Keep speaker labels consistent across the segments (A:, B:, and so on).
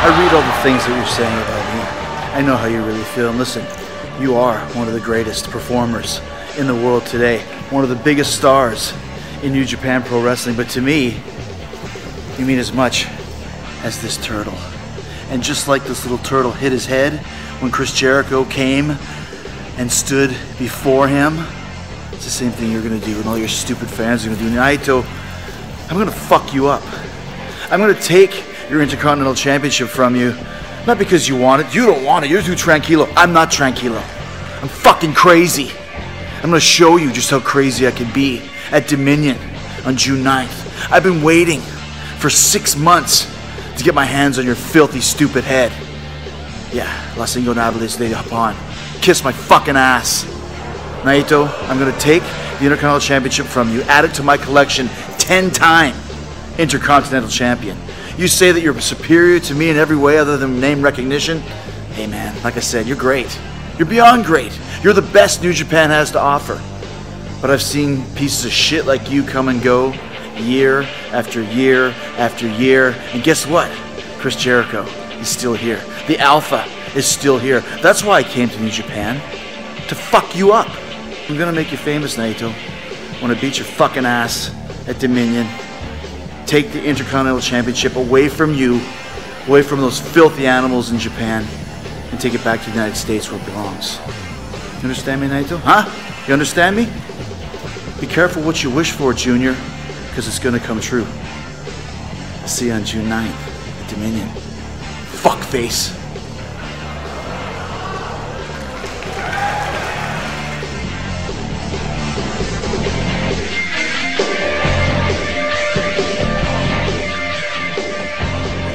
A: I read all the things that you're saying about me. I know how you really feel. And listen, you are one of the greatest performers in the world today, one of the biggest stars in New Japan Pro Wrestling. But to me, you mean as much as this turtle. And just like this little turtle hit his head when Chris Jericho came and stood before him, it's the same thing you're gonna do, and all your stupid fans are gonna do. Naito, I'm gonna fuck you up. I'm gonna take your Intercontinental Championship from you, not because you want it. You don't want it. You're too tranquilo. I'm not tranquilo. I'm fucking crazy. I'm gonna show you just how crazy I can be at Dominion on June 9th. I've been waiting for six months to get my hands on your filthy, stupid head. Yeah, Las Ingonables de Japón. Kiss my fucking ass. Naito, I'm gonna take the Intercontinental Championship from you, add it to my collection, 10 time Intercontinental Champion. You say that you're superior to me in every way other than name recognition? Hey man, like I said, you're great. You're beyond great. You're the best New Japan has to offer. But I've seen pieces of shit like you come and go year after year after year. And guess what? Chris Jericho is still here. The Alpha is still here. That's why I came to New Japan. To fuck you up. I'm gonna make you famous, Naito. I'm gonna beat your fucking ass at Dominion. Take the Intercontinental Championship away from you, away from those filthy animals in Japan, and take it back to the United States where it belongs. You understand me, Naito? Huh? You understand me? Be careful what you wish for, Junior, because it's gonna come true. See you on June 9th at Dominion. Fuckface.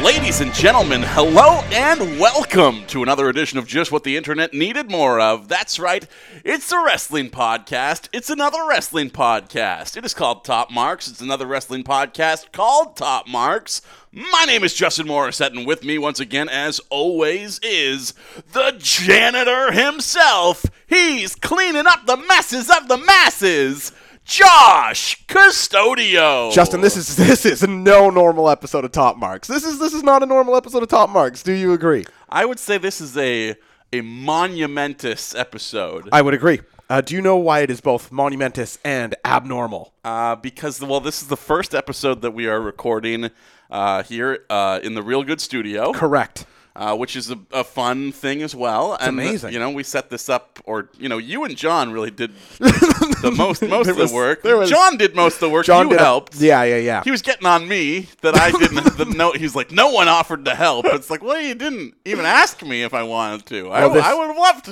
B: Ladies and gentlemen, hello and welcome to another edition of Just What the Internet Needed More of. That's right, it's a wrestling podcast. It's another wrestling podcast. It is called Top Marks. It's another wrestling podcast called Top Marks. My name is Justin Morissette, and with me once again, as always, is the janitor himself. He's cleaning up the messes of the masses. Josh Custodio.
C: Justin, this is this is no normal episode of Top Marks. This is this is not a normal episode of Top Marks. Do you agree?
B: I would say this is a a monumentous episode
C: I would agree. Uh, do you know why it is both monumentous and abnormal?
B: uh, because well, this is the first episode that we are recording uh, here uh, in the Real Good Studio,
C: Correct.
B: uh, which is a, a fun thing as well. and uh,
C: amazing.
B: you know, we set this up, or you know, you and John really did the most most
C: There
B: of the
C: was-
B: work.
C: there was-
B: John did most of the work. you
C: did a-
B: helped.
C: yeah, yeah, yeah.
B: He was getting on me that I didn't. the, no, he's like, no one offered to help. It's like, well, you didn't even ask me if I wanted to. I,
C: Well, this-
B: I would have loved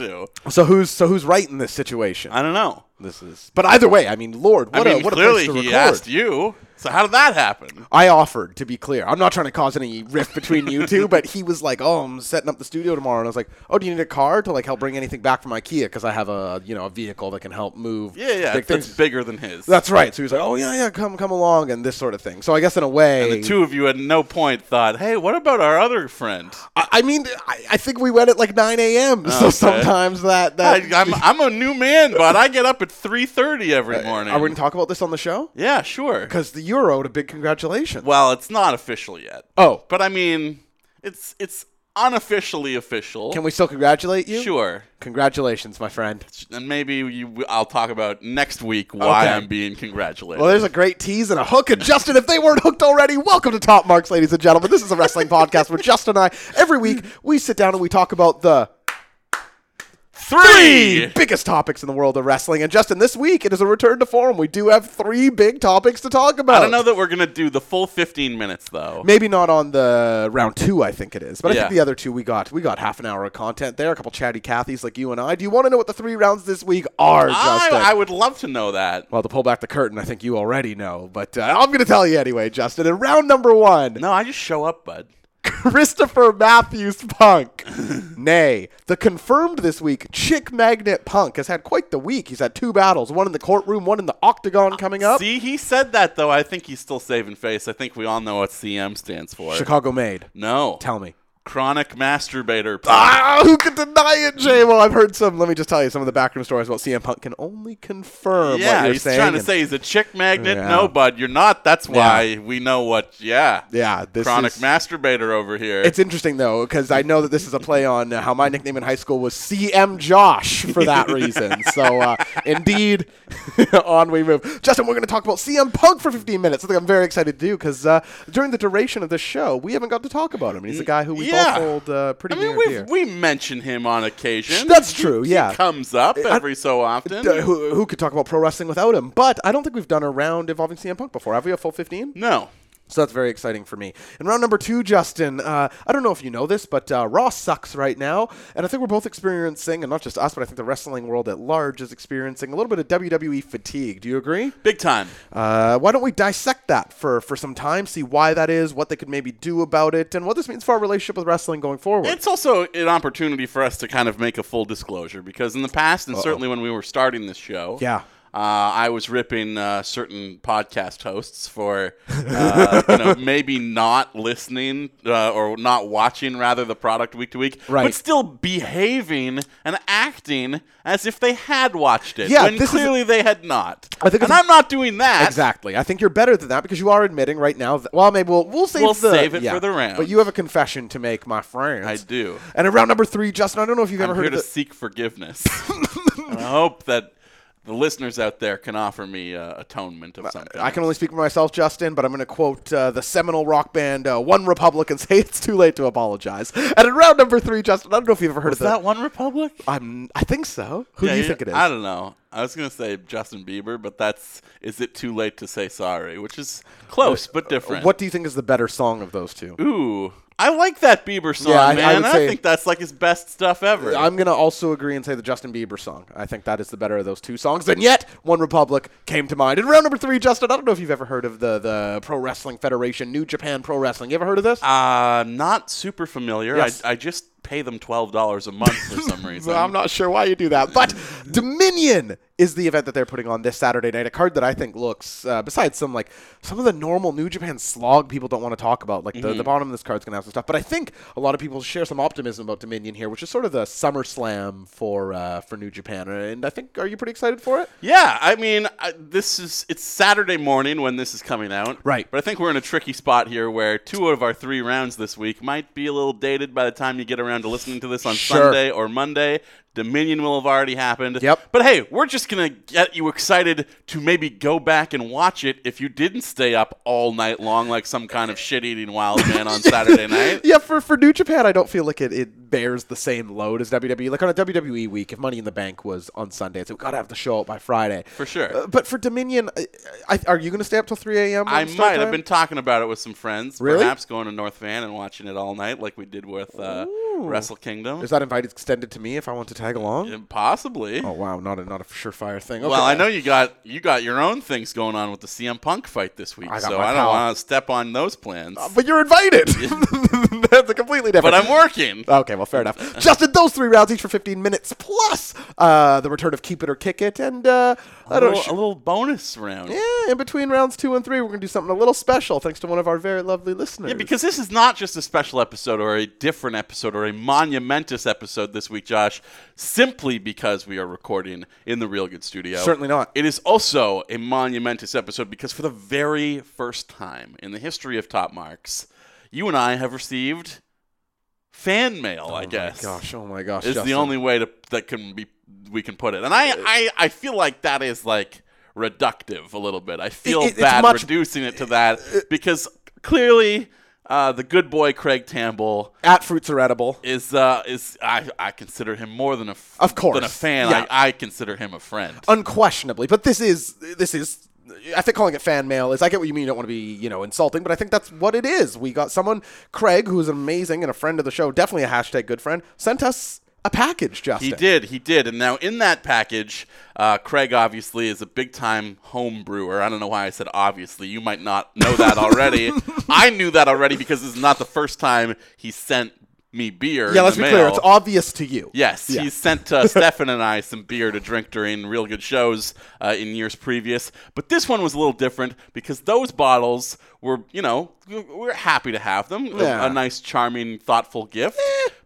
B: to.
C: so who's so who's right in this situation?
B: I don't know.
C: this is. But either way, I mean, Lord, what
B: I mean,
C: a what
B: clearly
C: a place to
B: he
C: record.
B: asked you. So how did that happen?
C: I offered to be clear. I'm not trying to cause any rift between you two, but he was like, "Oh, I'm setting up the studio tomorrow," and I was like, "Oh, do you need a car to like help bring anything back from IKEA? Because I have a you know a vehicle that can help move
B: Yeah, yeah.
C: big
B: that's
C: things."
B: bigger than his.
C: That's right. So he was like, "Oh yeah, yeah, come come along," and this sort of thing. So I guess in a way,
B: the two of you at no point thought, hey, what about our other friend?
C: I, I mean, I, I think we went at like 9 a.m. So
B: Okay.
C: sometimes that
B: I,
C: that
B: I'm, I'm a new man, but I get up at 3.30 every morning.
C: are we going to talk about this on the show?
B: yeah, sure.
C: Because the Euro, owed a big congratulations.
B: Well, it's not official yet.
C: oh,
B: But I mean, it's it's unofficially official.
C: can we still congratulate you?
B: Sure.
C: Congratulations, my friend.
B: And maybe you, I'll talk about next week why
C: Okay.
B: I'm being congratulated.
C: Well, there's a great tease and a hook. And Justin, if they weren't hooked already, welcome to Top Marks, ladies and gentlemen. This is a wrestling podcast where Justin and I, every week, we sit down and we talk about the
B: three!
C: biggest topics in the world of wrestling. And Justin, this week, it is a return to form. We do have three big topics to talk about.
B: I don't know that we're going to do the full 15 minutes, though.
C: Maybe not on the round two, I think it is, but I
B: Yeah.
C: think the other two we got we got half an hour of content there, a couple chatty Cathys like you and I. Do you want to know what the three rounds this week are,
B: I,
C: Justin?
B: I would love to know that.
C: well, to pull back the curtain, I think you already know, but uh, I'm going to tell you anyway, Justin. In round number one,
B: No, I just show up, bud.
C: Christopher Matthews Punk, nay, the confirmed this week Chick Magnet Punk has had quite the week. He's had two battles, one in the courtroom, one in the octagon coming up.
B: See, he said that though. I think he's still saving face. I think we all know what CM stands for.
C: Chicago made.
B: No.
C: Tell me.
B: Chronic masturbator.
C: Ah, who could deny it, Jay? Mm. Well, I've heard some. Let me just tell you some of the backroom stories about CM Punk can only confirm what
B: yeah,
C: you're
B: he's
C: saying.
B: trying to
C: and-
B: say he's a chick magnet.
C: Yeah.
B: No, bud, you're not. That's why we know what. Yeah,
C: Yeah, this
B: chronic
C: is-
B: masturbator over here.
C: It's interesting though, because I know that this is a play on uh, how my nickname in high school was CM Josh for that reason. so uh, indeed, on we move. Justin, we're going to talk about CM Punk for 15 minutes. Something I'm very excited to do because uh, during the duration of this show, we haven't got to talk about him. And he's a guy who we
B: Yeah.
C: both hold uh, pretty
B: I mean,
C: near and dear.
B: we we mention him on occasion.
C: That's true. Yeah.
B: He comes up
C: I-
B: every so often.
C: Uh, who, who could talk about pro wrestling without him? But I don't think we've done a round involving CM Punk before. Have we a full 15?
B: no.
C: So that's very exciting for me. And round number two, Justin, uh, I don't know if you know this, but uh, Raw sucks right now. And I think we're both experiencing, and not just us, but I think the wrestling world at large is experiencing a little bit of WWE fatigue. Do you agree?
B: Big time.
C: Uh, why don't we dissect that for, for some time, see why that is, what they could maybe do about it, and what this means for our relationship with wrestling going forward?
B: It's also an opportunity for us to kind of make a full disclosure because in the past, and certainly when we were starting this show,
C: Yeah.
B: uh, I was ripping uh, certain podcast hosts for uh, you know, maybe not listening uh, or not watching rather the product week to week,
C: Right.
B: but still behaving and acting as if they had watched it
C: Yeah,
B: when
C: this is-
B: clearly they had not.
C: I think
B: and
C: it's-
B: I'm not doing that.
C: Exactly. I think you're better than that because you are admitting right now. That, well, maybe we'll we'll save
B: We'll
C: the,
B: save it
C: yeah.
B: for the round.
C: But you have a confession to make, my friend.
B: I do.
C: And in round number three, Justin, I don't know if you've ever
B: I'm here
C: heard of
B: to
C: the,
B: seek forgiveness. And I hope that the listeners out there can offer me uh, atonement of something.
C: I can only speak for myself, Justin, but I'm going to quote uh, the seminal rock band uh, One Republic and say it's too late to apologize. And in round number three, Justin, I don't know if you've ever heard
B: Is
C: of the,
B: that One Republic?
C: I'm, I think so. Who do you think it is?
B: I don't know. I was gonna say Justin Bieber, but that's "Is It Too Late to Say Sorry," which is close but different.
C: What do you think is the better song of those two?
B: Ooh, I like that Bieber song,
C: I- I
B: man.
C: would
B: I,
C: say-
B: think that's like his best stuff ever.
C: I'm going to also agree and say the Justin Bieber song. I think that is the better of those two songs. And yet, One Republic came to mind. In round number three, Justin, I don't know if you've ever heard of the, the Pro Wrestling Federation, New Japan Pro Wrestling. You ever heard of this?
B: uh, not super familiar.
C: Yes.
B: I, I just pay them twelve dollars a month for some reason.
C: Well, I'm not sure why you do that, but Dominion is the event that they're putting on this Saturday night. A card that I think looks, uh, besides some like some of the normal New Japan slog people don't want to talk about, like
B: Mm-hmm.
C: the, the bottom of this card's gonna have some stuff. But I think a lot of people share some optimism about Dominion here, which is sort of the SummerSlam for uh, for New Japan. And I think, are you pretty excited for it?
B: Yeah, I mean, I, this is it's Saturday morning when this is coming out.
C: Right.
B: But I think we're in a tricky spot here where two of our three rounds this week might be a little dated by the time you get around to listening to this on
C: Sure.
B: Sunday or Monday. Dominion will have already happened.
C: Yep.
B: But hey, we're just going to get you excited to maybe go back and watch it if you didn't stay up all night long like some kind of shit-eating wild man on Saturday night.
C: Yeah, for, for New Japan, I don't feel like it, it bears the same load as WWE. Like on a WWE week, if Money in the Bank was on Sunday, it's like, we gotta have the show up by Friday.
B: For sure.
C: Uh, but for Dominion, I, I, are you gonna stay up till 3 a.m.?
B: I
C: on start
B: might. I've
C: time?
B: been talking about it with some friends.
C: Really?
B: Perhaps going to North Van and watching it all night like we did with uh, Wrestle Kingdom.
C: Is that invite extended to me if I want to tag along?
B: Yeah, Possibly.
C: Oh wow, not a not a surefire thing. Okay.
B: Well, I know you got you got your own things going on with the CM Punk fight this week,
C: I got
B: so
C: my
B: I don't
C: pal.
B: want to step on those plans.
C: but you're invited. That's a completely
B: but
C: different.
B: I'm working.
C: Okay, well, fair enough. Justin, those three rounds each for 15 minutes, plus uh, the return of Keep It or Kick It, and uh, I
B: A
C: don't
B: little,
C: sh-
B: a little bonus round. Yeah.
C: Yeah, in between rounds two and three, we're going to do something a little special thanks to one of our very lovely listeners.
B: because this is not just a special episode or a different episode or a monumentous episode this week, Josh, simply because we are recording in the Real Good Studio.
C: Certainly not.
B: It is also a monumentous episode because for the very first time in the history of Top Marks, you and I have received fan mail, I guess.
C: gosh, oh my gosh,
B: is the
C: Justin. Uh,
B: only way to that can be we can put it. And I I, I feel like that is like reductive a little bit. I feel
C: It- it- it's
B: bad
C: much- uh,
B: reducing it to that because clearly uh, the good boy Craig Campbell
C: at fruits are edible.
B: is uh, is I, I consider him more than a f-
C: Of course.
B: than a fan.
C: Yeah.
B: I, I consider him a friend.
C: unquestionably. But this is this is. I think calling it fan mail is. I get what you mean. You don't want to be, you know, insulting, but I think that's what it is. We got someone, Craig, who's amazing and a friend of the show, definitely a hashtag good friend, sent us a package. Justin,
B: He did, he did. And now in that package, uh, Craig obviously is a big time home brewer. I don't know why I said obviously. You might not know that already. I knew that already because this is not the first time he sent me beer.
C: Yeah,
B: in
C: let's
B: the
C: be
B: mail.
C: clear. It's obvious to you.
B: Yes,
C: Yeah.
B: he sent uh, Stefan and I some beer to drink during real good shows uh, in years previous. But this one was a little different because those bottles were, you know, we we're happy to have them. A-
C: Yeah. Eh.
B: A, nice, charming, thoughtful gift.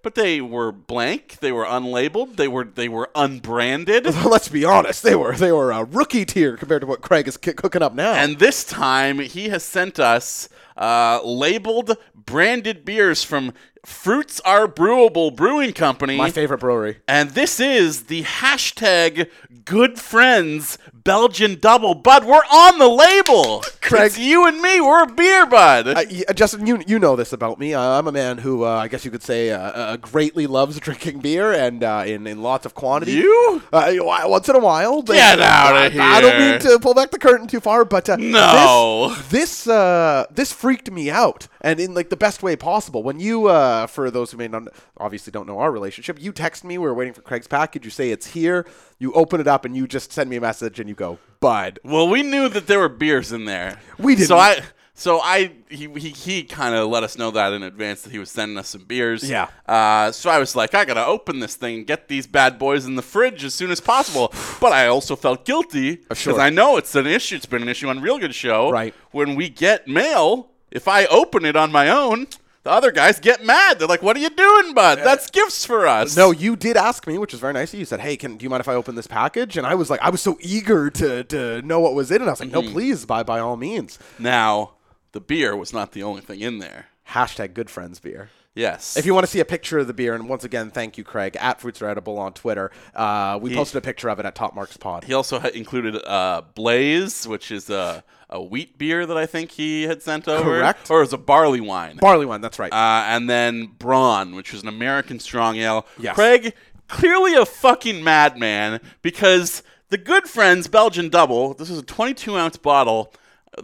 B: But they were blank. They were unlabeled. They were they were unbranded.
C: Let's be honest. They were they were a rookie tier compared to what Craig is ki- cooking up now.
B: And this time, he has sent us uh, labeled, branded beers from Fruits Are Brewable Brewing Company.
C: my favorite brewery.
B: And this is the hashtag good friends Belgian double. Bud, we're on the label.
C: Craig-
B: It's you and me. We're a beer, bud.
C: Uh, y- uh, Justin, you you know this about me. Uh, I'm a man who uh, I guess you could say uh, uh, greatly loves drinking beer and uh, in in lots of quantity.
B: You?
C: Uh, you know, I- once in a while. but-
B: Get outta
C: I- I don't
B: here.
C: mean to pull back the curtain too far, but uh,
B: No.
C: this this, uh, this freaked me out, and in like the best way possible. When you, uh, for those who may not obviously don't know our relationship, you text me. We were waiting for Craig's package. You say it's here. You open it up, and you just send me a message, and you go, "Bud,
B: well, we knew that there were beers in there.
C: We didn't.
B: So I. So I he he, he kind of let us know that in advance that he was sending us some beers.
C: Yeah.
B: Uh, so I was like, I gotta open this thing, and get these bad boys in the fridge as soon as possible. But I also felt guilty because
C: Uh, sure.
B: I know it's an issue. It's been an issue on Real Good Show.
C: Right.
B: When we get mail, if I open it on my own, the other guys get mad. They're like, "What are you doing, bud? That's gifts for us."
C: Uh, No, you did ask me, which is very nice. of You You said, "Hey, can do you mind if I open this package?" And I was like, I was so eager to, to know what was in it. I was like,
B: Mm-hmm.
C: "No, please, by by all means."
B: Now, the beer was not the only thing in there.
C: Hashtag good friends beer.
B: Yes.
C: If you want to see a picture of the beer, and once again, thank you, Craig at Fruits Are Edible on Twitter. Uh, we posted a picture of it at Top Marks Pod.
B: He also had included uh, Blaze, which is a, a wheat beer that I think he had sent over.
C: Correct.
B: Or it was a barley wine.
C: Barley one, that's right.
B: uh, and then Braun, which is an American strong ale.
C: Yes.
B: Craig, clearly a fucking madman because the Good Friends Belgian Double, this is a 22 ounce bottle,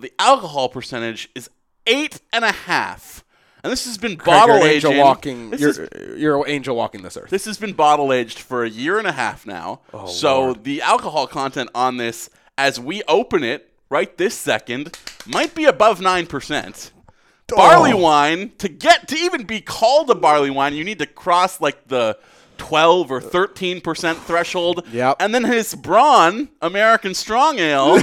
B: the alcohol percentage is eight and a half. And this has been
C: Craig, you're
B: bottle
C: an
B: aged.
C: angel walking.
B: This
C: You're,
B: is
C: you're an angel walking this earth.
B: this has been bottle aged for a year and a half now. so the alcohol content on this, as we open it right this second, might be above 9%.
C: Oh.
B: Barley wine, to get to even be called a barley wine, you need to cross like the 12 or 13% threshold.
C: Yep.
B: And then his brawn, American strong ale.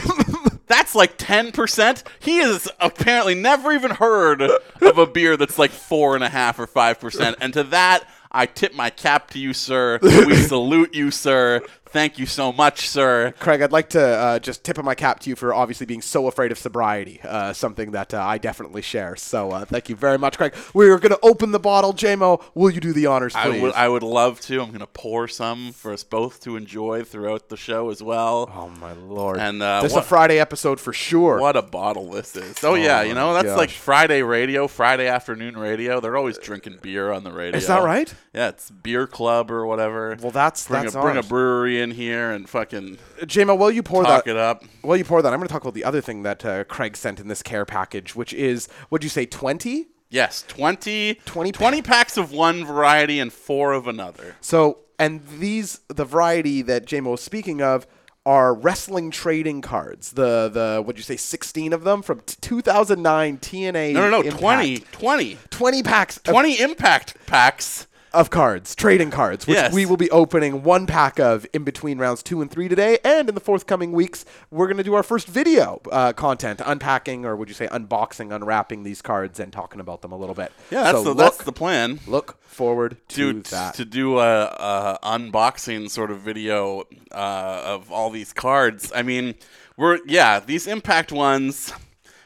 B: That's like 10%. He has apparently never even heard of a beer that's like 4.5 or 5%. And to that, I tip my cap to you, sir. We salute you, sir. Thank you so much, sir.
C: Craig, I'd like to uh, just tip of my cap to you for obviously being so afraid of sobriety, uh, something that uh, I definitely share. So uh, thank you very much, Craig. We're going to open the bottle. JMO, will you do the honors,
B: I
C: please?
B: would, I would love to. I'm going to pour some for us both to enjoy throughout the show as well.
C: oh, my Lord.
B: And, uh,
C: this is
B: what-
C: a Friday episode for sure.
B: What a bottle this is. Oh, yeah, you know,
C: my
B: that's like
C: gosh.
B: Friday radio, Friday afternoon radio. They're always drinking beer on the radio.
C: Is that right?
B: Yeah, it's beer club or whatever.
C: Well, that's-
B: bring
C: that's
B: a, bring a
C: ours.
B: brewery in here and fucking
C: JMO, while you pour
B: talk
C: that,
B: it up.
C: while you pour that, I'm going to talk about the other thing that uh, Craig sent in this care package, which is, what'd you say, 20?
B: Yes, 20,
C: 20
B: 20 packs of one variety and four of another.
C: So, and these the variety that JMO was speaking of are wrestling trading cards. The the what'd you say, sixteen of them from t- 2009 TNA.
B: No, no, no,
C: Impact.
B: 20, 20,
C: 20 packs of,
B: 20 impact packs.
C: of cards, trading cards, which
B: Yes.
C: we will be opening one pack of in between rounds two and three today. And in the forthcoming weeks, we're going to do our first video uh, content, unpacking, or would you say unboxing, unwrapping these cards and talking about them a little bit.
B: Yeah, that's,
C: so
B: the,
C: look,
B: that's the plan.
C: look forward to
B: to,
C: that.
B: to do a, a unboxing sort of video uh, of all these cards. I mean, we're yeah, these impact ones.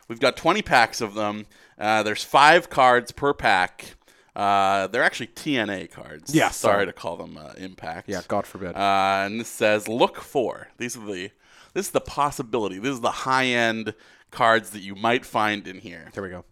B: We've got 20 packs of them. Uh, there's five cards per pack. Uh, they're actually TNA cards.
C: Yeah,
B: sorry
C: sorry.
B: to call them uh, impact.
C: yeah, God forbid.
B: Uh, and this says look for. These are the this is the possibility. This is the high end cards that you might find in here
C: Here we go.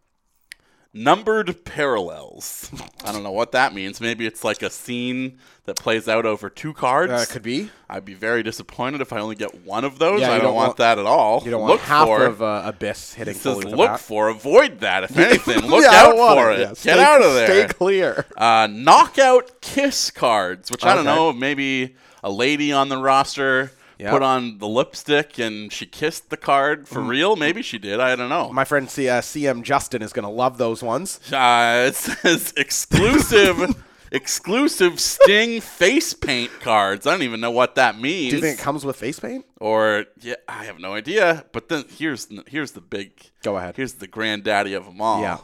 B: numbered parallels. I don't know what that means. Maybe it's like a scene that plays out over two cards.
C: Uh, could be.
B: I'd be very disappointed if I only get one of those.
C: Yeah,
B: I
C: you
B: don't,
C: don't
B: want,
C: want-
B: that at all.
C: You don't
B: look
C: want half
B: for.
C: of uh, Abyss hitting
B: it says
C: fully with the
B: look
C: bat.
B: for, avoid that if anything. Look
C: Yeah, I
B: out
C: don't want
B: for
C: it.
B: it.
C: Yeah,
B: Get
C: stay-
B: out of there.
C: Stay clear.
B: Uh, knockout kiss cards, which I don't
C: Okay.
B: know, maybe a lady on the roster
C: Yeah.
B: put on the lipstick and she kissed the card
C: Mm.
B: for real. Maybe she did. I don't know.
C: My friend C- uh, CM Justin is going to love those ones.
B: Uh, it says exclusive Exclusive Sting face paint cards. I don't even know what that means.
C: Do you think it comes with face paint?
B: or yeah, I have no idea. But then here's here's the big
C: Go ahead.
B: Here's the granddaddy of them all.
C: Yeah.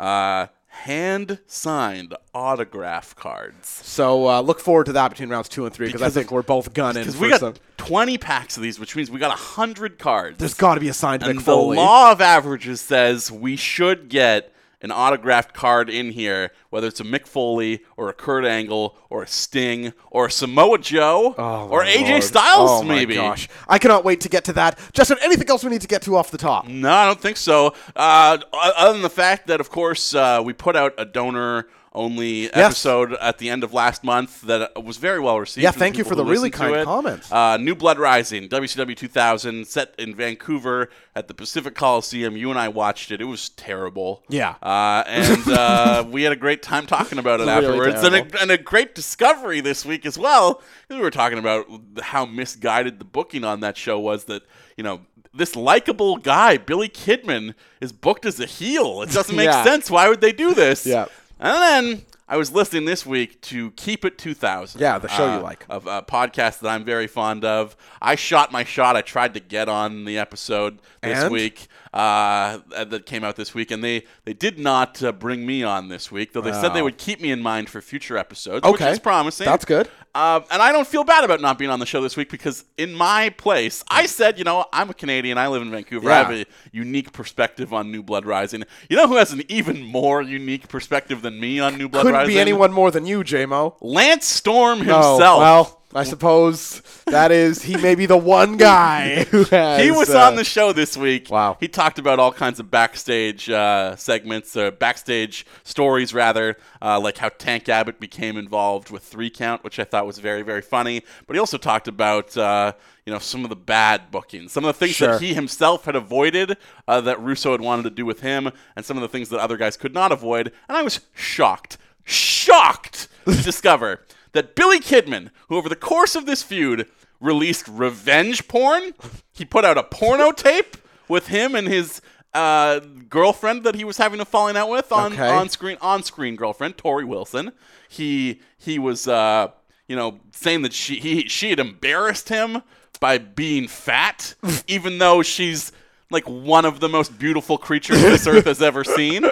B: Uh, hand signed autograph cards.
C: So uh, look forward to that between rounds two and three because I
B: Because
C: think we're both gunning
B: Because
C: for
B: we got
C: some.
B: 20 packs of these, which means we got 100 cards.
C: There's got to be a signed
B: and
C: Mick
B: the
C: Foley.
B: law of averages says we should get an autographed card in here, whether it's a Mick Foley or a Kurt Angle or a Sting or a Samoa Joe
C: Oh,
B: or
C: my
B: AJ
C: Lord.
B: Styles,
C: oh,
B: maybe.
C: My gosh, I cannot wait to get to that. Justin, anything else we need to get to off the top?
B: No, I don't think so. Uh, o- other than the fact that, of course, uh, we put out a donor only episode at the end of last month that uh, was very well received.
C: Yeah,
B: from
C: thank you
B: people
C: for the
B: who
C: really
B: listened to
C: kind
B: it.
C: comments.
B: Uh, New Blood Rising, WCW 2000, set in Vancouver at the Pacific Coliseum. You and I watched it. It was terrible.
C: Yeah.
B: Uh, and uh, we had a great time talking about it
C: Really
B: afterwards. And,
C: terrible.
B: a, and a great discovery this week as well. 'cause We were talking about how misguided the booking on that show was that, you know, this likable guy, Billy Kidman, is booked as a heel. It doesn't make
C: Yeah.
B: sense. Why would they do this?
C: Yeah.
B: And then I was listening this week to Keep It 2000.
C: Yeah, the show you
B: uh,
C: like.
B: Of a podcast that I'm very fond of. I shot my shot. I tried to get on the episode this
C: And?
B: week uh, that came out this week, and they, they did not uh, bring me on this week, though they said they would keep me in mind for future episodes,
C: Okay.
B: which is promising.
C: That's good.
B: Uh, and I don't feel bad about not being on the show this week because in my place, I said, you know, I'm a Canadian. I live in Vancouver. I
C: Yeah.
B: have a unique perspective on New Blood Rising. You know who has an even more unique perspective than me on New Blood
C: Couldn't
B: Rising?
C: be anyone more than you, JMO.
B: Lance Storm
C: No,
B: himself.
C: well, I suppose that is he may be the one guy who has.
B: he was
C: uh,
B: on the show this week.
C: Wow.
B: He talked about all kinds of backstage uh, segments, uh, backstage stories, rather, uh, like how Tank Abbott became involved with Three Count, which I thought was very, very funny. But he also talked about. Uh, you know some of the bad bookings, some of the things
C: Sure.
B: that he himself had avoided uh, that Russo had wanted to do with him, and some of the things that other guys could not avoid. And I was shocked, shocked to discover that Billy Kidman, who over the course of this feud released revenge porn, he put out a porno tape with him and his uh, girlfriend that he was having a falling out with on
C: Okay.
B: on screen on screen girlfriend Tori Wilson. He he was uh, you know saying that she he she had embarrassed him by being fat, even though she's like one of the most beautiful creatures this earth has ever seen,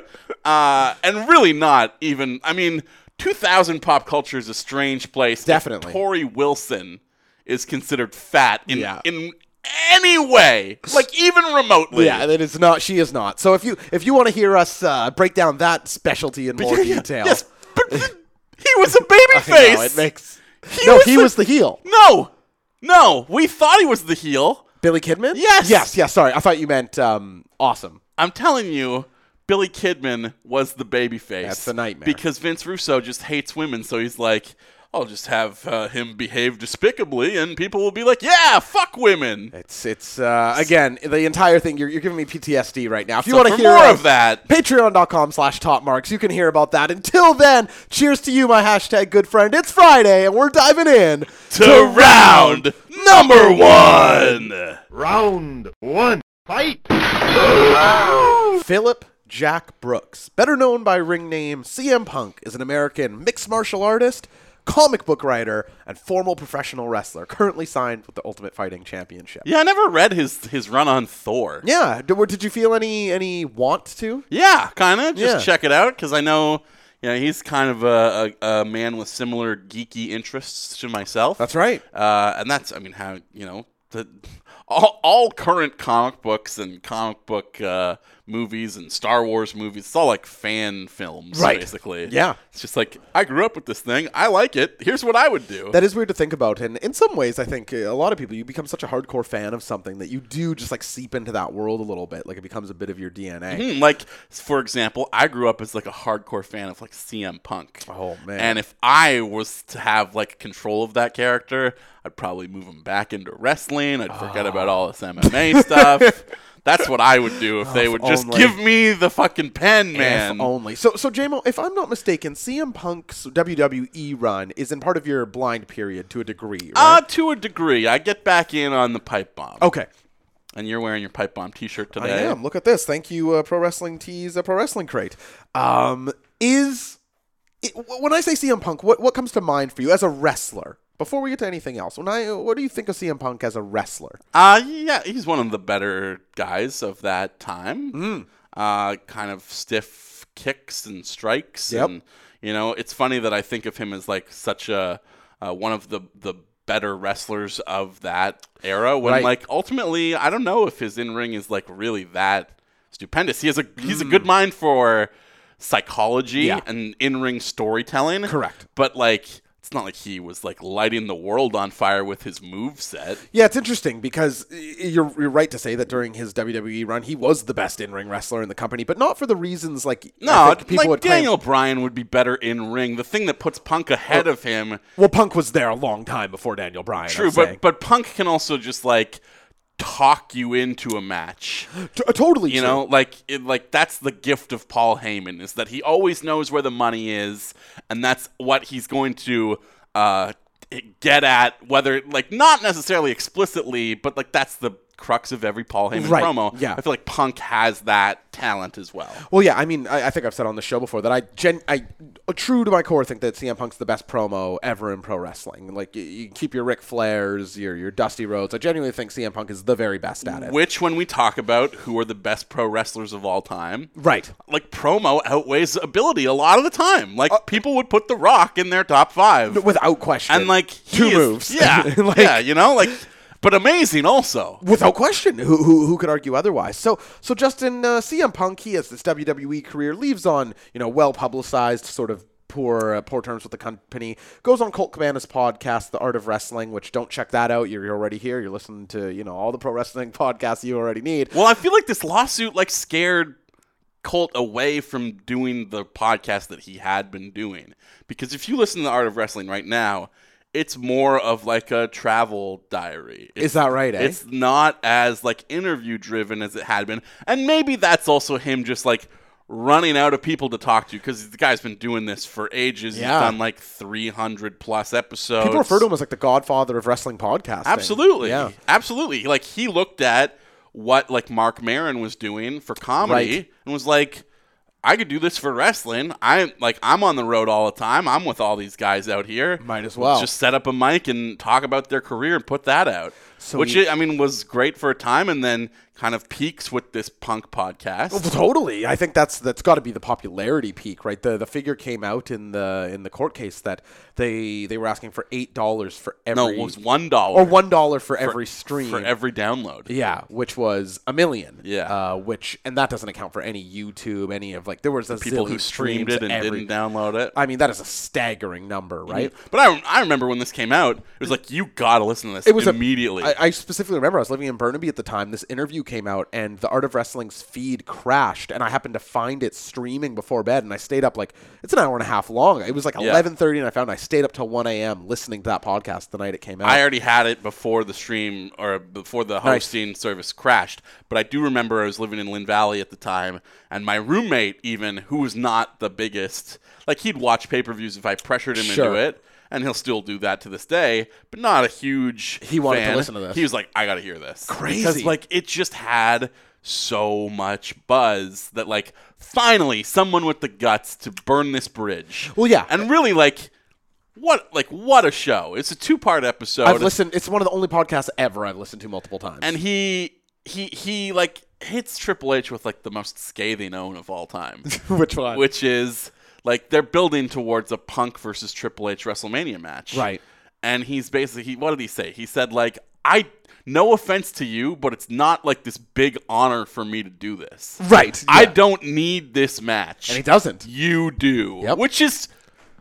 B: uh, and really not even. I mean, 2000 pop culture is a strange place.
C: Definitely.
B: Tori Wilson is considered fat in
C: Yeah.
B: in any way, like even remotely.
C: Yeah, that is not. She is not. So if you if you want to hear us uh, break down that specialty in more
B: Yeah,
C: detail,
B: Yes, but th- he was a baby
C: I
B: face.
C: know, it makes.
B: He
C: no,
B: was
C: he
B: the-
C: was the heel.
B: no, no. We thought he was the heel.
C: Billy Kidman.
B: Yes.
C: yes, yes. Sorry, I thought you meant um, awesome.
B: I'm telling you, Billy Kidman was the baby face.
C: That's a nightmare.
B: Because Vince Russo just hates women, so he's like, I'll just have uh, him behave despicably, and people will be like, yeah, fuck women.
C: It's it's uh, again the entire thing. You're, you're giving me PTSD right now. If you
B: So
C: want
B: for
C: to hear
B: more
C: us,
B: of that-
C: patreon.com slash top marks. You can hear about that. Until then, cheers to you, my hashtag good friend. It's Friday and we're diving in
B: To round number one.
D: Round one, fight!
C: Philip Jack Brooks, better known by ring name CM Punk, is an American mixed martial artist, comic book writer, and formal professional wrestler. Currently signed with the Ultimate Fighting Championship.
B: Yeah, I never read his, his run on Thor.
C: Yeah. Did, were- did you feel any any want to?
B: Yeah, kind of. Just
C: Yeah.
B: check it out because I know, you know, he's kind of a, a, a man with similar geeky interests to myself.
C: That's right.
B: Uh, and that's, I mean, how you know, the, all all current comic books and comic book uh, movies and Star Wars movies, it's all like fan films,
C: Right.
B: Basically,
C: Yeah.
B: It's just like I grew up with this thing. I like it. Here's what I would do.
C: That is weird to think about, and in some ways, I think uh, a lot of people you become such a hardcore fan of something that you do just like seep into that world a little bit, like it becomes a bit of your DNA.
B: Hmm, like for example, I grew up as like a hardcore fan of like CM Punk.
C: Oh, man.
B: And if I was to have like control of that character, I'd probably move him back into wrestling. I'd forget about all this MMA stuff. That's what I would do if they would just
C: Ah. Oh, only.
B: give me the fucking pen, man.
C: If only. So, so JMO, if I'm not mistaken, CM Punk's WWE run is in part of your blind period to a degree,
B: Uh,
C: right?
B: to a degree, I get back in on the pipe bomb.
C: okay.
B: And you're wearing your pipe bomb T-shirt
C: Oh. I
B: today.
C: am. Look at this. Thank you, uh, Pro Wrestling Tees, uh, Pro Wrestling Crate. Um, is it, wh- when I say CM Punk, what what comes to mind for you as a wrestler? Before we get to anything else, when I what do you think of CM Punk as a wrestler?
B: Uh, yeah, he's one of the better guys of that time.
C: Hmm.
B: Uh, kind of stiff kicks and strikes.
C: Yep.
B: And, you know, it's funny that I think of him as like such a uh, one of the the better wrestlers of that era. When
C: Right.
B: like ultimately, I don't know if his in ring is like really that stupendous. He has a he's a good mind for psychology
C: Hmm. Yeah.
B: and in ring storytelling.
C: Correct.
B: But like. It's not like he was like lighting the world on fire with his move set.
C: Yeah, it's interesting because y- you're, you're right to say that during his WWE run, he was the best in ring wrestler in the company, but not for the reasons like
B: No,
C: I think people
B: like
C: would
B: Daniel
C: claim.
B: Bryan would be better in ring. The thing that puts Punk ahead of him,
C: Well, Punk was there a long time before Daniel Bryan.
B: true,
C: I'm
B: but
C: saying.
B: but Punk can also just like talk you into a match.
C: T- uh, totally,
B: You
C: true.
B: know, like it, like that's the gift of Paul Heyman is that he always knows where the money is, and that's what he's going to uh, get at. Whether like not necessarily explicitly, but like that's the crux of every Paul Heyman
C: Right,
B: promo.
C: yeah.
B: I feel like Punk has that talent as well.
C: Well, yeah, I mean, I, I think I've said on the show before that I, gen, I, uh, true to my core, think that CM Punk's the best promo ever in pro wrestling. Like, you, you keep your Ric Flairs, your your Dusty Rhodes. I genuinely think CM Punk is the very best at it.
B: Which, when we talk about who are the best pro wrestlers of all time,
C: right.
B: like promo outweighs ability a lot of the time.
C: Uh,
B: Like people would put The Rock in their top five,
C: Without question.
B: and like he
C: two
B: is-
C: moves.
B: yeah,
C: Like-
B: yeah, you know, like but amazing also.
C: Without question, who, who who could argue otherwise? So so Justin uh, CM Punk, he has this WWE career, leaves on you know well publicized sort of poor uh, poor terms with the company, goes on Colt Cabana's podcast, The Art of Wrestling, which don't check that out. You're, you're already here. You're listening to you know all the pro wrestling podcasts you already need.
B: Well, I feel like this lawsuit like scared Colt away from doing the podcast that he had been doing because if you listen to the Art of Wrestling right now, it's more of like a travel diary. It's
C: Is that right? Eh?
B: It's not as like interview driven as it had been, and maybe that's also him just like running out of people to talk to because the guy's been doing this for ages.
C: Yeah.
B: He's done like 300 plus episodes.
C: People refer to him as like the Godfather of wrestling podcasting.
B: absolutely,
C: Yeah.
B: absolutely. Like he looked at what like Mark Maron was doing for comedy
C: Right.
B: and was like. I could do this for wrestling. I like I'm on the road all the time. I'm with all these guys out here.
C: Might as well.
B: just set up a mic and talk about their career and put that out.
C: So
B: which
C: you-
B: I mean was great for a time and then kind of peaks with this punk
C: Well,
B: podcast.
C: totally. I think that's that's got to be the popularity peak, right? The the figure came out in the in the court case that they they were asking for eight dollars for every
B: No, it was one dollar
C: or one dollar for every stream
B: for every download.
C: yeah, which was a million.
B: Yeah.
C: uh, which and that doesn't account for any YouTube, any of like there was a
B: People who
C: zillion
B: streamed
C: streams
B: it and
C: every-
B: didn't Mm-hmm. download it.
C: I mean, that is a staggering number, right?
B: But I, I remember when this came out, it was like you gotta listen to this
C: It was a-
B: immediately.
C: I, I specifically remember I was living in Burnaby at the time. This interview came out, and the Art of Wrestling's feed crashed, and I happened to find it streaming before bed, and I stayed up like it's an hour and a half long. It was like eleven thirty, and I found I stayed up till one a.m. listening to that podcast the night it came out.
B: I already had it before the stream or before the hosting service crashed, but I do remember I was living in Lynn Valley at the time, and my roommate, even who was not the biggest, like he'd watch pay per views if I pressured him
C: Sure.
B: into it, and he'll still do that to this day, but not a huge.
C: He wanted to
B: fan.
C: listen to this.
B: He was like, I got to hear this.
C: Crazy.
B: Because, like, it just had so much buzz that, like, finally someone with the guts to burn this bridge.
C: Well, yeah.
B: And really, like, what like what a show! It's a two part episode.
C: I've listened. It's one of the only podcasts ever I've listened to multiple times.
B: and he he he like hits Triple H with like the most scathing own of all time,
C: which one?
B: which is like they're building towards a Punk versus Triple H WrestleMania match,
C: Right.
B: And he's basically he what did he say? He said like I no offense to you, but it's not like this big honor for me to do this.
C: right.
B: I
C: yeah.
B: don't need this match,
C: And he doesn't.
B: You do,
C: Yep.
B: which is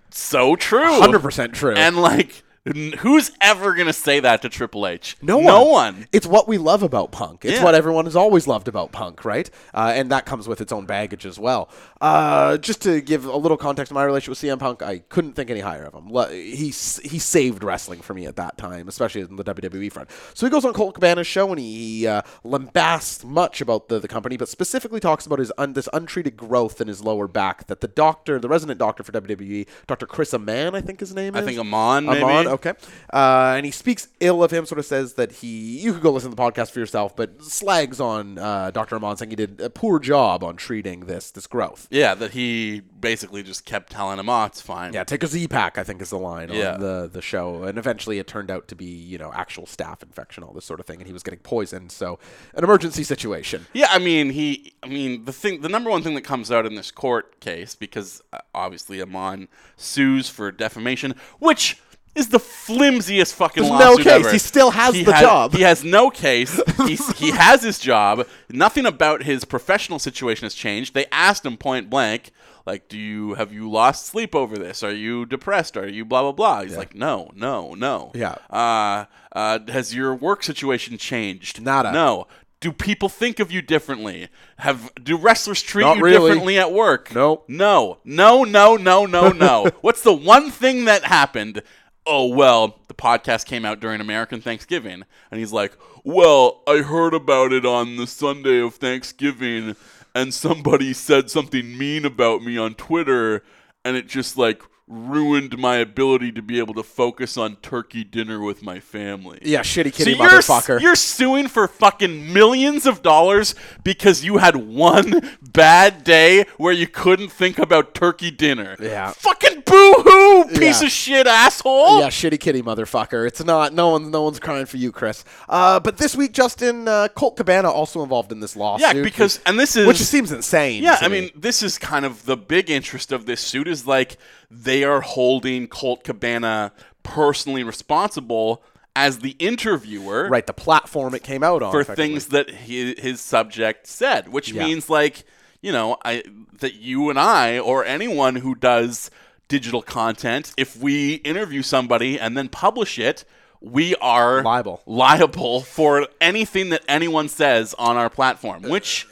B: so true,
C: Hundred percent true.
B: and like, n- who's ever gonna say that to Triple H?
C: No one.
B: No one.
C: It's what we love about punk. It's
B: Yeah.
C: what everyone has always loved about punk, right? Uh, and that comes with its own baggage as well. Uh, just to give a little context to my relationship with CM Punk, I couldn't think any higher of him. Le- He s- he saved wrestling for me at that time, especially in the WWE front. So he goes on Colt Cabana's show and he uh, lambasts much about the, the company, but specifically talks about his un- this untreated growth in his lower back that the doctor, the resident doctor for WWE, Dr. E, Chris Aman, I think his name
B: I
C: is.
B: think Amon, maybe.
C: Amon, Okay. Uh, and he speaks ill of him, sort of says that he, you could go listen to the podcast for yourself, but slags on uh, Dr. Amon saying he did a poor job on treating this this growth.
B: Yeah, that he basically just kept telling him, "Oh, it's fine."
C: Yeah, take a Z pack, I think is the line
B: Yeah.
C: on the, the show. And eventually it turned out to be, you know, actual staph infection, all this sort of thing. And he was getting poisoned. So an emergency situation.
B: Yeah, I mean, he. I mean, the thing, the number one thing that comes out in this court case, because uh, obviously Amon sues for defamation, which is the flimsiest fucking
C: There's no
B: lawsuit
C: case.
B: ever.
C: He still has the job.
B: He has no case. He's, he has his job. Nothing about his professional situation has changed. They asked him point blank, like, "Do you have you lost sleep over this? Are you depressed? Are you blah blah blah?" He's like, "No, no, no."
C: Yeah.
B: Uh, uh, has your work situation changed?
C: Nada.
B: No. Do people think of you differently? Have do wrestlers treat
C: Not
B: you
C: really.
B: differently at work?
C: Nope.
B: No. No, no, no, no, no. What's the one thing that happened? Oh, well, the podcast came out during American Thanksgiving. And he's like, Well, I heard about it on the Sunday of Thanksgiving, and somebody said something mean about me on Twitter, and it just like ruined my ability to be able to focus on turkey dinner with my family.
C: Yeah, shitty kitty
B: you're s-
C: motherfucker.
B: You're, suing for fucking millions of dollars because you had one bad day where you couldn't think about turkey dinner.
C: Yeah.
B: Fucking boo hoo, piece
C: Yeah.
B: of shit asshole.
C: Yeah, shitty kitty motherfucker. It's not no one's no one's crying for you, Chris. Uh, but this week, Justin uh, Colt Cabana also involved in this lawsuit.
B: Yeah, because and this is
C: which seems insane.
B: Yeah,
C: to
B: I
C: me.
B: mean, this is kind of the big interest of this suit is like they are holding Colt Cabana personally responsible as the interviewer
C: right? The platform it came out on
B: for
C: effectively.
B: things that he, his subject said, which
C: Yeah.
B: means like you know I that you and I or anyone who does digital content, if we interview somebody and then publish it, we are
C: Liable.
B: liable for anything that anyone says on our platform, which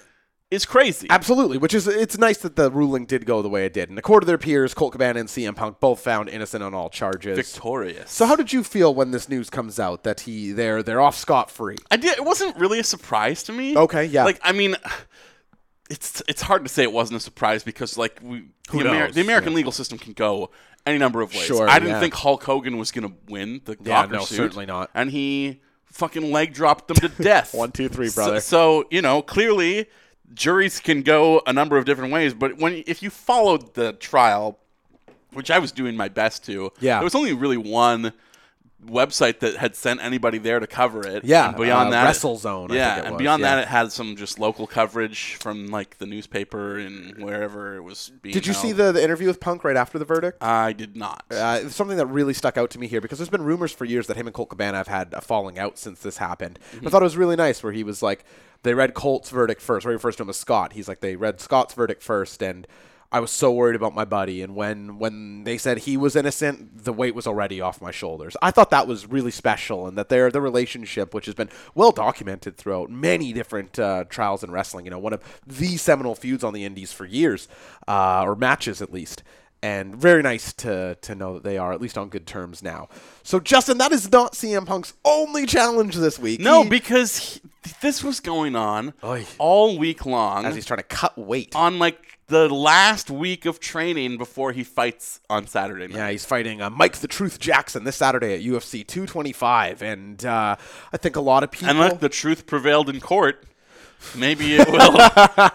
B: is crazy.
C: Absolutely, which is it's nice that the ruling did go the way it did. And according to their peers, Colt Cabana and CM Punk both found innocent on all charges.
B: Victorious.
C: so how did you feel when this news comes out that he they're they're off scot free?
B: I did. It wasn't really a surprise to me.
C: Okay, yeah.
B: Like I mean, it's it's hard to say it wasn't a surprise because like we the,
C: knows?
B: the American legal system can go any number of ways.
C: Sure,
B: I didn't
C: yeah.
B: think Hulk Hogan was gonna win the
C: Yeah,
B: Gawker
C: no,
B: suit,
C: certainly not.
B: and he fucking leg dropped them to death.
C: One, two, three,
B: So-
C: brother.
B: So, you know, clearly juries can go a number of different ways, but when if you followed the trial, which I was doing my best to,
C: Yeah.
B: there was only really one website that had sent anybody there to cover it.
C: Yeah,
B: and beyond
C: uh,
B: that,
C: WrestleZone, I
B: Yeah,
C: think it
B: and
C: was,
B: beyond
C: yeah.
B: that, it had some just local coverage from like the newspaper and wherever it was being.
C: Did you see
B: held.
C: the, the interview with Punk right after the verdict?
B: I did not.
C: uh, something that really stuck out to me here because there's been rumors for years that him and Colt Cabana have had a falling out since this happened. I thought it was really nice where he was like, they read Colt's verdict first, or he refers to him as Scott. He's like, they read Scott's verdict first, and I was so worried about my buddy. And when when they said he was innocent, the weight was already off my shoulders. I thought that was really special, and that their the relationship, which has been well documented throughout many different uh, trials in wrestling, you know, one of the seminal feuds on the Indies for years, uh, or matches at least and very nice to to know that they are at least on good terms now. So Justin, that is not CM Punk's only challenge this week.
B: no,
C: He-
B: because he, this was going on
C: Oy.
B: all week long.
C: as he's trying to cut weight.
B: on like the last week of training before he fights on Saturday night.
C: Yeah, he's fighting uh, Mike the Truth Jackson this Saturday at UFC 225, and uh, I think a lot of people.
B: And look, the truth prevailed in court. Maybe it will.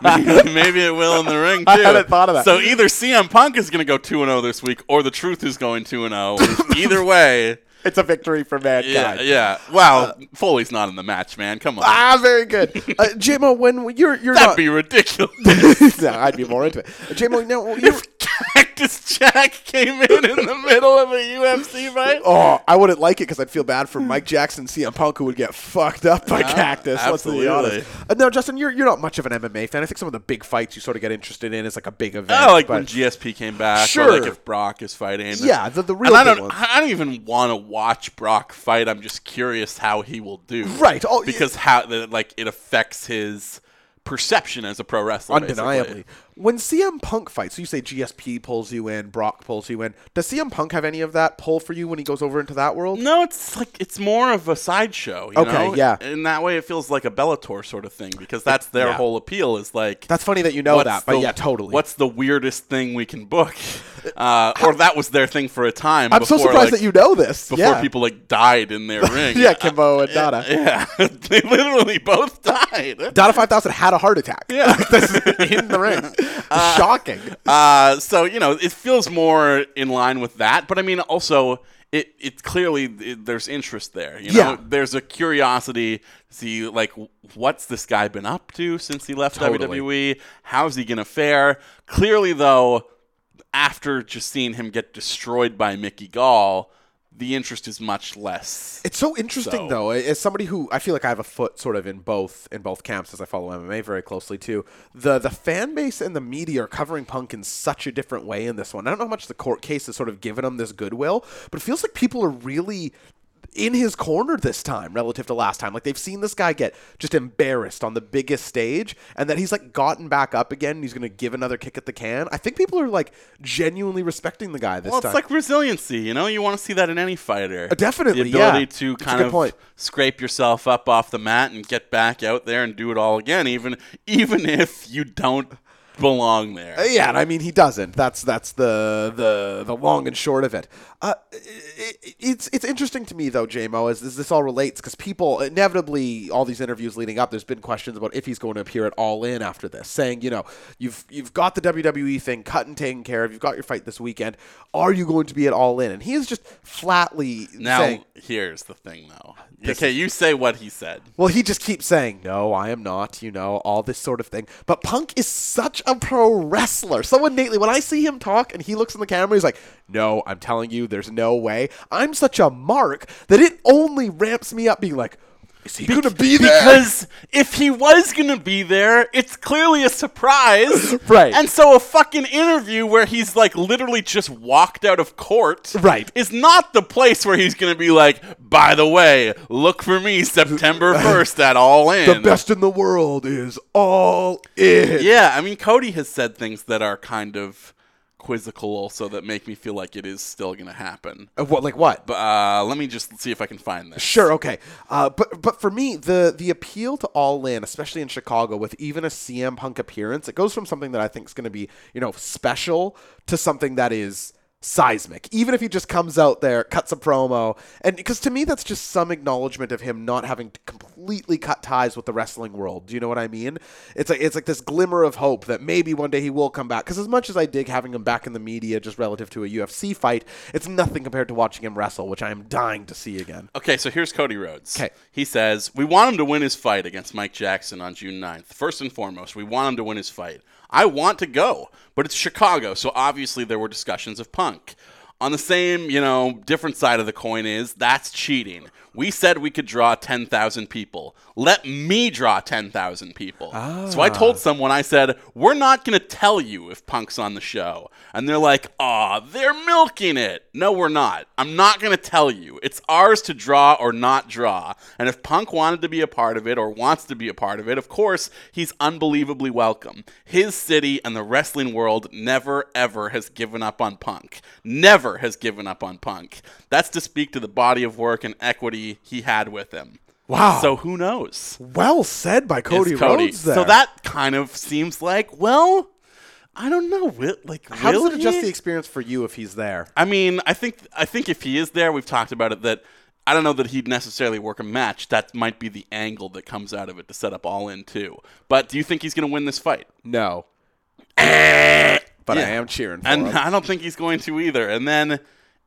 B: maybe, maybe it will in the ring too. I
C: hadn't thought of that.
B: So either CM Punk is going to go two and zero this week, or the truth is going two and zero. Either way,
C: it's a victory for
B: yeah,
C: mankind.
B: yeah. Wow,
C: Uh,
B: Foley's not in the match, man. Come on,
C: Ah, very good, uh, Jimo. When you're you're
B: that'd
C: not,
B: be ridiculous.
C: No, I'd be more into it. Jimo, no, you're,
B: if Cactus Jack came in in the middle of a UFC fight,
C: Oh, I wouldn't like it because I'd feel bad for Mike Jackson, CM Punk, who would get fucked up by Cactus.
B: absolutely.
C: Let's be honest. Uh, no, Justin, you're you're not much of an MMA fan. I think some of the big fights you sort of get interested in is like a big event.
B: I Oh, like
C: but-
B: when GSP came back. Sure.
C: Sure.
B: Or like if Brock is fighting.
C: Yeah, the- the
B: And
C: real
B: I
C: big
B: don't.
C: ones.
B: I don't even want to watch Brock fight. I'm just curious how he will do.
C: Right, oh, yeah.
B: because how that like it affects his perception as a pro wrestler.
C: undeniably.
B: basically.
C: When CM Punk fights, so you say GSP pulls you in, Brock pulls you in. Does CM Punk have any of that pull for you when he goes over into that world?
B: No, it's like it's more of a sideshow. You
C: Okay,
B: know?
C: yeah.
B: In that way, it feels like a Bellator sort of thing because that's their
C: yeah.
B: whole appeal is like.
C: That's funny that you know
B: what's
C: that, but
B: the-
C: yeah, totally.
B: What's the weirdest thing we can book? Uh, or that was their thing for a time.
C: I'm so
B: before,
C: surprised
B: like-
C: that you know this.
B: Before
C: yeah.
B: people like died in their ring.
C: yeah, Kimbo and Dada.
B: Yeah, they literally both died.
C: Dada 5000 had a heart attack.
B: Yeah.
C: That's in the ring. Shocking.
B: Uh, so you know, it feels more in line with that. But I mean, also, it it clearly it, there's interest there. You know,
C: Yeah.
B: there's a curiosity. to See, like, what's this guy been up to since he left
C: Totally.
B: WWE? How's he gonna fare? Clearly, though, after just seeing him get destroyed by Mickey Gall, the interest is much less.
C: It's so interesting
B: So-
C: though, as somebody who I feel like I have a foot sort of in both in both camps as I follow MMA very closely too. The the fan base and the media are covering Punk in such a different way in this one. I don't know how much the court case has sort of given him this goodwill, but it feels like people are really in his corner this time relative to last time. Like they've seen this guy get just embarrassed on the biggest stage and that he's like gotten back up again and he's going to give another kick at the can. I think people are like genuinely respecting the guy this
B: Well,
C: time.
B: it's like resiliency, you know. You want to see that in any fighter.
C: Uh, definitely,
B: the ability
C: yeah.
B: to
C: It's a
B: kind
C: good
B: of
C: point.
B: scrape yourself up off the mat and get back out there and do it all again, even even if you don't belong there.
C: Uh, Yeah, and I mean he doesn't. That's that's the the the long and short of it. Uh, it it's it's interesting to me though, JMO, as, as this all relates because people inevitably all these interviews leading up, there's been questions about if he's going to appear at All In after this, saying you know you've you've got the WWE thing cut and taken care of, you've got your fight this weekend. Are you going to be at All In? And he is just flatly
B: now,
C: saying.
B: here's the thing, though. Okay, you say what he said.
C: Well, he just keeps saying, no, I am not, you know, all this sort of thing. But Punk is such a pro wrestler. So innately, when I see him talk and he looks in the camera, he's like, no, I'm telling you, there's no way. I'm such a mark that it only ramps me up being like, is he going to be there?
B: Because if he was gonna be there, it's clearly a surprise,
C: Right.
B: And so a fucking interview where he's like literally just walked out of court,
C: Right.
B: is not the place where he's gonna be like, by the way, look for me September first at All In.
C: the best in the world is all in.
B: Yeah, I mean Cody has said things that are kind of quizzical, also that make me feel like it is still gonna happen.
C: Uh, What, like what?
B: But uh, let me just see if I can find this.
C: Sure, okay. Uh, but but for me, the the appeal to All In, especially in Chicago, with even a CM Punk appearance, it goes from something that I think is going to be you know special to something that is seismic. Even if he just comes out there, cuts a promo, and because to me that's just some acknowledgement of him not having completely cut ties with the wrestling world. Do you know what I mean? It's like it's like this glimmer of hope that maybe one day he will come back. Because as much as I dig having him back in the media, just relative to a UFC fight, it's nothing compared to watching him wrestle, which I am dying to see again.
B: Okay, so here's Cody Rhodes.
C: 'Kay.
B: He says, We want him to win his fight against Mike Jackson on June 9th. First and foremost, we want him to win his fight. I want to go, but it's Chicago, so obviously there were discussions of Punk. On the same, you know, different side of the coin is that's cheating. We said we could draw 10,000 people. Let me draw 10,000 people. So I told someone, I said, We're not going to tell you if Punk's on the show. Oh. And they're like, Aw, they're milking it. No, we're not. I'm not going to tell you. It's ours to draw or not draw. And if Punk wanted to be a part of it or wants to be a part of it, of course, he's unbelievably welcome. His city and the wrestling world never, ever has given up on Punk. Never has given up on Punk. That's to speak to the body of work and equity he had with him.
C: Wow.
B: So who knows?
C: Well said by
B: It's
C: Cody, Rhodes. There.
B: So that kind of seems like, well, I don't know. Will, like,
C: how
B: will
C: does it adjust
B: he?
C: the experience for you if he's there?
B: I mean, I think I think if he is there, we've talked about it that I don't know that he'd necessarily work a match. That might be the angle that comes out of it to set up all in too. But do you think he's going to win this fight?
C: No, but I am cheering for
B: And
C: him.
B: I don't think he's going to either. And then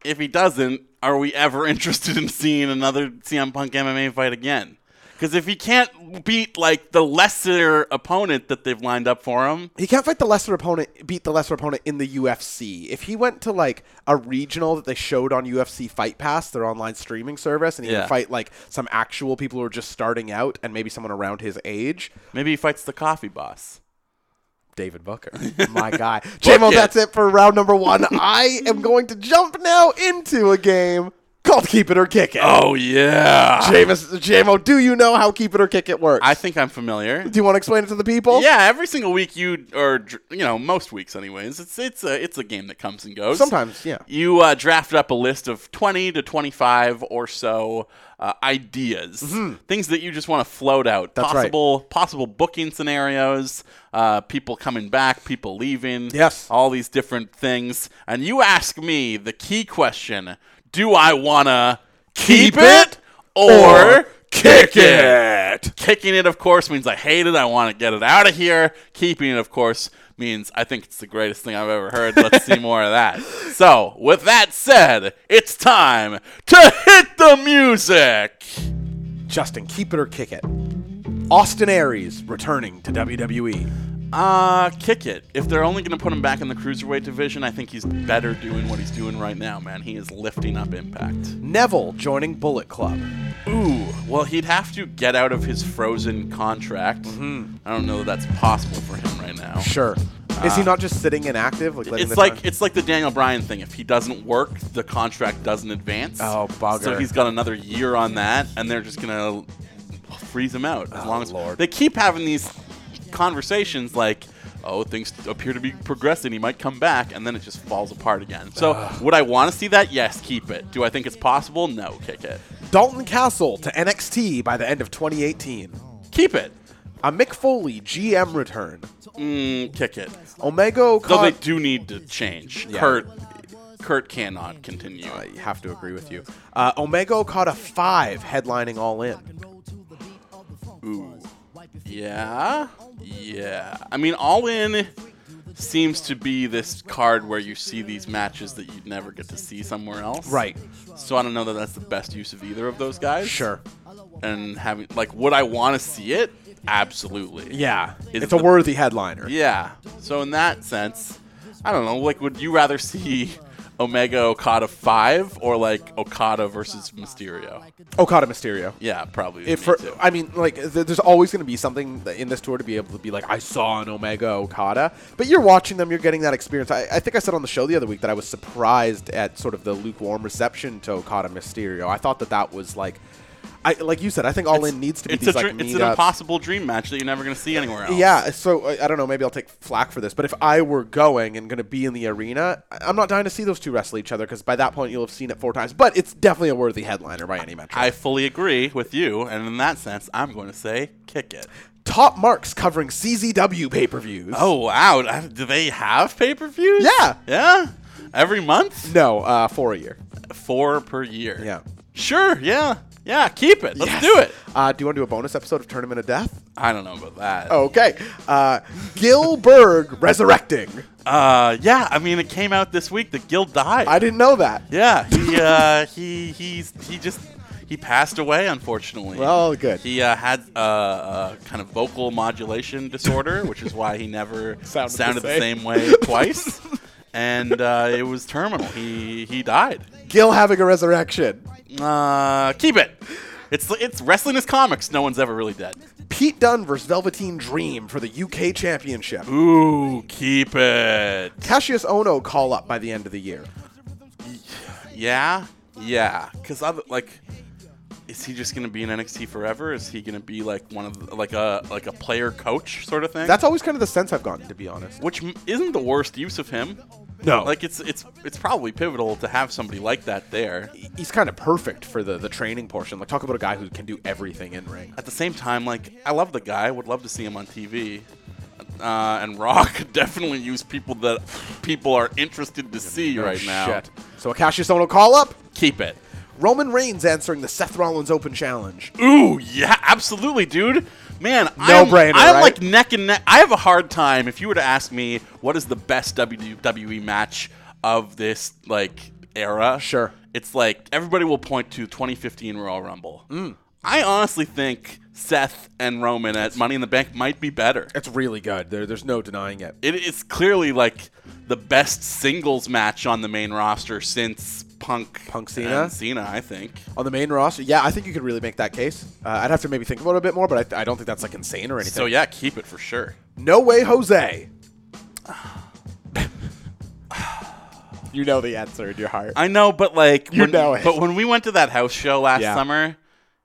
B: if he doesn't, are we ever interested in seeing another CM Punk MMA fight again? Because if he can't beat like the lesser opponent that they've lined up for him,
C: he can't fight the lesser opponent, beat the lesser opponent in the UFC. If he went to like a regional that they showed on UFC Fight Pass, their online streaming service, and he
B: Yeah.
C: would fight like some actual people who are just starting out and maybe someone around his age,
B: maybe he fights the coffee boss.
C: David Booker, my guy, JMO.
B: it.
C: That's it for round number one. I am going to jump now into a game. called called Keep It or Kick It.
B: Oh yeah.
C: James, JMO, do you know how Keep It or Kick It works?
B: I think I'm familiar.
C: do you want to explain it to the people?
B: Yeah, every single week you or dr- you know most weeks anyways, it's it's a it's a game that comes and goes.
C: Sometimes, yeah.
B: You uh, draft up a list of 20 to 25 or so uh, ideas, things that you just want to float out.
C: Mm-hmm. That's right.
B: possible possible booking scenarios, uh, people coming back, people leaving.
C: Yes.
B: all these different things, and you ask me the key question: Do I wanna keep, it
C: Keep it
B: or,
C: or kick
B: kick it? Kicking it, of course, means I hate it. I want to get it out of here. Keeping it, of course, means I think it's the greatest thing I've ever heard. Let's see more of that. So, with that said, it's time to hit the music.
C: Justin, Keep It or Kick It. Austin Aries returning to E. WWE.
B: Uh, kick it. If they're only going to put him back in the cruiserweight division, I think he's better doing what he's doing right now, man. He is lifting up impact.
C: Neville joining Bullet Club.
B: Ooh, well, he'd have to get out of his frozen contract. I don't know that that's possible for him right now.
C: Sure. Is he not just sitting inactive? Like letting
B: Uh, It's
C: the
B: like
C: time-
B: it's like the Daniel Bryan thing. If he doesn't work, the contract doesn't advance.
C: Oh, bugger.
B: So he's got another year on that, and they're just gonna freeze him out as
C: Oh,
B: long as
C: Lord.
B: they keep having these conversations like. Oh, things appear to be progressing. He might come back, and then it just falls apart again. So, would I want to see that? Yes, keep it. Do I think it's possible? No, kick it.
C: Dalton Castle to NXT by the end of 2018.
B: Keep it.
C: A Mick Foley GM return.
B: Mm, kick it.
C: Omega
B: Though they
C: Okada.
B: do need to change.
C: Yeah.
B: Kurt Kurt cannot continue.
C: I have to agree with you. Uh, Omega Okada five headlining All In.
B: Ooh. Yeah. Yeah. I mean, All In seems to be this card where you see these matches that you'd never get to see somewhere else.
C: Right.
B: So I don't know that that's the best use of either of those guys.
C: Sure.
B: And having like would I want to see it? Absolutely.
C: Yeah.
B: Is
C: it's
B: the-
C: a worthy headliner.
B: Yeah. So in that sense, I don't know. Like, would you rather see Omega Okada five or like Okada versus Mysterio?
C: Okada Mysterio.
B: Yeah, probably.
C: If
B: me
C: for,
B: too.
C: I mean, like, th- there's always going to be something that- in this tour to be able to be like, I saw an Omega Okada, but you're watching them, you're getting that experience. I, I think I said on the show the other week that I was surprised at sort of the lukewarm reception to Okada Mysterio. I thought that that was like, I like you said, I think All In needs to be
B: it's
C: these
B: a
C: like
B: dr- it's an
C: meetups.
B: impossible dream match that you're never going to see anywhere else.
C: Yeah, so uh, I, I don't know. Maybe I'll take flack for this, but if I were going and going to be in the arena, I- I'm not dying to see those two wrestle each other because by that point you'll have seen it four times. But it's definitely a worthy headliner by any metric.
B: I fully agree with you, and in that sense, I'm going to say kick it.
C: Top marks covering CZW pay per views.
B: Oh wow, I- do they have pay per views?
C: Yeah.
B: yeah, every month,
C: No, uh, four a year.
B: four per year.
C: Yeah.
B: sure, yeah, yeah, keep it. Let's
C: Yes.
B: do it.
C: Uh, do you want to do a bonus episode of Tournament of Death?
B: I don't know about that.
C: Okay. Uh, Gilberg resurrecting.
B: Uh, yeah, I mean, it came out this week that Gil died.
C: I didn't know that.
B: yeah, he uh, he he's he just he passed away unfortunately.
C: Well, good.
B: He uh, had uh, uh, kind of vocal modulation disorder, which is why he never sounded,
C: Sounded the
B: the,
C: same.
B: same way twice. And uh, it was terminal. He he died.
C: Gil having a resurrection.
B: Uh, keep it. It's it's wrestling is comics. No one's ever really dead.
C: Pete Dunne versus Velveteen Dream for the UK Championship.
B: Ooh, keep it.
C: Cassius Ono call up by the end of the year.
B: Yeah, yeah. Because I like, is he just gonna be in NXT forever? Is he gonna be like one of the, like a like a player coach sort of thing?
C: That's always kind of the sense I've gotten, to be honest.
B: which m- isn't the worst use of him.
C: No.
B: Like it's it's it's probably pivotal to have somebody like that there.
C: He's kind of perfect for the, the training portion. Like, talk about a guy who can do everything in ring.
B: At the same time, like I love the guy, would love to see him on TV. Uh, and Raw could definitely use people that people are interested to see right now.
C: Oh, Shit. So a Cassius Ono call up.
B: Keep it.
C: Roman Reigns answering the Seth Rollins Open Challenge.
B: Ooh, yeah, absolutely, dude. Man, I'm,
C: brainer,
B: I'm
C: right?
B: like neck and neck. I have a hard time. If you were to ask me what is the best WWE match of this like era,
C: Sure.
B: it's like everybody will point to 2015 Royal Rumble.
C: Mm.
B: I honestly think Seth and Roman at Money in the Bank might be better.
C: It's really good. There, there's no denying it.
B: It is clearly like the best singles match on the main roster since Punk,
C: Punk Cena?
B: and Cena, I think.
C: On the main roster, yeah, I think you could really make that case. Uh, I'd have to maybe think about it a bit more, but I, I don't think that's like insane or anything.
B: So yeah, keep it for sure.
C: No way, Jose. You know the answer in your heart.
B: I know, but like,
C: You
B: when,
C: know it.
B: But when we went to that house show last
C: Yeah.
B: summer,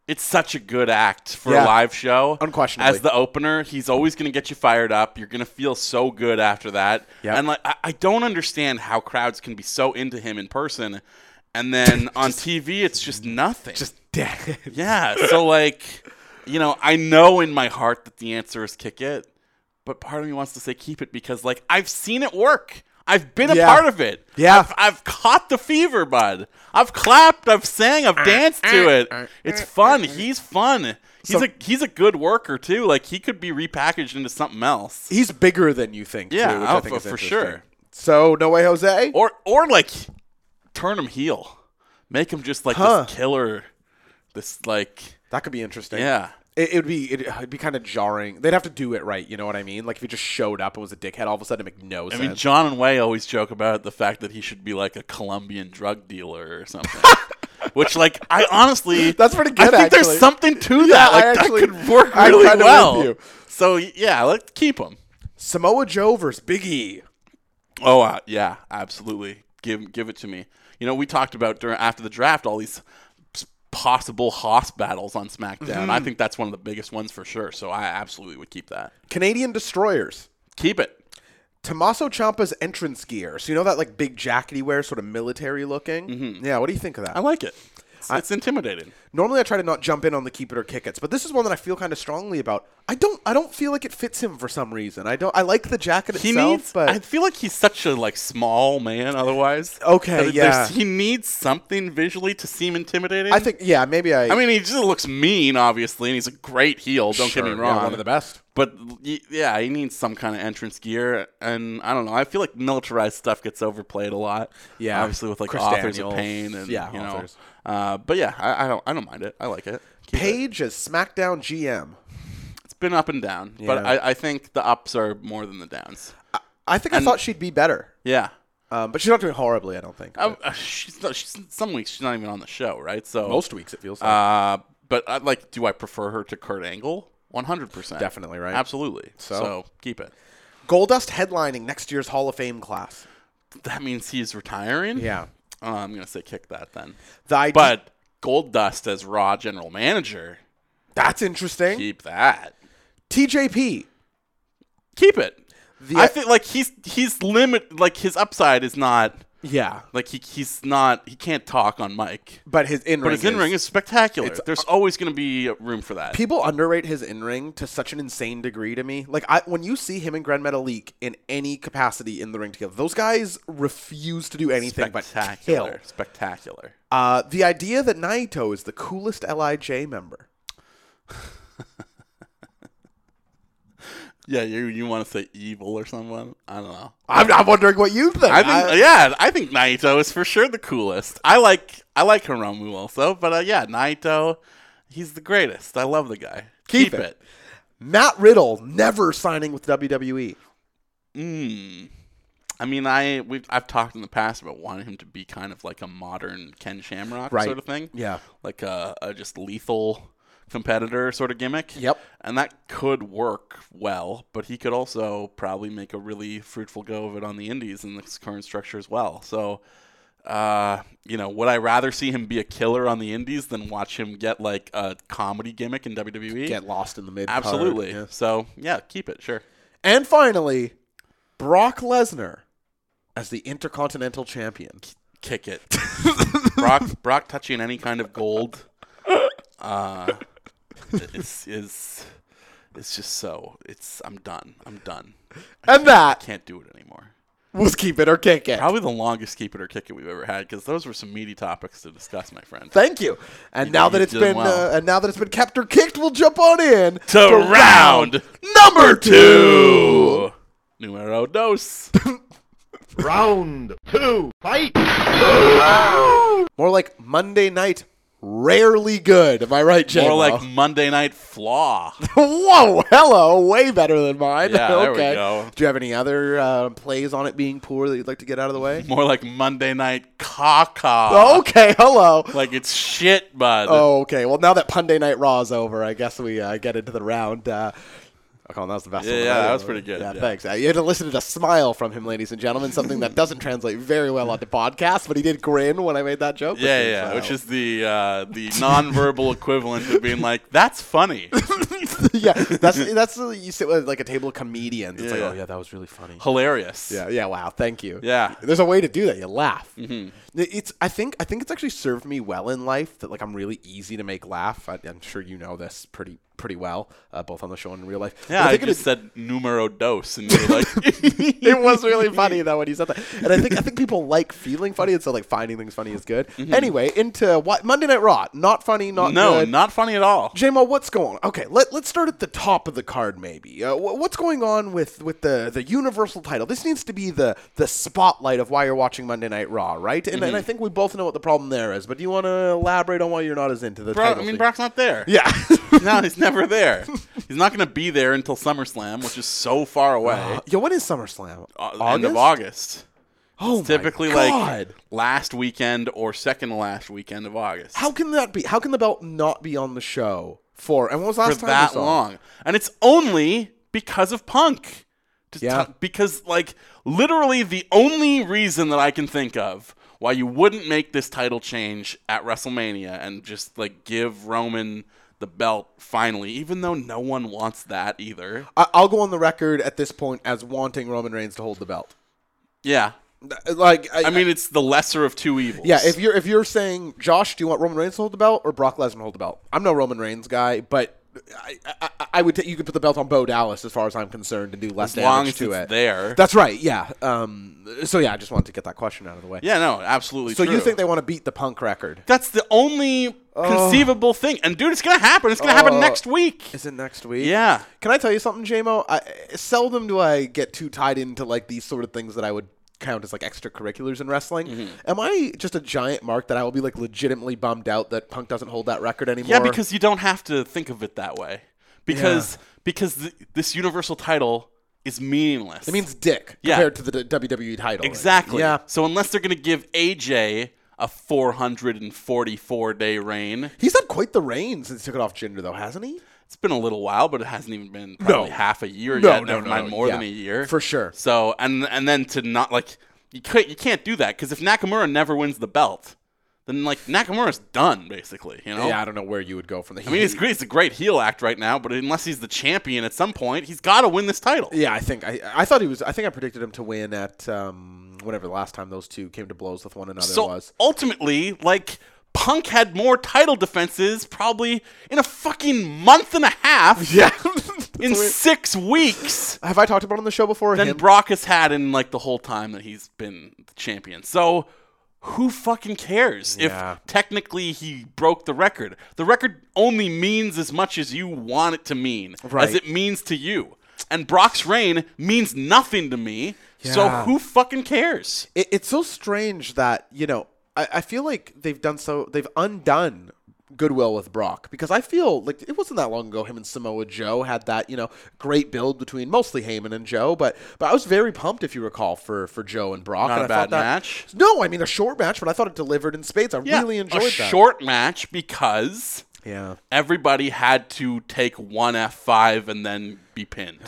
B: it's such a good act for a
C: Yeah.
B: live show.
C: Unquestionably.
B: as the opener, he's always going to get you fired up. You're going to feel so good after that.
C: Yep.
B: And like, I, I don't understand how crowds can be so into him in person, and then on TV, it's just nothing.
C: Just dead.
B: yeah. So like, you know, I know in my heart that the answer is kick it, but part of me wants to say keep it because like I've seen it work. I've been
C: Yeah.
B: a part of it.
C: Yeah.
B: I've, I've caught the fever, bud. I've clapped. I've sang.
C: Uh,
B: I've danced to it. It's fun. He's fun. He's
C: So-
B: a he's a good worker too. Like he could be repackaged into something else,
C: He's bigger than you think.
B: Yeah,
C: too, which I
B: oh,
C: think is
B: for- for
C: interesting.
B: sure.
C: So no way, Jose.
B: or or like turn him heel, make him just like
C: Huh.
B: this killer, this like
C: that could be interesting.
B: yeah.
C: It, it would be it'd, it'd be kind of jarring. They'd have to do it right. You know what I mean? Like if he just showed up and was a dickhead, all of a sudden it make no
B: I
C: sense.
B: mean, John and Way always joke about the fact that he should be like a Colombian drug dealer or something. Which, like, I honestly,
C: That's pretty
B: I
C: good,
B: think
C: actually.
B: there's something to
C: Yeah,
B: that.
C: I
B: Like,
C: actually-
B: that could work
C: I'm
B: really
C: kinda with
B: well.
C: you.
B: So yeah, let's keep him.
C: Samoa Joe versus Big E.
B: Oh uh, yeah, absolutely. Give give it to me. You know, we talked about during after the draft all these s- possible Hoss battles on SmackDown. I
C: Mm-hmm.
B: think that's one of the biggest ones for sure. So I absolutely would keep that.
C: Canadian Destroyers.
B: Keep it.
C: Tommaso Ciampa's entrance gear. So you know that like big jacket he wears, sort of military looking. Yeah. What do you think of that?
B: Mm-hmm. I like it. It's, it's intimidating.
C: Normally, I try to not jump in on the keep it or kick it's, but this is one that I feel kind of strongly about. I don't, I don't feel like it fits him for some reason. I don't. I like the jacket
B: he
C: itself,
B: needs.
C: but
B: I feel like he's such a like small man. Otherwise,
C: Okay,
B: That it-
C: yeah.
B: there's- He needs something visually to seem intimidating.
C: I think yeah, maybe I.
B: I mean, he just looks mean, obviously, and he's a great heel. Don't
C: Sure,
B: get me
C: yeah,
B: wrong.
C: one of the best.
B: But y- yeah, he needs some kind of entrance gear, and I don't know. I feel like militarized stuff gets overplayed a lot.
C: Yeah.
B: obviously with like
C: Chris
B: authors
C: Daniels.
B: of pain and
C: Yeah,
B: you know.
C: authors.
B: Uh, but yeah, I, I don't. I don't mind it. I like it. Keep it.
C: Paige as SmackDown GM.
B: It's been up and down, but
C: Yeah.
B: I, I think the ups are more than the downs.
C: I think I thought she'd be better,
B: Yeah.
C: um, but she's not doing horribly. I don't think.
B: Um, uh, she's not, she's, some weeks she's not even on the show, right? So
C: Most weeks it feels like.
B: Uh, but I, like, do I prefer her to Kurt Angle? One hundred percent,
C: Definitely, right?
B: absolutely. So.
C: So?
B: keep it.
C: Goldust headlining next year's Hall of Fame class.
B: That means he's retiring.
C: Yeah.
B: Uh, I'm gonna say kick that then.
C: The idea,
B: But Gold Dust as Raw general manager,
C: that's interesting.
B: keep that.
C: TJP.
B: Keep it.
C: The- e-
B: I feel like he's he's limit like his upside is not
C: Yeah,
B: like he he's not he can't talk on mic.
C: but his in ring.
B: But his in ring is spectacular. There's always going to be room for that.
C: people underrate his in ring to such an insane degree to me. Like I when you see him and Grand Metalik in any capacity in the ring together, those guys refuse to do anything but
B: spectacular,
C: kill.
B: spectacular.
C: Uh, the idea that Naito is the coolest Lij member.
B: Yeah, you you want to say evil or someone? I don't know.
C: I'm, I'm wondering what you think.
B: I think yeah, I think Naito is for sure the coolest. I like I like Hiromu also, but uh, yeah, Naito, he's the greatest. I love the guy.
C: Keep it. Matt Riddle never signing with E. WWE.
B: Mm. I mean, I we've I've talked in the past about wanting him to be kind of like a modern Ken Shamrock
C: Right.
B: sort of thing.
C: Yeah.
B: like a, a just lethal competitor sort of gimmick.
C: Yep.
B: and that could work well, but he could also probably make a really fruitful go of it on the Indies in this current structure as well. So. Uh, you know, would I rather see him be a killer on the Indies than watch him get like a comedy gimmick in WWE?
C: Get lost in the mid.
B: Absolutely. So yeah, keep it. Sure.
C: And finally, Brock Lesnar as the Intercontinental Champion.
B: kick it. Brock Brock touching any kind of gold uh, is is it's just so it's I'm done. I'm done.
C: And that
B: Can't do it anymore.
C: was keep it or kick it.
B: Probably the longest keep it or kick it we've ever had because those were some meaty topics to discuss, my friend.
C: Thank you. And now that
B: you
C: it's
B: did
C: been
B: well.
C: uh, and now that it's been kept or kicked, we'll jump on in
B: to round number two, numero dos.
D: Round two. Fight.
C: More like Monday night, rarely good. Am I right, Jay?
B: More like Monday Night Flaw.
C: whoa, hello, way better than mine.
B: Yeah, there we
C: okay.
B: go.
C: Do you have any other uh, plays on it being poor that you'd like to get out of the way?
B: More like Monday Night Caca.
C: okay, hello.
B: Like it's shit, bud.
C: Oh, okay. Well, now that Monday Night Raw is over, I guess we uh, get into the round. Uh, Colin, that was the best.
B: Yeah,
C: one.
B: yeah,
C: I
B: that
C: don't
B: was
C: know.
B: pretty good,
C: Yeah,
B: yeah.
C: thanks. Uh, You had elicited a smile from him, ladies and gentlemen, something that doesn't translate very well onto podcast, but he did grin when I made that joke. which
B: Yeah,
C: is,
B: yeah,
C: uh,
B: which is the uh, the nonverbal equivalent of being like, "That's funny."
C: yeah, that's that's uh, you sit with like a table of comedians. It's
B: Yeah.
C: like, oh yeah, that was really funny.
B: hilarious.
C: Yeah, yeah, wow, thank you.
B: Yeah. Mm-hmm.
C: There's a way to do that. You laugh. It's I think I think it's actually served me well in life that like I'm really easy to make laugh. I, I'm sure you know this pretty pretty well, uh, both on the show and in real life. But
B: Yeah, I,
C: think it
B: just
C: is-
B: said numero dos, and you're like,
C: it was really funny though when he said that. And I think I think people like feeling funny, and so like finding things funny is good. Anyway, into what Monday Night Raw. Not funny, not
B: Mm-hmm. "No,
C: good.
B: not funny at all."
C: Jamal, what's going on? Okay, let, let's start at the top of the card, maybe. Uh, wh- what's going on with, with the, the Universal title? This needs to be the, the spotlight of why you're watching Monday Night Raw, right? And,
B: Mm-hmm.
C: and I think we both know what the problem there is, but do you want to elaborate on why you're not as into the
B: Brock,
C: title?
B: I mean,
C: scene?
B: Brock's not there.
C: Yeah.
B: no, he's never there. He's not going to be there until SummerSlam, which is so far away.
C: Yo, when is SummerSlam?
B: Uh, End of August.
C: Oh, my
B: Typically, like
C: God.
B: last weekend or second to last weekend of August.
C: How can that be? How can the belt not be on the show for, and when was the
B: for
C: last time we
B: that
C: saw it?
B: long, and it's only because of Punk. To
C: Yeah.
B: t- because like literally the only reason that I can think of why you wouldn't make this title change at WrestleMania and just like give Roman the belt finally, even though no one wants that either.
C: I, I'll go on the record at this point as wanting Roman Reigns to hold the belt.
B: Yeah,
C: Th- Like,
B: I mean it's the lesser of two evils.
C: Yeah, if you're if you're saying Josh, do you want Roman Reigns to hold the belt or Brock Lesnar to hold the belt? I'm no Roman Reigns guy, but I, I, I would t- you could put the belt on Bo Dallas as far as I'm concerned and do less
B: as long
C: damage
B: as
C: to
B: it's
C: it.
B: there.
C: That's right. Yeah. Um. So yeah, I just wanted to get that question out of the way.
B: yeah, no, absolutely.
C: So you
B: true.
C: think Oh. they want to beat the Punk record?
B: that's the only conceivable thing? And dude, it's gonna happen. It's gonna
C: Oh.
B: happen next week.
C: Is it next week?
B: Yeah.
C: Can I tell you something, JMO? I seldom do I get too tied into like these sort of things that I would count as like extracurriculars in wrestling.
B: Mm-hmm.
C: Am I just a giant mark that I will be like legitimately bummed out that Punk doesn't hold that record anymore?
B: Yeah, because you don't have to think of it that way. Because because th- this universal title is meaninless.
C: It means dick
B: Yeah.
C: compared to the d- WWE title.
B: exactly.
C: Yeah.
B: So unless they're going to give AJ a 444 day reign,
C: He's had quite the reign since he took it off Jinder, though, hasn't he?
B: it's been a little while, but it hasn't even been probably half a year
C: No,
B: yet.
C: no,
B: never
C: no,
B: mind
C: no.
B: more than a
C: Yeah,
B: year
C: for sure.
B: So and and then to not like you can't you can't do that because if Nakamura never wins the belt, then like Nakamura's done basically. You know.
C: Yeah, I don't know where you would go from the.
B: I mean, he's, great- he's a great heel act right now, but unless he's the champion at some point, he's got to win this title.
C: Yeah, I think I, I thought he was. I think I predicted him to win at um, whenever the last time those two came to blows with one another
B: So
C: was.
B: ultimately, like Punk had more title defenses probably in a fucking month and a half.
C: Yeah.
B: in six weeks
C: Have I talked about it on the show before?
B: than
C: Him-
B: Brock has had in like the whole time that he's been the champion. So who fucking cares
C: Yeah.
B: if technically he broke the record? The record only means as much as you want it to mean,
C: Right.
B: as it means to you. And Brock's reign means nothing to me. So
C: Yeah.
B: who fucking cares?
C: it, it's so strange that you know I, I feel like they've done so they've undone goodwill with brock because i feel like it wasn't that long ago him and samoa joe had that you know great build between mostly Heyman and joe but but i was very pumped if you recall for for joe and brock
B: Not
C: and
B: a
C: I thought
B: bad
C: that-
B: match.
C: no i mean a short match but i thought it delivered in spades i really enjoyed
B: a
C: that
B: short match because
C: yeah
B: everybody had to take one F5 and then be pinned.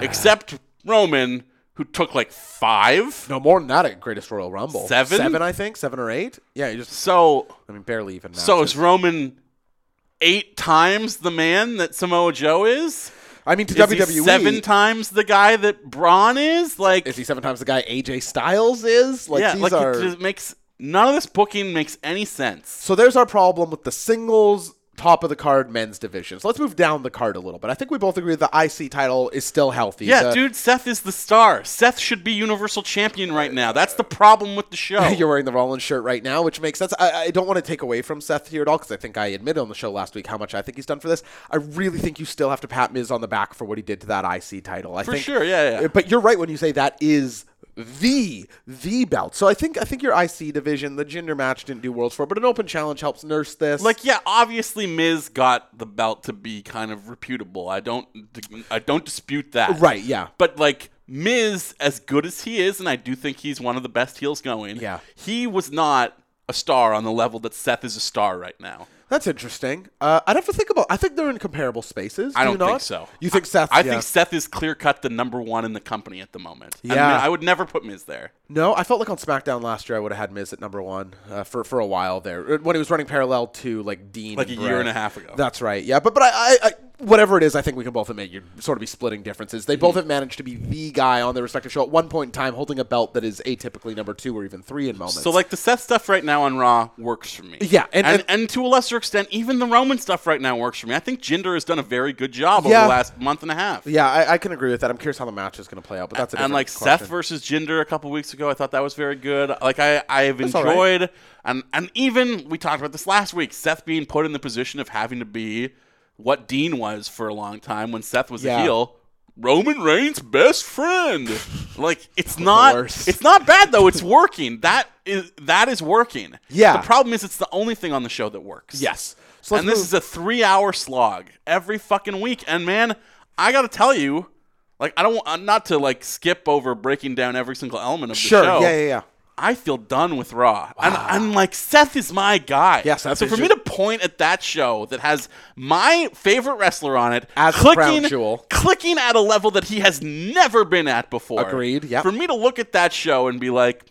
B: Except Roman, who took like five.
C: no more than that at greatest royal rumble
B: Seven?
C: seven i think seven or eight yeah you just
B: So,
C: i mean barely even
B: so
C: matches.
B: is Roman eight times the man that Samoa Joe is?
C: i mean to
B: Is
C: wwe
B: he seven times the guy that Braun is? Like,
C: E. is he seven times the guy aj styles is like
B: yeah,
C: these
B: like
C: are
B: it just makes none of this booking makes any sense.
C: So there's our problem with the singles top of the card men's division. So let's move down the card a little bit. I think we both agree the IC title is still healthy.
B: Yeah,
C: The-
B: dude, Seth is the star. Seth should be Universal Champion right now. That's the problem with the show.
C: You're wearing the Rollins shirt right now, which makes sense. I, I don't want to take away from Seth here at all because I think I admitted on the show last week how much I think he's done for this. I really think you still have to pat Miz on the back for what he did to that IC title. I
B: For
C: think,
B: sure, yeah, yeah.
C: But you're right when you say that is the the belt. So I think I think your IC division, the gender match didn't do worlds for, but an open challenge helps nurse this.
B: Like, yeah, obviously Miz got the belt to be kind of reputable. I don't, I don't dispute that.
C: Right, yeah.
B: But like Miz, as good as he is, and I do think he's one of the best heels going.
C: Yeah.
B: He was not a star on the level that Seth is a star right now.
C: That's interesting. Uh, I'd have to think about. I think they're in comparable spaces.
B: I
C: do
B: don't
C: you
B: think
C: not?
B: so.
C: You think Seth?
B: I
C: yeah.
B: think Seth is clear cut the number one in the company at the moment. I,
C: Yeah.
B: mean, I would never put Miz there.
C: No, I felt like on SmackDown last year I would have had Miz at number one uh, for for a while there Uh, when he was running parallel to like Dean,
B: Like
C: and
B: a year
C: Bray.
B: and a half ago.
C: That's right. Yeah, but but I, I, I whatever it is, I think we can both admit you're sort of be splitting differences. They
B: Mm-hmm.
C: both have managed to be the guy on their respective show at one point in time, holding a belt that is atypically number two or even three in moments.
B: So like the Seth stuff right now on Raw works for me.
C: Yeah,
B: and
C: and-
B: and,
C: and-
B: to a lesser extent, even the Roman stuff right now works for me. I think Jinder has done a very good job over
C: Yeah.
B: the last month and a half.
C: yeah, I, I can agree with that. I'm curious how the match is going to play out, but that's a
B: and
C: different
B: like
C: question.
B: Seth versus Jinder a couple weeks ago, I thought that was very good. Like I, I have
C: all right.
B: enjoyed, and and even we talked about this last week. Seth being put in the position of having to be what Dean was for a long time when Seth was a
C: Yeah.
B: heel. Roman Reigns' best friend. like it's not,
C: course.
B: it's not bad though. It's working. That is that is working.
C: Yeah.
B: The problem is it's the only thing on the show that works.
C: yes. So let's
B: And this
C: move-
B: is a three hour slog every fucking week. And man, I got to tell you, like, I don't want not to like skip over breaking down every single element of the
C: sure.
B: show.
C: Yeah, yeah, yeah.
B: I feel done with Raw. And I'm like, Seth is my guy.
C: Yeah, Seth
B: so
C: is
B: for me
C: your-
B: to point at that show that has my favorite wrestler on it,
C: As the crown
B: clicking,
C: jewel.
B: clicking at a level that he has never been at before.
C: Agreed, yep.
B: For me to look at that show and be like,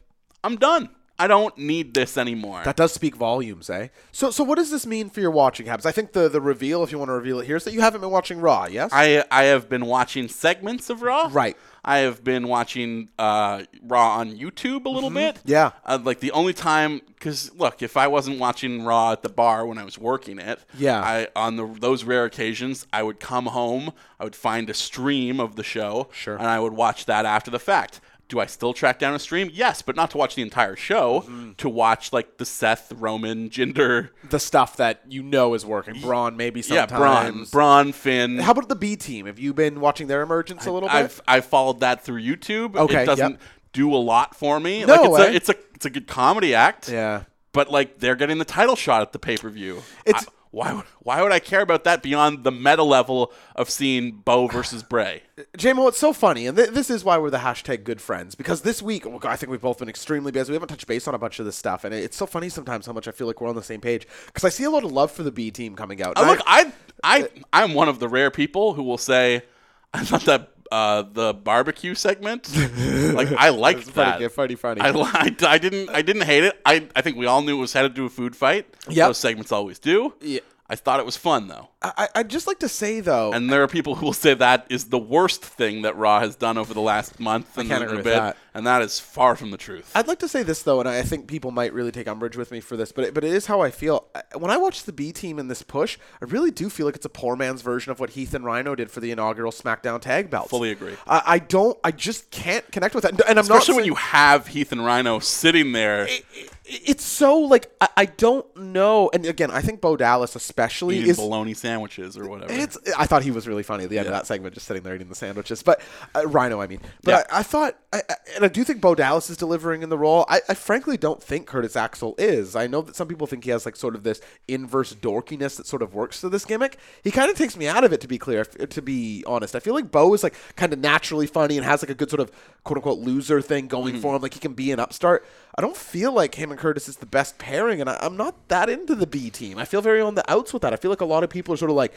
B: I'm done. I don't need this anymore.
C: That does speak volumes, eh? So, so what does this mean for your watching habits? I think the the reveal, if you want to reveal it here, is that you haven't been watching Raw. Yes,
B: I I have been watching segments of Raw.
C: Right.
B: I have been watching uh, Raw on YouTube a little bit.
C: Mm-hmm. Yeah.
B: Uh, like the only time, because look, if I wasn't watching Raw at the bar when I was working it,
C: Yeah.
B: I on the those rare occasions I would come home, I would find a stream of the show,
C: Sure.
B: and I would watch that after the fact. Do I still track down a stream? Yes, but not to watch the entire show.
C: Mm.
B: To watch like the Seth Roman Jinder,
C: the stuff that you know is working. Braun, maybe sometimes.
B: yeah, Braun, Braun Finn.
C: How about the B team? Have you been watching their emergence a little bit?
B: I've I followed that through YouTube.
C: Okay,
B: it doesn't
C: yep.
B: do a lot for me.
C: No
B: like it's a,
C: way.
B: it's a it's a good comedy act.
C: yeah,
B: But like they're getting the title shot at the pay per view.
C: It's-
B: Why would why would I care about that beyond the meta level of seeing Bo versus Bray?
C: Jamo, it's so funny, and th- this is why we're the hashtag good friends because this week oh, God, I think we've both been extremely busy. We haven't touched base on a bunch of this stuff, and it- it's so funny sometimes how much I feel like we're on the same page because I see a lot of love for the B team coming out.
B: Uh,
C: and I-
B: look, I I I'm one of the rare people who will say I thought that uh, the barbecue segment, like I liked
C: funny,
B: that.
C: yeah, funny, funny.
B: I, li- I didn't I didn't hate it. I I think we all knew it was headed to a food fight.
C: Yep.
B: those segments always do.
C: Yeah.
B: I thought it was fun though.
C: I, I'd just like to say though,
B: And there are people who will say that is the worst thing that Raw has done over the last month and
C: can't
B: a
C: agree
B: bit,
C: with that.
B: and that is far from the truth.
C: I'd like to say this though, and I think people might really take umbrage with me for this, but it, but it is how I feel I- when I watch the B team in this push. I really do feel like it's a poor man's version of what Heath and Rhino did for the inaugural SmackDown tag belts.
B: Fully agree.
C: I, I don't. I just can't connect with that, and, and I'm
B: Especially
C: not.
B: when you have Heath and Rhino sitting there.
C: you. It's so like I, I don't know, and again, I think Bo Dallas especially
B: Eating
C: is
B: bologna sandwiches or whatever.
C: It's. I thought he was really funny at the end of that segment, just sitting there eating the sandwiches. But uh, Rhino, I mean. But
B: Yeah.
C: I, I thought, I, I- and I do think Bo Dallas is delivering in the role. I, I frankly don't think Curtis Axel is. I know that some people think he has like sort of this inverse dorkiness that sort of works to this gimmick. He kind of takes me out of it, to be clear. f- To be honest, I feel like Bo is like kind of naturally funny and has like a good sort of quote unquote loser thing going
B: Mm-hmm.
C: for him. Like he can be an upstart. I don't feel like him and Curtis is the best pairing, and I, I'm not that into the B team. I feel very on the outs with that. I feel like a lot of people are sort of like,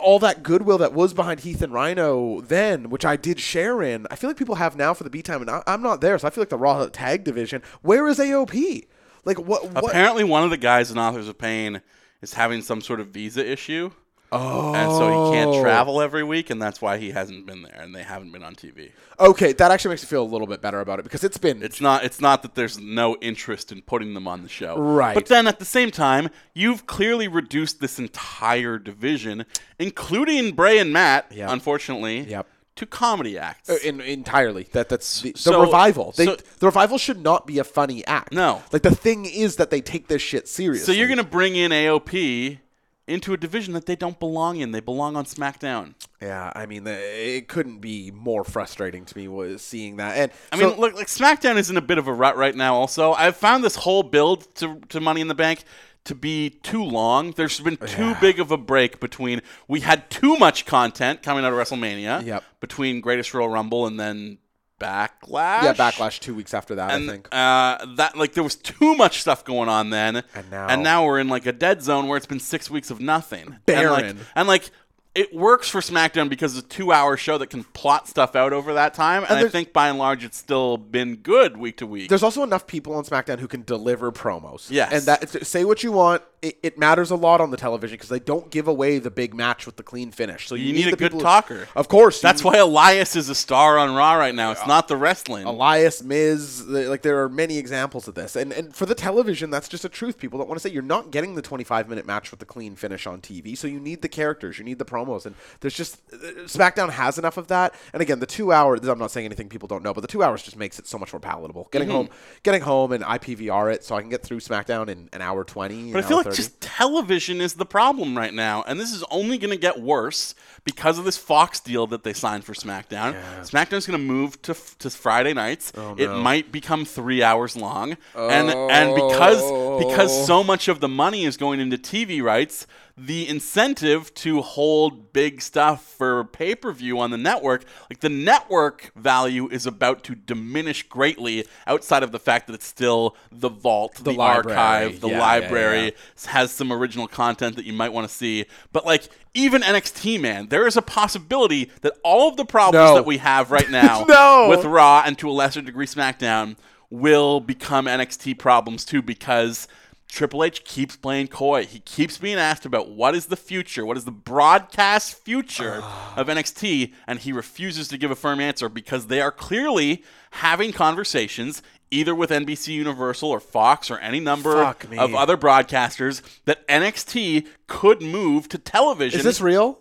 C: all that goodwill that was behind Heath and Rhino then, which I did share in, I feel like people have now for the B time, and I, I'm not there. So I feel like the Raw tag division. Where is AOP? Like what? what
B: Apparently, one of the guys in Authors of Pain is having some sort of visa issue. Oh. And so he can't travel every week, and that's why he hasn't been there, and they haven't been on TV.
C: okay, that actually makes me feel a little bit better about it because it's been
B: It's not. It's not that there's no interest in putting them on the show,
C: Right.
B: But then at the same time, you've clearly reduced this entire division, including Bray and Matt,
C: Yep.
B: unfortunately,
C: Yep.
B: to comedy acts.
C: uh, in, entirely that that's the, the
B: So-
C: revival. They,
B: so-
C: the revival should not be a funny act.
B: No.
C: like the thing is that they take this shit seriously.
B: so you're gonna bring in AOP into a division that they don't belong in. They belong on SmackDown.
C: Yeah, I mean, the, it couldn't be more frustrating to me was seeing that. And
B: I
C: so-
B: mean, look, like SmackDown is in a bit of a rut right now. Also, I've found this whole build to to Money in the Bank to be too long. There's been too big of a break between we had too much content coming out of WrestleMania
C: Yep.
B: between Greatest Royal Rumble and then Backlash.
C: Yeah, backlash two weeks after that,
B: And
C: I think.
B: uh, that like there was too much stuff going on then,
C: And now-
B: and now we're in like a dead zone where it's been six weeks of nothing. And like,
C: Barren.
B: and like it works for SmackDown because it's a two-hour show that can plot stuff out over that time, and, I
C: there's-
B: think by and large it's still been good week to week.
C: There's also enough people on SmackDown who can deliver promos.
B: Yes.
C: and that say what you want, it, it matters a lot on the television because they don't give away the big match with the clean finish. So you,
B: You need
C: the
B: a good
C: people who-
B: talker.
C: of course. you
B: That's why Elias is a star on Raw right now. It's not the wrestling.
C: Elias, Miz, the- like there are many examples of this, and and for the television, that's just a truth. People don't want to say you're not getting the 25 minute match with the clean finish on TV, so you need the characters, you need the promos, and there's just uh, SmackDown has enough of that. And again, the two hour, I'm not saying anything people don't know, but the two hours just makes it so much more palatable. Getting
B: Mm-hmm.
C: home, getting home, and IPVR it so I can get through SmackDown in an hour 20.
B: But
C: an
B: I feel
C: hour
B: like
C: 30.
B: just television is the problem right now, and this is only going to get worse because of this Fox deal that they signed for SmackDown. SmackDown's going to move to f- to Friday nights. It might become three hours long, and and because because so much of the money is going into TV rights, the incentive to hold big stuff for pay per view on the network, like the network value is about to diminish greatly outside of the fact that it's still the vault, the,
C: library.
B: archive, the
C: Yeah, yeah,
B: library
C: yeah.
B: has some original content that you might want to see. But like even NXT, man, there is a possibility that all of the problems
C: No.
B: that we have right now
C: No.
B: with Raw and to a lesser degree SmackDown will become NXT problems too because Triple H keeps playing coy. He keeps being asked about what is the future, what is the broadcast future of NXT, and he refuses to give a firm answer because they are clearly having conversations either with NBC Universal or Fox or any number
C: Fuck me.
B: of other broadcasters that NXT could move to television.
C: is this real?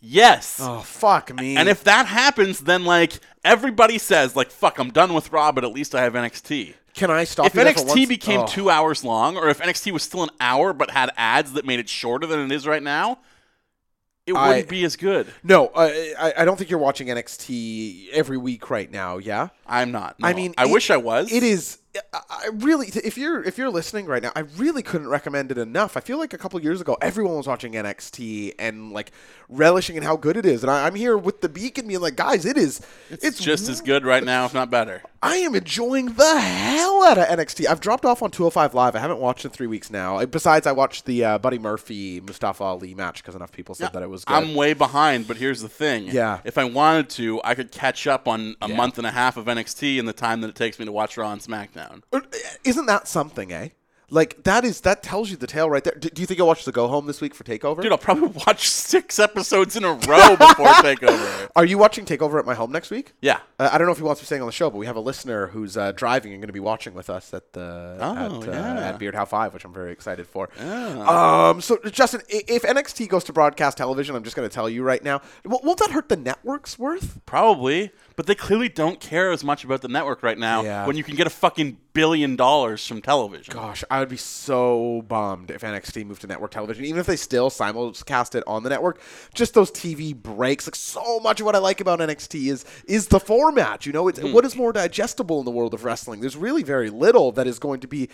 B: yes.
C: Oh fuck me!
B: And if that happens, then like everybody says, like, fuck, I'm done with Raw, but at least I have NXT.
C: can I stop?
B: If
C: you there for once?
B: NXT became
C: Oh.
B: two hours long, or if NXT was still an hour but had ads that made it shorter than it is right now, it
C: I-
B: wouldn't be as good.
C: no, I, I I don't think you're watching NXT every week right now. Yeah.
B: I'm not.
C: I
B: no.
C: mean,
B: I
C: it-
B: wish I was.
C: It is. I- I really, if you're if you're listening right now, I really couldn't recommend it enough. I feel like a couple years ago, everyone was watching NXT and like relishing in how good it is, and I, I'm here with the beacon being like, guys, it is. It's,
B: It's just as good right now, if not better.
C: I am enjoying the hell out of NXT. I've dropped off on 205 Live. I haven't watched in three weeks now. Uh, Besides, I watched the uh, Buddy Murphy Mustafa Ali match because enough people said that it was good.
B: I'm way behind, but here's the thing.
C: Yeah.
B: If I wanted to, I could catch up on a month and a half of NXT in the time that it takes me to watch Raw and SmackDown.
C: Uh, Isn't that something, eh? Like that is that tells you the tale right there. Do, do you think I watched the Go Home this week for Takeover?
B: Dude, I'll probably watch six episodes in a row before Takeover.
C: Are you watching Takeover at my home next week?
B: Yeah.
C: Uh, I don't know if he wants to be staying on the show, but we have a listener who's uh, driving and going to be watching with us at the
B: Oh,
C: at, uh,
B: yeah.
C: at Beard How Five, which I'm very excited for. Um, so Justin, i- if NXT goes to broadcast television, I'm just going to tell you right now, w- won't that hurt the network's worth?
B: Probably. But they clearly don't care as much about the network right now
C: Yeah.
B: when you can get a fucking billion dollars from television.
C: Gosh, I would be so bummed if NXT moved to network television, even if they still simulcast it on the network. Just those TV breaks, like so much of what I like about NXT is is the format. You know,
B: Hmm.
C: it's what is more digestible in the world of wrestling. There's really very little that is going to be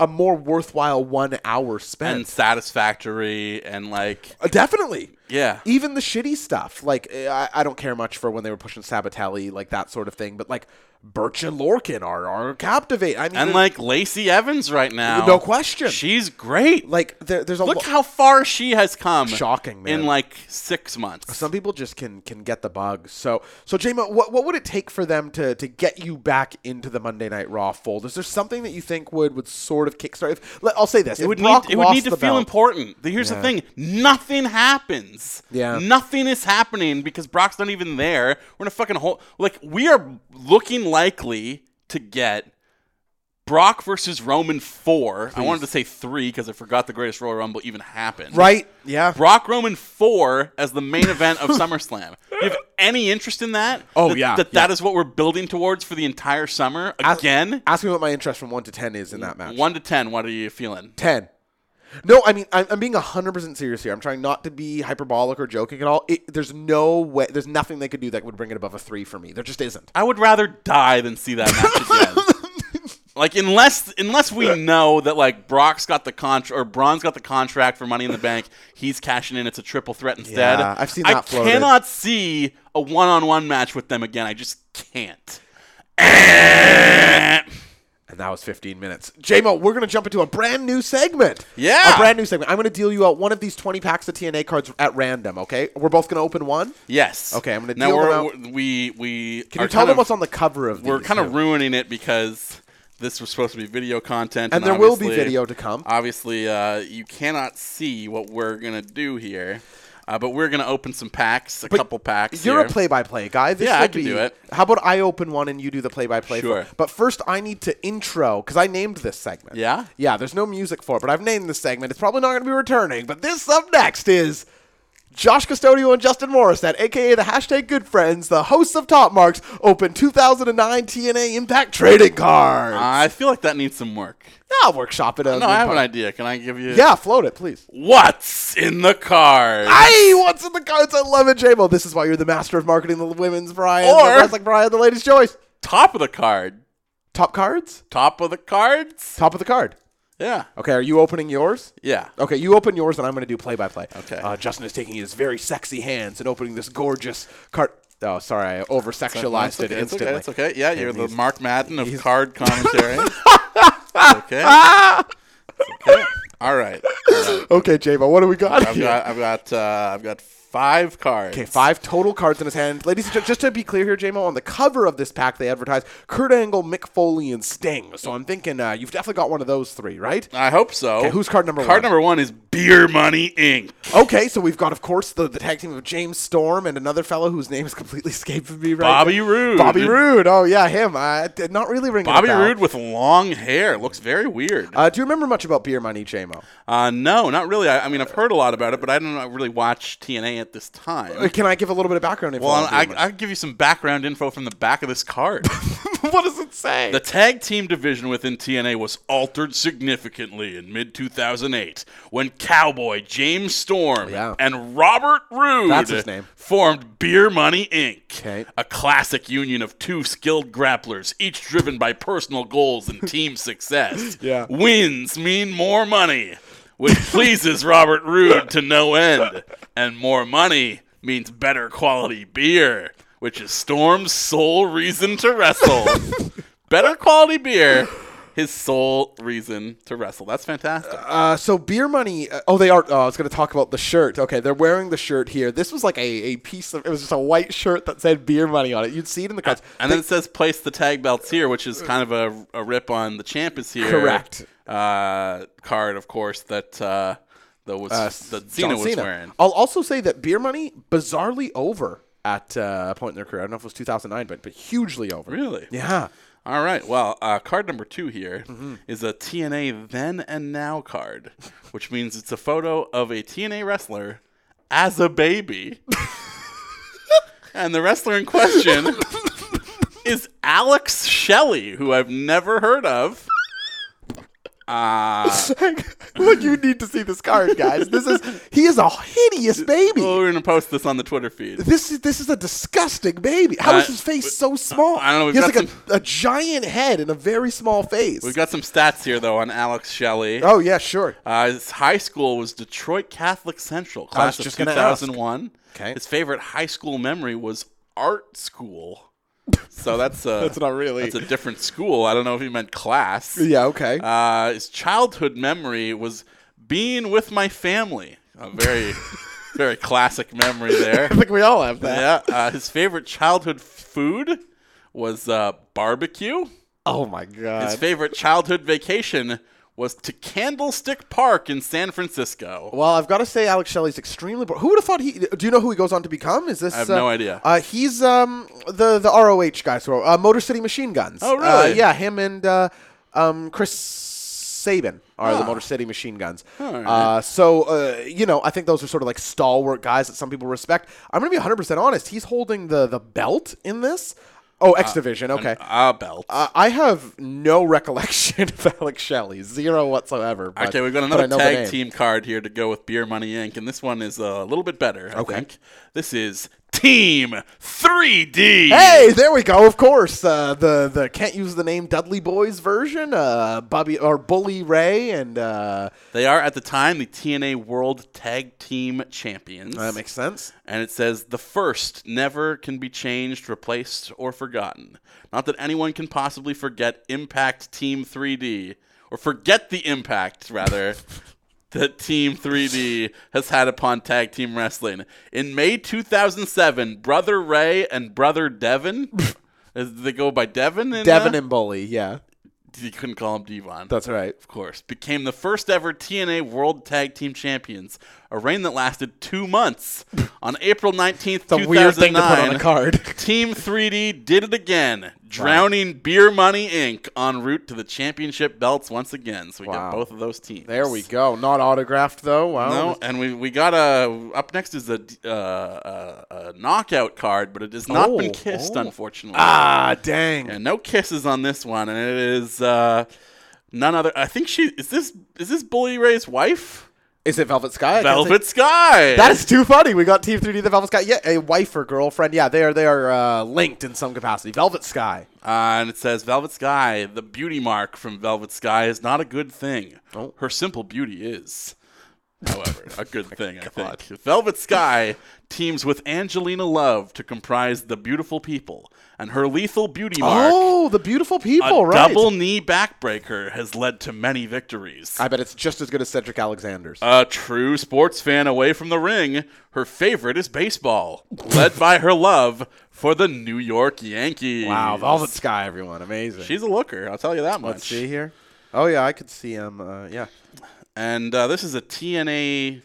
C: a more worthwhile one hour spent.
B: And satisfactory and like
C: Uh, Definitely.
B: Yeah.
C: Even the shitty stuff. Like, eh, I, I don't care much for when they were pushing Sabatelli, like that sort of thing, but like Birch and Lorkin are, are captivate. I mean,
B: and
C: it-
B: like Lacey Evans right now.
C: No question.
B: She's great.
C: like there, there's a
B: Look
C: lo-
B: how far she has come.
C: Shocking, man.
B: In like six months.
C: some people just can can get the bug. So so Jamo, what what would it take for them to to get you back into the Monday Night Raw fold? Is there something that you think would would sort of kickstart? If, let, I'll say this:
B: It would
C: Brock
B: need, it would
C: lost
B: need to
C: the
B: feel
C: belt-
B: important. The- Here's the thing: nothing happens.
C: Yeah.
B: nothing is happening because Brock's not even there. We're in a fucking hole. Like we are looking likely to get Brock versus Roman four. I wanted to say three because I forgot the Greatest Royal Rumble even happened.
C: right? Yeah.
B: Brock Roman four as the main event of SummerSlam. You have any interest in that?
C: Oh,
B: that,
C: yeah,
B: that that is what we're building towards for the entire summer
C: Ask-
B: again.
C: ask me what my interest from one to ten is in that match.
B: One to ten. What are you feeling?
C: 10. No, I mean, I'm, I'm being 100% serious here. I'm trying not to be hyperbolic or joking at all. It, there's no way, there's nothing they could do that would bring it above a three for me. There just isn't.
B: I would rather die than see that match again. like unless unless we know that like Brock's got the contract or Braun's got the contract for Money in the Bank, he's cashing in. It's a triple threat instead.
C: Yeah, I've seen
B: I
C: that floated.
B: cannot see a one-on-one match with them again. I just can't.
C: And that was 15 minutes. JMO, we're going to jump into a brand new segment.
B: Yeah.
C: A brand new segment. I'm going to deal you out one of these 20 packs of TNA cards at random, okay? We're both going to open one.
B: Yes.
C: Okay, I'm gonna
B: now
C: deal
B: we're,
C: them out.
B: we're- we we
C: Can
B: are
C: you tell
B: kind
C: them
B: of-
C: what's on the cover of these?
B: We're kind
C: too?
B: of ruining it because this was supposed to be video content,
C: And
B: and,
C: there will be
B: obviously-
C: video to come.
B: Obviously, uh, you cannot see what we're gonna do here, uh, but we're gonna open some packs, a
C: But
B: couple packs.
C: You're
B: here.
C: a play-by-play guy. This
B: Yeah, I
C: will
B: can
C: be-
B: do it.
C: How about I open one and you do the play-by-play? for-
B: Sure.
C: but first, I need to intro because I named this segment.
B: Yeah?
C: Yeah. There's no music for it, but I've named this segment. It's probably not going to be returning. But this up next is Josh Custodio and Justin Morissette, aka the hashtag Good Friends, the hosts of Top Marks, open 2009 TNA Impact Trading Cards.
B: I feel like that needs some work.
C: I'll workshop it.
B: No, I have an idea. Can I give you?
C: Yeah, float it, please.
B: What's in the card?
C: Hey, what's in the cards? I love it, JMO. This is why you're the master of marketing the women's Brian,
B: Or-
C: the wrestling Brian, the ladies' choice.
B: Top of the card.
C: Top cards?
B: Top of the cards.
C: Top of the card.
B: Yeah.
C: Okay, are you opening yours?
B: Yeah.
C: Okay, you open yours, and I'm going to do play by play.
B: Okay.
C: Uh, Justin is taking his very sexy hands and opening this gorgeous card. Oh, sorry, I over sexualized
B: That's
C: it
B: okay, that's
C: instantly.
B: Okay, that's okay. Yeah, you're the
C: he's-
B: Mark Madden of card commentary. It's okay. It's okay. All right. All right.
C: Okay, JMO, what do we got
B: I've
C: here?
B: got I've got uh, I've got five cards.
C: Okay, five total cards in his hand. Ladies and gentlemen, just to be clear here, JMO, on the cover of this pack, they advertise Kurt Angle, Mick Foley, and Sting. So I'm thinking uh, you've definitely got one of those three, right?
B: I hope so.
C: Okay, who's card number
B: Card
C: one?
B: number one is Beer Money Inc.
C: Okay, so we've got, of course, the, the tag team of James Storm and another fellow whose name is completely escaping me right
B: Bobby
C: now.
B: Roode.
C: Bobby Roode. Oh, yeah, him. Uh, did not really ring
B: Bobby
C: a bell.
B: Roode with long hair looks very weird.
C: Uh, do you remember much about Beer Money, JMO?
B: Uh, no, not really. I, I mean, I've heard a lot about it, but I don't really watch TNA at this
C: Uh,
B: time.
C: Can I give a little bit of background info?
B: Well,
C: on Beer
B: I,
C: Money?
B: I'll give you some background info from the back of this card.
C: what does it say?
B: The tag team division within TNA was altered significantly in mid 2008 when Cowboy James Storm
C: Yeah.
B: and Robert Roode
C: That's his name.
B: formed Beer Money Inc.,
C: Okay.
B: a classic union of two skilled grapplers, each driven by personal goals and team success.
C: Yeah.
B: Wins mean more money, which pleases Robert Roode to no end, and more money means better quality beer. Which is Storm's sole reason to wrestle. better quality beer. His sole reason to wrestle. That's fantastic.
C: Uh, so beer money. Uh, oh, they are. Oh, I was going to talk about the shirt. Okay, they're wearing the shirt here. This was like a, a piece of. It was just a white shirt that said beer money on it. You'd see it in the cards.
B: and then it says place the tag belts here, which is kind of a, a rip on the champ is here.
C: Correct.
B: Uh, card, of course, that uh, that was that
C: John
B: Cena was wearing.
C: I'll also say that beer money bizarrely over at uh, a point in their career. I don't know if it was 2009, but but hugely over.
B: Really?
C: Yeah.
B: All right. Well, uh, card number two here is a TNA then and now card, which means it's a photo of a TNA wrestler as a baby. and the wrestler in question is Alex Shelley, who I've never heard of. Uh,
C: Look, you need to see this card, guys. This is he is a hideous
B: well,
C: baby.
B: Oh, we're going to post this on the Twitter feed.
C: This is this is a disgusting baby. How is
B: Uh,
C: his face so small?
B: I don't know, we've
C: He has
B: got
C: like
B: some-
C: a, a giant head and a very small face.
B: We've got some stats here, though, on Alex Shelley.
C: oh yeah, sure.
B: Uh, his high school was Detroit Catholic Central,
C: I was
B: class of
C: just gonna ask.
B: 2001.
C: Okay.
B: His favorite high school memory was art school. So that's a,
C: That's not really-
B: that's a different school. I don't know if he meant class.
C: Yeah, okay.
B: Uh, his childhood memory was being with my family. A very very classic memory there.
C: I think we all have that.
B: Yeah. Uh, his favorite childhood food was uh, barbecue.
C: Oh my
B: His
C: god.
B: favorite childhood vacation was to Candlestick Park in San Francisco.
C: well, I've got to say, Alex Shelley's extremely. Bo- who would have thought he? Do you know who he goes on to become? Is this?
B: I have
C: uh,
B: no idea.
C: Uh, he's um the the ROH guy, so uh, Motor City Machine Guns.
B: Oh, really?
C: Uh, yeah, him and uh, um Chris Sabin are the Motor City Machine Guns. Uh, so uh, you know, I think those are sort of like stalwart guys that some people respect. I'm gonna be 100 percent honest. He's holding the the belt in this. Oh,
B: Uh,
C: X Division. Okay.
B: Ah, belt.
C: Uh, I have no recollection of Alex Shelley, zero whatsoever. but-
B: okay, we've got
C: but I
B: another
C: know the
B: tag
C: name.
B: team card here to go with Beer Money Inc., and this one is a little bit better, I
C: Okay.
B: think. This is Team 3D.
C: Hey, there we go. Of course, uh, the the can't use the name Dudley Boys version. Uh, Bobby or Bully Ray, and uh,
B: They are at the time the TNA World Tag Team Champions.
C: that makes sense.
B: and it says the first never can be changed, replaced, or forgotten. Not that anyone can possibly forget Impact Team 3D, or forget the impact, rather, that Team 3D has had upon tag team wrestling. In May 2007, Brother Ray and Brother Devon, as they go by Devon, in,
C: Devin
B: uh,
C: and Bully. Yeah,
B: you couldn't call him Devon
C: that's right.
B: of course, became the first ever TNA World Tag Team Champions, a reign that lasted two months. on April 19th,
C: It's a
B: 2009,
C: weird thing to put on a card.
B: Team 3D did it again, drowning Beer Money Inc. en route to the championship belts once again. So we
C: Wow.
B: got both of those teams.
C: There we go. Not autographed though. Wow.
B: No, and we we got a up next is a uh, uh, a knockout card, but it has not
C: Oh,
B: been kissed,
C: oh.
B: unfortunately.
C: Ah, dang.
B: Yeah, no kisses on this one, and it is uh, none other. I think she is this is this Bully Ray's wife,
C: Is it Velvet Sky? I can't think-
B: Velvet Sky.
C: That is too funny. We got Team 3D, the Velvet Sky. Yeah, a wife or girlfriend. Yeah, they are they are uh, linked in some capacity. Velvet Sky.
B: Uh, and it says Velvet Sky, the beauty mark from Velvet Sky is not a good thing.
C: Oh.
B: Her simple beauty is, however, a good thing. I think Velvet Sky teams with Angelina Love to comprise the beautiful people, and her lethal beauty mark.
C: Oh, the beautiful
B: a
C: people, right?
B: double knee backbreaker has led to many victories.
C: I bet it's just as good as Cedric Alexander's.
B: A true sports fan away from the ring, her favorite is baseball, led by her love for the New York Yankees.
C: wow, Velvet Sky, everyone, amazing.
B: She's a looker, I'll tell you that much.
C: Let's see here. Oh yeah, I could see him. Uh, yeah,
B: And uh, this is a TNA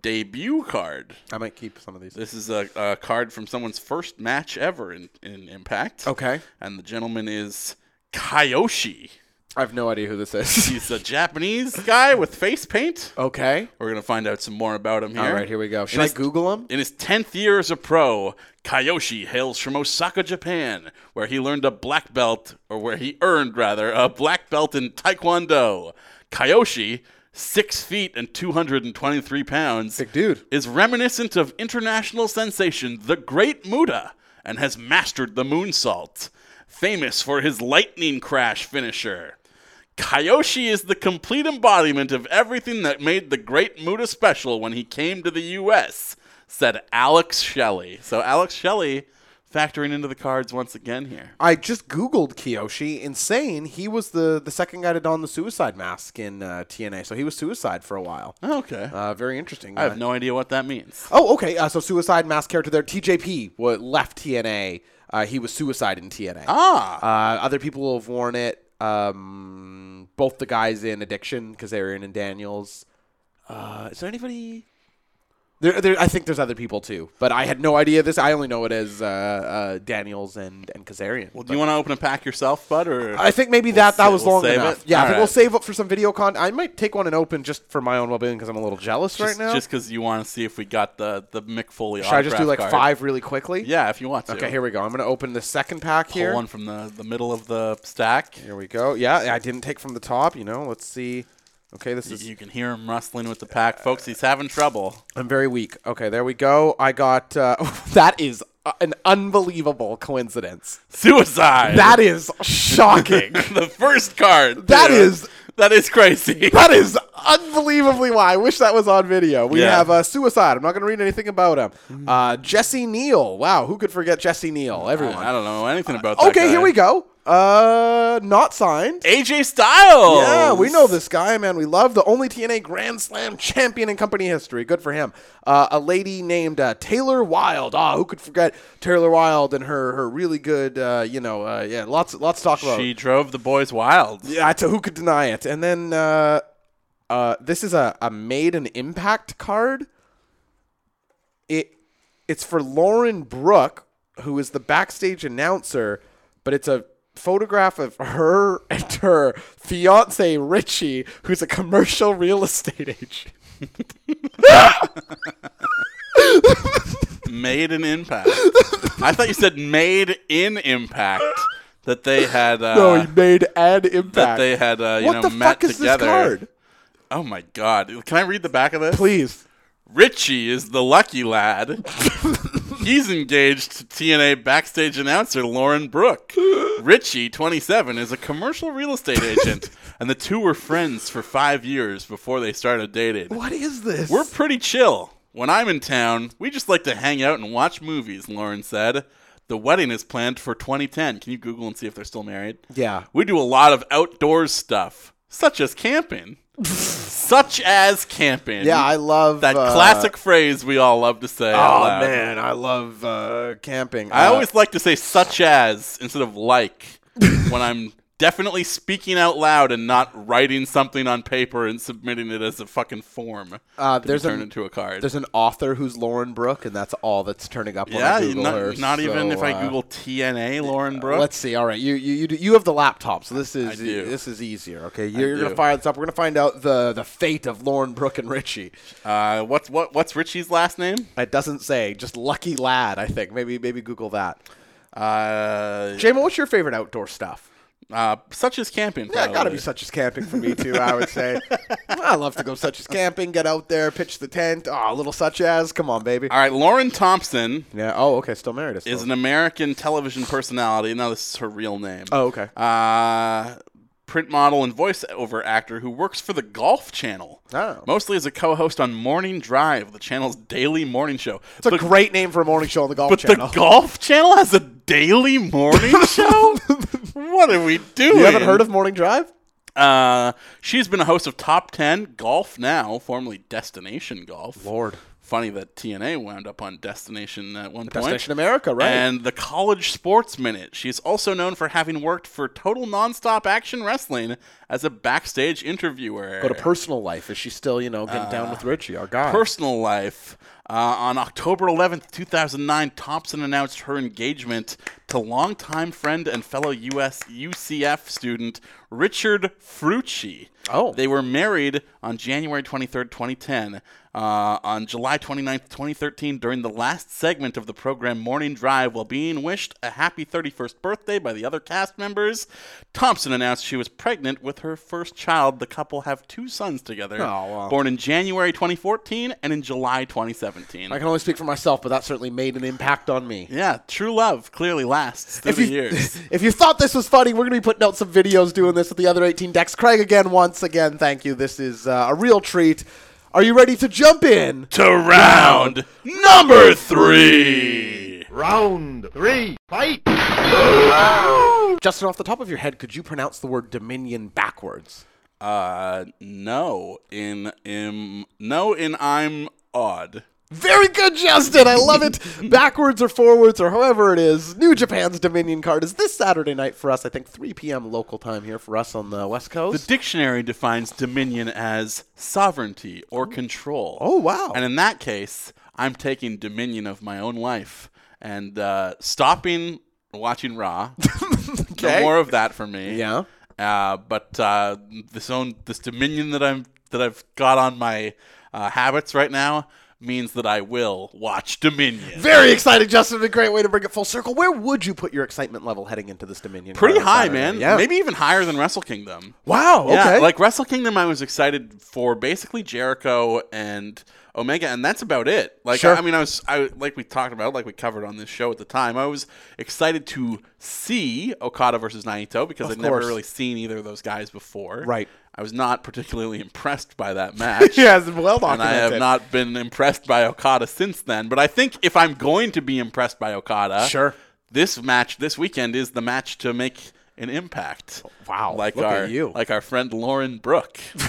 B: debut card.
C: I might keep some of these.
B: This is a, a card from someone's first match ever in, in Impact.
C: Okay,
B: And the gentleman is Kyoshi.
C: I have no idea who this is.
B: He's a Japanese guy with face paint.
C: okay,
B: We're going to find out some more about him here.
C: all right, here we go. Should
B: And
C: I
B: it's-
C: Google him?
B: In his 10th year as a pro, Kayoshi hails from Osaka, Japan, where he learned a black belt, or where he earned, rather, a black belt in Taekwondo. Kayoshi, six feet and 223 pounds,
C: Sick dude.
B: is reminiscent of international sensation the Great Muda and has mastered the moonsault, famous for his lightning crash finisher. Kyoshi is the complete embodiment of everything that made the Great Muda special when he came to the U.S., said Alex Shelley. So, Alex Shelley factoring into the cards once again here.
C: I just Googled Kiyoshi. Insane. He was the the second guy to don the suicide mask in uh, TNA, so he was suicide for a while.
B: Okay.
C: Uh, very interesting.
B: I
C: Uh,
B: have no idea what that means.
C: Oh, okay. Uh, so Suicide Mask character there, TJP, wa left TNA. Uh, he was Suicide in TNA.
B: Ah.
C: Uh, other people have worn it. Um, both the guys in Addiction, Kazarian and Daniels.
B: Ah.
C: Uh, is there anybody? There, there, I think there's other people too, but I had no idea this. I only know it as uh, uh, Daniels and and Kazarian.
B: Well, do you want to open a pack yourself, bud? Or
C: I think maybe that that
B: sa-
C: was
B: we'll
C: long
B: save
C: enough.
B: it?
C: Yeah, I
B: All
C: think we'll
B: right.
C: save up for some video content. I might take one and open just for my own well being because I'm a little jealous
B: just,
C: right now.
B: because you want to see if we got the the Mick Foley
C: Should I just do
B: autograph
C: like
B: card.
C: five really quickly?
B: Yeah, if you want to.
C: Okay, here we go. I'm going to open the second pack
B: Pull
C: here.
B: one from the, the middle of the stack.
C: Here we go. Yeah, I didn't take from the top, you know. Let's see. Okay, this
B: You-
C: is
B: You can hear him rustling with the pack, folks. He's having trouble.
C: I'm very weak. Okay, there we go. I got uh, that is uh, an unbelievable coincidence.
B: Suicide.
C: That is shocking.
B: the first card.
C: That
B: That
C: is-
B: is that is crazy.
C: that is unbelievably why. I wish that was on video. We
B: Yeah.
C: have uh, suicide. I'm not going to read anything about him. Uh, Jesse Neal. Wow, who could forget Jesse Neal? Everyone.
B: I don't know anything about Oh, that.
C: okay, here we go. Uh, not signed.
B: AJ Styles.
C: Yeah, we know this guy, man. We love the only TNA Grand Slam champion in company history. Good for him. Uh, a lady named uh, Taylor Wilde. Ah, who could forget Taylor Wilde and her her really good, uh, you know, uh, yeah, lots lots to talk about.
B: She drove the boys wild.
C: yeah, so who could deny it? And then uh, uh, this is a, a made an impact card. It it's for Lauren Brooke, who is the backstage announcer, but it's a photograph of her and her fiance Richie, who's a commercial real estate agent.
B: Made an impact. I thought you said made in impact. That they had. Uh,
C: No, he made an impact.
B: that they had. Uh, you
C: what
B: know,
C: the
B: met
C: fuck is
B: together.
C: this card?
B: Oh my god! Can I read the back of this?
C: Please.
B: Richie is the lucky lad. He's engaged to TNA backstage announcer Lauren Brooke. Richie, 27, is a commercial real estate agent, and the two were friends for five years before they started dating.
C: What is this?
B: We're pretty chill. When I'm in town, we just like to hang out and watch movies, Lauren said. The wedding is planned for 2010. Can you Google and see if they're still married?
C: Yeah.
B: We do a lot of outdoors stuff, such as camping. such as camping.
C: yeah, I love
B: that
C: uh,
B: classic phrase we all love to say. out
C: Oh
B: loud.
C: man, I love uh, camping.
B: I
C: Uh,
B: always like to say such as instead of like when I'm definitely speaking out loud and not writing something on paper and submitting it as a fucking form.
C: Uh,
B: to be
C: there's a-
B: turned into a card.
C: There's an author who's Lauren Brooke, and that's all that's turning up when
B: yeah,
C: I Google
B: not,
C: her.
B: not even
C: so,
B: if I
C: uh,
B: Google TNA Lauren Brooke.
C: Let's see. All right, you you you, do- you have the laptop, so this is
B: do.
C: this is easier. Okay, you're, you're
B: do.
C: gonna fire this up. We're gonna find out the the fate of Lauren Brooke and Richie.
B: uh, what's what what's Richie's last name?
C: It doesn't say. Just lucky lad. I think maybe maybe Google that.
B: Uh,
C: Jamin, what's your favorite outdoor stuff?
B: uh, such as camping.
C: Yeah, gotta
B: probably.
C: be such as camping for me too. I would say. I love to go such as camping. Get out there, pitch the tent. Oh, a little such as. Come on, baby.
B: All right, Lauren Thompson
C: Yeah. Oh, okay. Still married. I
B: is
C: suppose.
B: an American television personality. Now this is her real name.
C: Oh, okay.
B: uh, print model and voiceover actor who works for the Golf Channel.
C: Oh.
B: Mostly as a co-host on Morning Drive, the channel's daily morning show.
C: It's a great name for a morning show on the golf
B: but
C: channel.
B: the Golf Channel has a daily morning show. what are we doing?
C: you haven't heard of Morning Drive?
B: Uh, she's been a host of Top Ten Golf Now, formerly Destination Golf.
C: Lord.
B: Funny that TNA wound up on Destination at one point.
C: Destination America, right?
B: And the College Sports Minute. She's also known for having worked for Total Nonstop Action Wrestling as a backstage interviewer.
C: But a personal life is she still you know getting down with Richie, Oh, our guy?
B: personal life. Uh, on October 11th, 2009, Thompson announced her engagement to longtime friend and fellow U.S. UCF student Richard Frucci.
C: Oh.
B: They were married on January 23rd, 2010. Uh, on July 29th, 2013, during the last segment of the program Morning Drive, while being wished a happy 31st birthday by the other cast members, Thompson announced she was pregnant with her first child. The couple have two sons together
C: Oh, wow.
B: born in January 2014 and in July 2017.
C: I can only speak for myself, but that certainly made an impact on me.
B: yeah, true love clearly lasts through
C: If
B: the
C: you,
B: years.
C: if you thought this was funny, we're going to be putting out some videos doing this with the other 18 decks. Craig, again, once again, thank you. This is uh, a real treat. Are you ready to jump in?
B: to round number three.
D: Round three. Fight.
C: Justin, off the top of your head, could you pronounce the word Dominion backwards?
B: Uh, no, in im, no, in I'm odd.
C: Very good, Justin. I love it. Backwards or forwards or however it is, New Japan's Dominion card is this Saturday night for us. I think 3 p.m. local time here for us on the West
B: The
C: Coast.
B: dictionary defines dominion as sovereignty or control.
C: Oh, wow.
B: And in that case, I'm taking dominion of my own life and uh, stopping watching Raw. No
C: Okay.
B: more of that for me.
C: Yeah.
B: Uh, but uh, this own this dominion that I'm that I've got on my uh, habits right now means that I will watch Dominion.
C: Very exciting, Justin. A great way to bring it full circle. Where would you put your excitement level heading into this Dominion?
B: Pretty
C: card on
B: high,
C: Saturday?
B: man.
C: Yeah.
B: Maybe even higher than Wrestle Kingdom.
C: Wow. Okay.
B: Yeah, like Wrestle Kingdom, I was excited for basically Jericho and Omega, and that's about it. Like,
C: Sure.
B: I, I mean, I was, I like we talked about, like we covered on this show at the time. I was excited to see Okada versus Naito because I'd never
C: course.
B: really seen either of those guys before.
C: Right.
B: I was not particularly impressed by that match.
C: Yes, well
B: And I have
C: documented.
B: not been impressed by Okada since then. But I think if I'm going to be impressed by Okada,
C: Sure.
B: this match this weekend is the match to make an impact.
C: Wow,
B: Like
C: look
B: our
C: at you.
B: like our friend Lauren Brooke.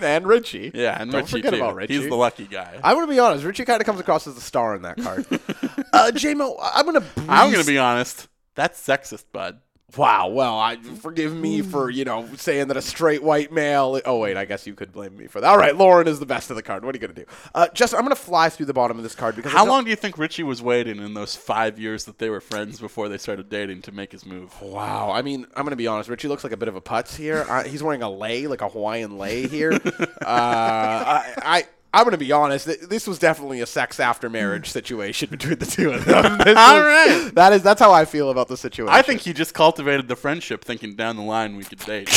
C: and Richie.
B: Yeah, and
C: Don't
B: Richie
C: forget
B: too.
C: about Richie.
B: He's the lucky guy.
C: I'm gonna be honest. Richie kind of comes across as the star in that card. uh, JMO, I'm gonna. Breeze.
B: I'm gonna be honest. That's sexist, bud.
C: Wow. Well, I forgive me for you know saying that a straight white male. Oh wait, I guess you could blame me for that. All right, Lauren is the best of the card. What are you gonna do? Uh, just I'm gonna fly through the bottom of this card because I
B: How
C: don't-
B: long do you think Richie was waiting in those five years that they were friends before they started dating to make his move?
C: Wow. I mean, I'm going to be honest. Richie looks like a bit of a putz here. I, he's wearing a lei, like a Hawaiian lei here. uh, I, I, I'm gonna be honest. th- This was definitely a sex after marriage situation between the two of them. This
B: Mm. All
C: was-
B: right.
C: that is that's how I feel about the situation.
B: I think he just cultivated the friendship, thinking down the line we could date.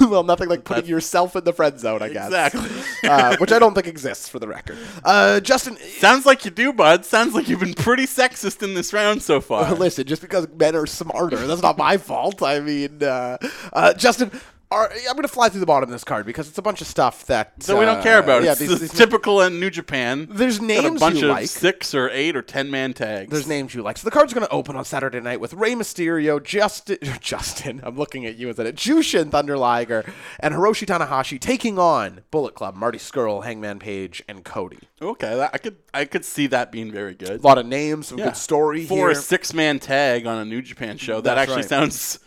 C: well, nothing like putting yourself in the friend zone. I guess
B: Exactly.
C: uh, which I don't think exists for the record. Uh, Justin,
B: Sounds like you do, bud. Sounds like you've been pretty sexist in this round so far.
C: listen, just because men are smarter, that's not my fault. I mean, uh, uh, Justin. Are, I'm going to fly through the bottom of this card because it's a bunch of stuff that
B: So we
C: uh,
B: don't care about it.
C: Yeah,
B: it's
C: these-
B: it's
C: these-
B: typical in New Japan.
C: There's
B: Got
C: names
B: a bunch
C: you
B: of
C: like.
B: six or eight or ten man tags.
C: There's names you like. So the card's going to open on Saturday night with Rey Mysterio, Justin, Justin. I'm looking at you instead of Jushin Thunder Liger and Hiroshi Tanahashi taking on Bullet Club, Marty Skrull, Hangman Page, and Cody.
B: okay. That, I could I could see that being very good.
C: A lot of names, some
B: Yeah.
C: good story
B: for
C: here.
B: a six man tag on a New Japan show. That
C: That's
B: actually
C: right.
B: sounds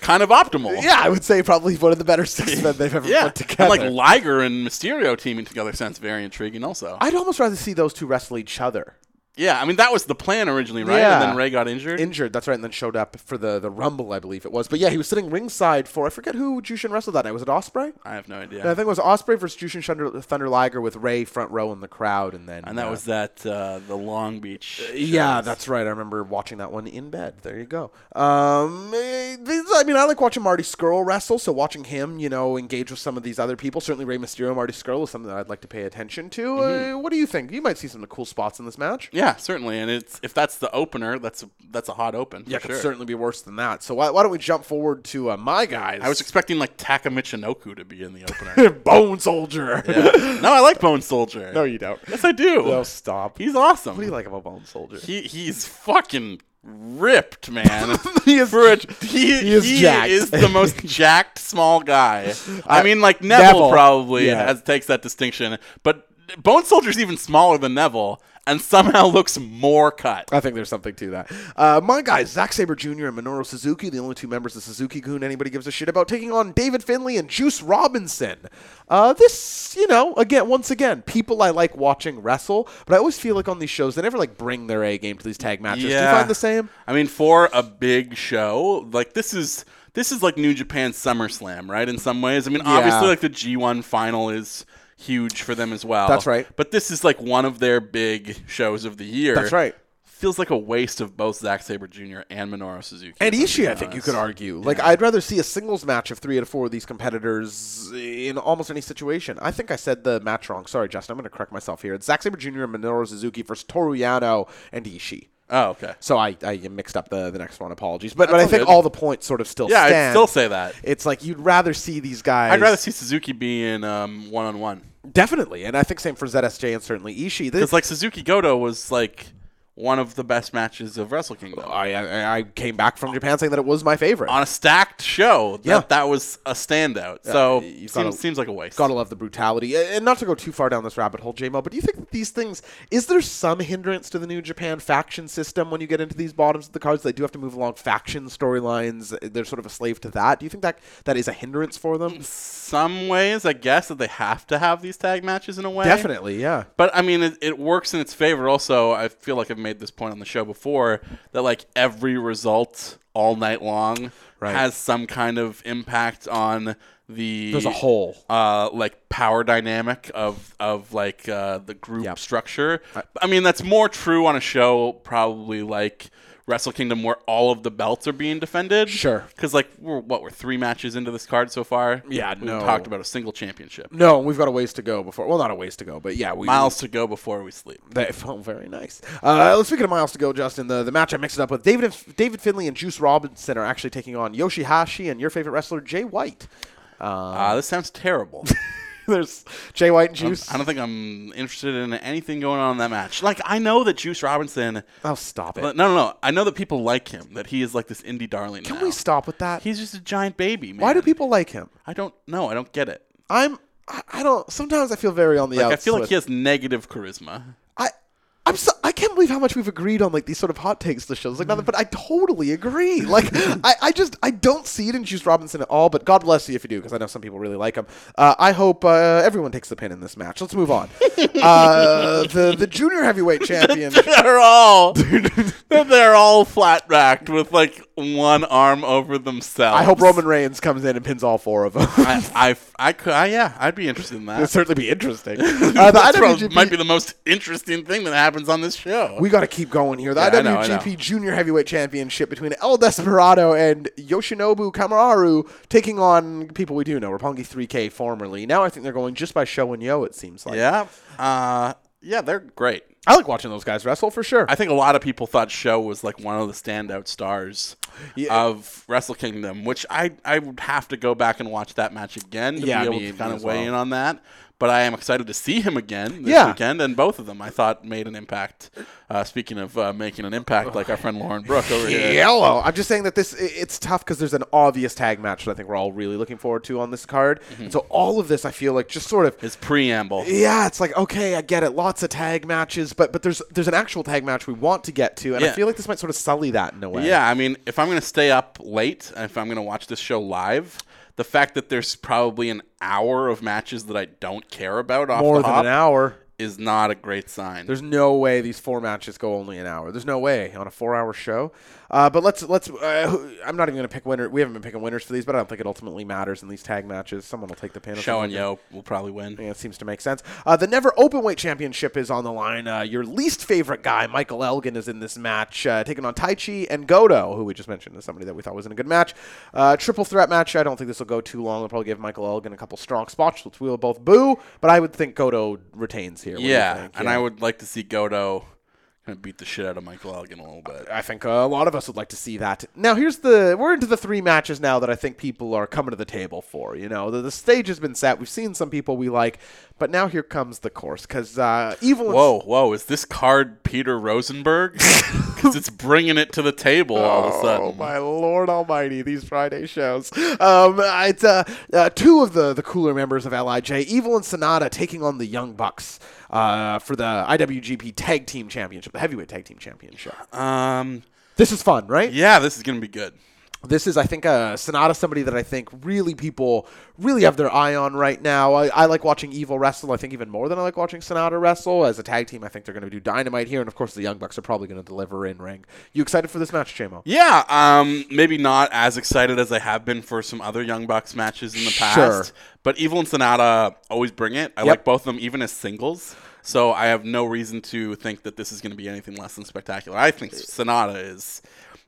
B: kind of optimal.
C: yeah, I would say probably one of the better six men they've ever
B: yeah.
C: put together.
B: And like Liger and Mysterio teaming together sounds very intriguing. Also,
C: I'd almost rather see those two wrestle each other.
B: yeah. I mean, that was the plan originally, right?
C: Yeah.
B: And then Ray got injured.
C: Injured, that's right, and then showed up for the, the Rumble, I believe it was. But yeah, he was sitting ringside for, I forget who Jushin wrestled that night. Was it Osprey?
B: I have no idea.
C: And I think it was Osprey versus Jushin Thunder, Thunder Liger with Ray front row in the crowd, and then
B: and that
C: uh,
B: was that uh, the Long Beach.
C: yeah,
B: shows.
C: that's right. I remember watching that one in bed. There you go. Um, eh, this- I mean, I like watching Marty Skrull wrestle, so watching him, you know, engage with some of these other people, certainly Ray Mysterio, Marty Skrull is something that I'd like to pay attention to.
B: Mm-hmm.
C: Uh, what do you think? You might see some cool spots in this match.
B: yeah, certainly. And it's if that's the opener, that's a, that's a hot open. For
C: Yeah, it
B: sure.
C: could certainly be worse than that. So why, why don't we jump forward to uh, my guys?
B: I was expecting like Taka Michinoku to be in the opener.
C: Bone Soldier.
B: Yeah. No, I like Bone Soldier.
C: no, you don't.
B: yes, I do.
C: No, stop.
B: He's awesome.
C: what do you like about Bone Soldier?
B: He he's fucking ripped, man.
C: He is-
B: For a, he,
C: he is
B: he
C: jacked.
B: is the most jacked small guy.
C: Uh,
B: I mean, like Neville,
C: Neville,
B: probably
C: yeah.
B: has takes that distinction, but Bone Soldier's even smaller than Neville, and somehow looks more cut.
C: I think there's something to that. Uh, my guys, Zack Saber Jr. and Minoru Suzuki, the only two members of Suzuki Goon anybody gives a shit about, taking on David Finley and Juice Robinson. Uh, this, you know, again, once again, people I like watching wrestle, but I always feel like on these shows they never like bring their A game to these tag matches. Do you find the same?
B: I mean, for a big show like this is this is like New Japan SummerSlam, right? In some ways, I mean, obviously, like the G1 final is huge for them as well.
C: That's right.
B: But this is like one of their big shows of the year.
C: That's right.
B: Feels like a waste of both Zack Saber Jr. and Minoru Suzuki.
C: And
B: if I'm
C: Ishii,
B: being
C: I think you
B: honest.
C: could argue. Like, I'd rather see a singles match of three out of four of these competitors in almost any situation. I think I said the match wrong. Sorry, Justin. I'm going to correct myself here. It's Zack Sabre Jr. and Minoru Suzuki versus Toru Yano and Ishii.
B: Oh, okay.
C: So I, I mixed up the, the next one. Apologies, but but I
B: all
C: think
B: good.
C: all the points sort of still
B: Yeah,
C: stand.
B: I'd still say that.
C: it's like you'd rather see these guys.
B: I'd rather see Suzuki be in um, one-on-one
C: definitely, and I think same for ZSJ and certainly Ishii. This,
B: because like Suzuki Goto was like one of the best matches of Wrestle Kingdom.
C: I, I I came back from Japan saying that it was my favorite.
B: on a stacked show that
C: Yeah.
B: that was a standout. so
C: you
B: seems,
C: gotta-
B: seems like a waste.
C: Gotta love the brutality, A- and not to go too far down this rabbit hole, JMO. But do you think that these things is there some hindrance to the New Japan faction system when you get into these bottoms of the cards? They do have to move along faction storylines. They're sort of a slave to that. Do you think that that is a hindrance for them?
B: Some ways, I guess that they have to have these tag matches in a way.
C: Definitely, yeah.
B: But I mean, it, it works in its favor. Also, I feel like I've made this point on the show before that like every result all night long
C: Right.
B: has some kind of impact on the
C: There's a whole.
B: uh, like power dynamic of of like uh, the group
C: Yep.
B: structure. I mean, that's more true on a show probably like. Wrestle Kingdom, where all of the belts are being defended.
C: Sure.
B: because like we're what we're three matches into this card so far.
C: Yeah,
B: we
C: no.
B: talked about a single championship.
C: No, we've got a ways to go before. Well, not a ways to go, but yeah, we
B: Miles to go before we sleep.
C: That felt very nice. Uh, well, speaking of miles to go, Justin, the, the match I mixed it up with David David Finley and Juice Robinson are actually taking on Yoshihashi and your favorite wrestler Jay White.
B: Uh, this sounds terrible.
C: There's Jay White and Juice.
B: Um, I don't think I'm interested in anything going on in that match. Like I know that Juice Robinson.
C: oh, stop it!
B: No, no, no. I know that people like him. That he is like this indie darling.
C: Can
B: now.
C: we stop with that?
B: He's just a giant baby, man.
C: Why do people like him?
B: I don't know. I don't get it.
C: I'm I, I don't. Sometimes I feel very on the
B: Like I
C: outs
B: feel like
C: with-
B: he has negative charisma.
C: I I'm so, I can't believe how much we've agreed on like these sort of hot takes to shows. Like nothing, but I totally agree. Like I, I just I don't see it in Juice Robinson at all. But God bless you if you do, because I know some people really like him. Uh, I hope uh, everyone takes the pin in this match. Let's move on. uh, the the junior heavyweight champion.
B: They're all they're all flat backed with like one arm over themselves.
C: I hope Roman Reigns comes in and pins all four of them.
B: I, I, I, cou- I- yeah, I'd be interested in
C: It'd
B: that.
C: certainly be interesting. Uh, the
B: That's probably-
C: IWGP
B: might be the most interesting thing that happens on this show.
C: We got to keep going here. The
B: Yeah, I
C: IWGP
B: know, I know.
C: Junior Heavyweight Championship between El Desperado and Yoshinobu Kamararu taking on people we do know, Roppongi 3K formerly. Now I think they're going just by show and yo, it seems like.
B: yeah, uh, yeah, they're great.
C: I like watching those guys wrestle for sure.
B: I think a lot of people thought Show was like one of the standout stars
C: Yeah.
B: of Wrestle Kingdom, which I I would have to go back and watch that match again to
C: Yeah,
B: be able
C: me-
B: to kind
C: me
B: of
C: as
B: weigh
C: well.
B: in on that. But I am excited to see him again this
C: Yeah.
B: weekend, and both of them I thought made an impact. Uh, speaking of uh, making an impact, like our friend Lauren Brooke over here.
C: Yellow. I'm just saying that this i- it's tough because there's an obvious tag match that I think we're all really looking forward to on this card.
B: Mm-hmm.
C: And so all of this, I feel like just sort of
B: His preamble.
C: Yeah, it's like okay, I get it. Lots of tag matches, but but there's there's an actual tag match we want to get to, and I
B: Yeah.
C: feel like this might sort of sully that in a way.
B: Yeah, I mean, if I'm going to stay up late, and if I'm going to watch this show live, the fact that there's probably an hour of matches that I don't care about off
C: more
B: the
C: than
B: hop
C: an hour.
B: is not a great sign.
C: There's no way these four matches go only an hour. There's no way on a four-hour show. Uh, but let's let's. Uh, who- I'm not even going to pick winner. We haven't been picking winners for these, but I don't think it ultimately matters in these tag matches. Someone will take the pin. if
B: Show
C: someone
B: and Yo will probably win.
C: Yeah, it seems to make sense. Uh, the Never Openweight Championship is on the line. Uh, your least favorite guy, Michael Elgin, is in this match, uh, taking on Tai Chi and Goto, who we just mentioned is somebody that we thought was in a good match. Uh, triple threat match. I don't think this will go too long. They'll probably give Michael Elgin a couple strong spots, which we'll both boo, but I would think Goto retains here. What do you
B: Yeah,
C: think?
B: and I would like to see Godo kind of beat the shit out of Michael Elgin a little bit.
C: I think uh, a lot of us would like to see that. Now, here's the we're into the three matches now that I think people are coming to the table for. You know, the, the stage has been set. We've seen some people we like, but now here comes the course because uh, evil. and-
B: Whoa, whoa, is this card Peter Rosenberg? Because it's bringing it to the table all of a
C: Oh
B: sudden.
C: my lord almighty, these Friday shows. Um, it's uh, uh, two of the, the cooler members of LIJ, Evil and Sonata, taking on the Young Bucks uh, for the IWGP Tag Team Championship, the Heavyweight Tag Team Championship.
B: Um,
C: This is fun, right?
B: yeah, this is going to be good.
C: This is, I think, uh, Sonata, somebody that I think really people really have their eye on right now. I, I like watching Evil wrestle. I think even more than I like watching Sonata wrestle. As a tag team, I think they're going to do dynamite here. And of course, the Young Bucks are probably going to deliver in ring. You excited for this match, JMO?
B: Yeah, um, maybe not as excited as I have been for some other Young Bucks matches in the past.
C: Sure.
B: But Evil and Sonata always bring it. I
C: Yep.
B: like both of them, even as singles. So I have no reason to think that this is going to be anything less than spectacular. I think Sonata is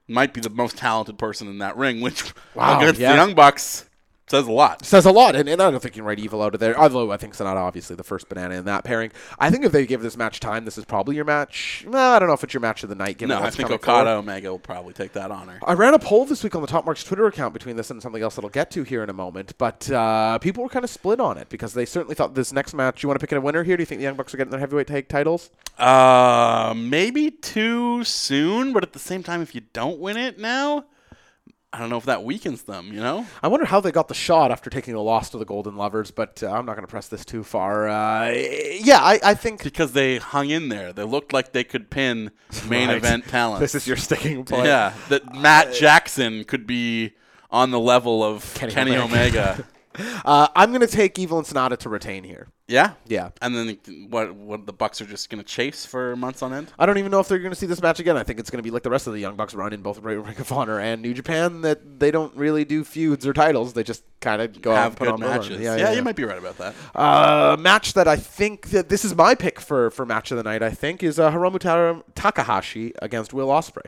B: might be the most talented person in that ring, which
C: Wow,
B: against
C: yeah.
B: the Young Bucks says a lot.
C: says a lot, and, and I don't think you can write evil out of there. Although I think Sonata obviously the first banana in that pairing. I think if they give this match time, this is probably your match. Well, I don't know if it's your match of the night. Given
B: No, I
C: what's
B: think
C: coming
B: Okada
C: forward.
B: Omega will probably take that honor.
C: I ran a poll this week on the Top Marks Twitter account between this and something else that I'll get to here in a moment, but uh, people were kind of split on it because they certainly thought this next match. You want to pick a winner here? Do you think the Young Bucks are getting their heavyweight tag titles?
B: Uh, maybe too soon, but at the same time, if you don't win it now, I don't know if that weakens them. You know.
C: I wonder how they got the shot after taking a loss to the Golden Lovers, but uh, I'm not going to press this too far. Uh, yeah, I, I think
B: because they hung in there. They looked like they could pin main
C: Right.
B: event talent.
C: this is your sticking point.
B: yeah. That Matt Jackson could be on the level of
C: Kenny
B: Kenny,
C: Omega.
B: Omega.
C: Uh, I'm going to take Evil and Sonata to retain here.
B: yeah,
C: Yeah.
B: And then what? What the Bucks are just gonna chase for months on end.
C: I don't even know if they're going to see this match again. I think it's going to be like the rest of the Young Bucks run in both Ring of Honor and New Japan that they don't really do feuds or titles. They just kind of go out
B: Have
C: and put
B: good
C: on the run.
B: matches. Yeah, you might be right about that.
C: Uh, match that I think that this is my pick for, for match of the night. I think is uh, Hiromu Ta- Takahashi against Will Osprey.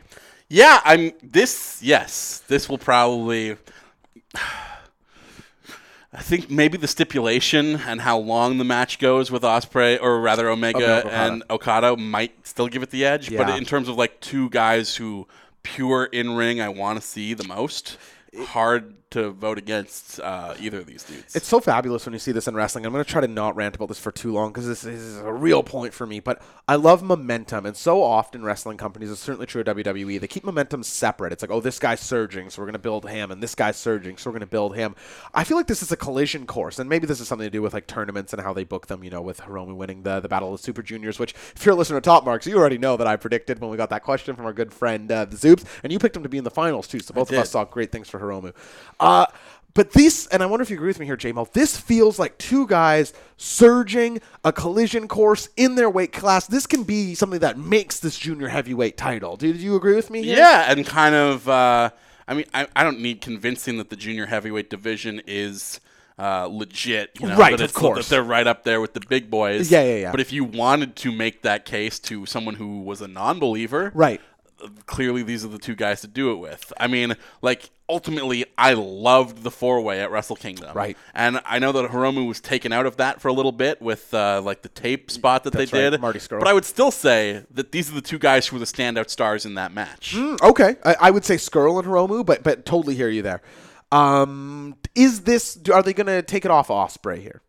B: Yeah, I'm. This yes, this will probably. I think maybe the stipulation and how long the match goes with Osprey, or rather Omega
C: Okada.
B: and Okada, might still give it the edge.
C: Yeah.
B: But in terms of like two guys who pure in ring, I want to see the most hard to vote against uh, either of these dudes.
C: It's so fabulous when you see this in wrestling. I'm going to try to not rant about this for too long because this is a real point for me. But I love momentum, and so often wrestling companies, it's certainly true at WWE, E, they keep momentum separate. It's like, oh, this guy's surging, so we're going to build him, and this guy's surging, so we're going to build him. I feel like this is a collision course, and maybe this is something to do with like tournaments and how they book them. You know, with Hiromu winning the the Battle of the Super Juniors, which if you're a listener to Top Marks, you already know that I predicted when we got that question from our good friend uh, the Zoops, and you picked him to be in the finals too. So both of
B: did.
C: us saw great things for Hiromu. Uh, but this, and I wonder if you agree with me here, JMO, this feels like two guys surging a collision course in their weight class. This can be something that makes this junior heavyweight title. Do, do you agree with me here?
B: Yeah, and kind of. Uh, I mean, I, I don't need convincing that the junior heavyweight division is uh, legit. You know,
C: Right,
B: that
C: of
B: it's-
C: course.
B: That they're right up there with the big boys.
C: Yeah, yeah, yeah.
B: But if you wanted to make that case to someone who was a non-believer,
C: Right.
B: Clearly, these are the two guys to do it with. I mean, like ultimately, I loved the four-way at Wrestle Kingdom.
C: Right.
B: And I know that Hiromu was taken out of that for a little bit with uh, like the tape spot that
C: That's
B: they
C: right,
B: did.
C: Marty Skrull.
B: But I would still say that these are the two guys who were the standout stars in that match.
C: Mm, Okay, I, I would say Skrull and Hiromu, but but totally hear you there. Um, is this? do- Are they going to take it off Osprey here?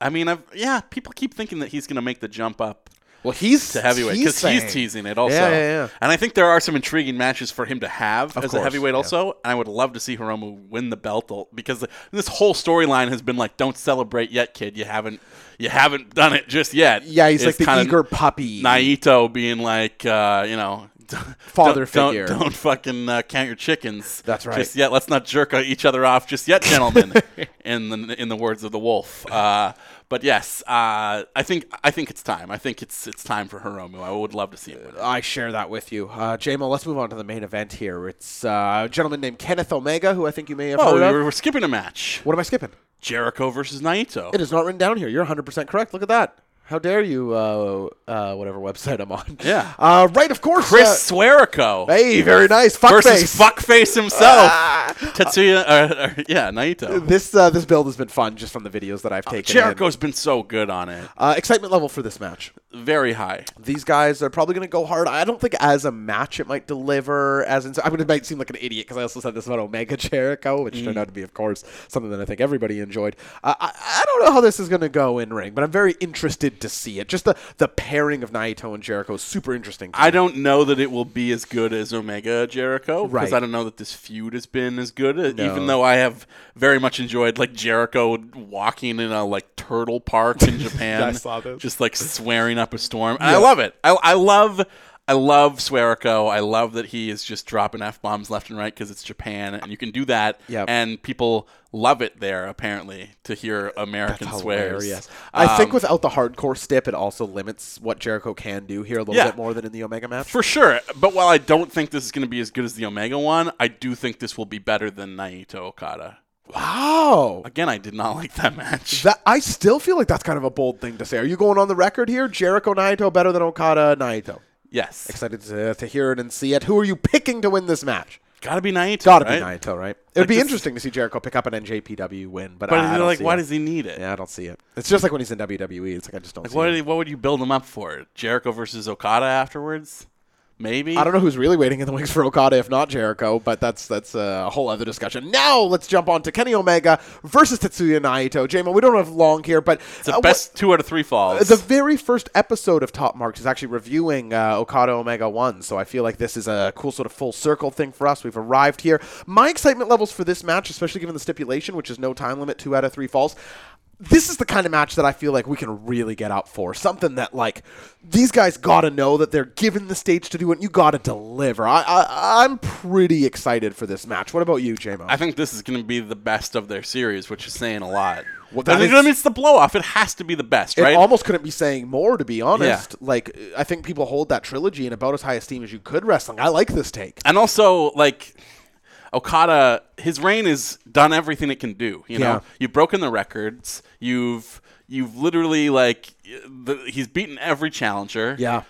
B: I mean, I've yeah. People keep thinking that he's going to make the jump up
C: Well, he's
B: to heavyweight because he's,
C: saying-
B: teasing it also.
C: Yeah, yeah, yeah.
B: And I think there are some intriguing matches for him to have as
C: course,
B: a heavyweight
C: yeah.
B: also. And I would love to see Hiromu win the belt al- because this whole storyline has been like, "Don't celebrate yet, kid. You haven't you haven't done it just yet."
C: Yeah, he's like
B: It's
C: the
B: kinda
C: eager puppy.
B: Naito being like, uh, you know.
C: Father
B: don't,
C: figure.
B: Don't, don't fucking uh, count your chickens.
C: That's right.
B: Just yet, let's not jerk each other off just yet, gentlemen. in the in the words of the wolf. Uh, but yes, uh, I think I think it's time. I think it's it's time for Hiromu. I would love to see him. Win.
C: I share that with you, uh, JMO. Let's move on to the main event here. It's uh, a gentleman named Kenneth Omega, who I think you may have
B: Oh,
C: heard of.
B: we're, we're skipping a match.
C: What am I skipping?
B: Jericho versus Naito.
C: It is not written down here. You're 100% correct. Look at that. How dare you, uh, uh, whatever website I'm on.
B: Yeah.
C: Uh, right, of course.
B: Chris Swerrico
C: uh, hey, very nice.
B: versus
C: Fuckface. Ah.
B: fuckface himself. Tetsuya, uh, uh, yeah, Naito.
C: This, uh, this build has been fun just from the videos that I've taken. in.
B: Jericho's been so good on it.
C: Uh, excitement level for this match.
B: Very high.
C: These guys are probably going to go hard. I don't think as a match it might deliver as in, I mean, it might seem like an idiot because I also said this about Omega Jericho, which turned out to be, of course, something that I think everybody enjoyed. Uh, I, I don't know how this is going to go in ring, but I'm very interested to see it. Just the, the pairing of Naito and Jericho is super interesting. to
B: I
C: me.
B: don't know that it will be as good as Omega Jericho because
C: Right.
B: I don't know that this feud has been as good. uh,
C: No.
B: Even though I have very much enjoyed like Jericho walking in a like turtle park in Japan,
C: saw this.
B: just like swearing up a storm. And I love it. I, I love. I love Swerrico. I love that he is just dropping f bombs left and right because it's Japan, and you can do that.
C: Yep.
B: And people love it there. Apparently, to hear American swears.
C: Hilarious. I think
B: Um,
C: without the hardcore stip, it also limits what Jericho can do here a little
B: Yeah.
C: bit more than in the Omega match.
B: For sure. But while I don't think this is going to be as good as the Omega one, I do think this will be better than Naito Okada.
C: wow.
B: Again, I did not like that match.
C: That I still feel like that's kind of a bold thing to say. Are you going on the record here? Jericho Naito better than Okada Naito.
B: yes.
C: Excited to, to hear it and see it. Who are you picking to win this match?
B: Gotta be Naito.
C: Got to
B: right?
C: be Naito, right? It would be
B: just-
C: interesting to see Jericho pick up an NJPW win, but,
B: But
C: I, I
B: they're
C: don't
B: like,
C: see
B: why
C: it.
B: does he need it?
C: Yeah, I don't see it. It's just like when he's in WWE. It's like I just don't. see
B: What,
C: it.
B: what would you build him up for? Jericho versus Okada afterwards? Maybe?
C: I don't know who's really waiting in the wings for Okada, if not Jericho, but that's that's a whole other discussion. Now let's jump on to Kenny Omega versus Tetsuya Naito. JMO, we don't have long here, but
B: It's the
C: uh,
B: best two out of three falls.
C: what- the very first episode of Top Marks is actually reviewing uh, Okada Omega 1, so I feel like this is a cool sort of full circle thing for us. We've arrived here. My excitement levels for this match, especially given the stipulation, which is no time limit, two out of three falls. This is the kind of match that I feel like we can really get out for. Something that, like, these guys got to know that they're given the stage to do it, and you got to deliver. I, I, I'm pretty excited for this match. What about you, JMO?
B: I think this is going to be the best of their series, which is saying a lot.
C: Well, that
B: I mean,
C: is-
B: it's the blow off. It has to be the best,
C: It
B: right?
C: almost couldn't be saying more, to be honest. Like, I think people hold that trilogy in about as high esteem as you could wrestling. I like this take.
B: and also like Okada, his reign has done everything it can do. You know,
C: Yeah.
B: you've broken the records. You've you've literally like the, he's beaten every challenger.
C: Yeah.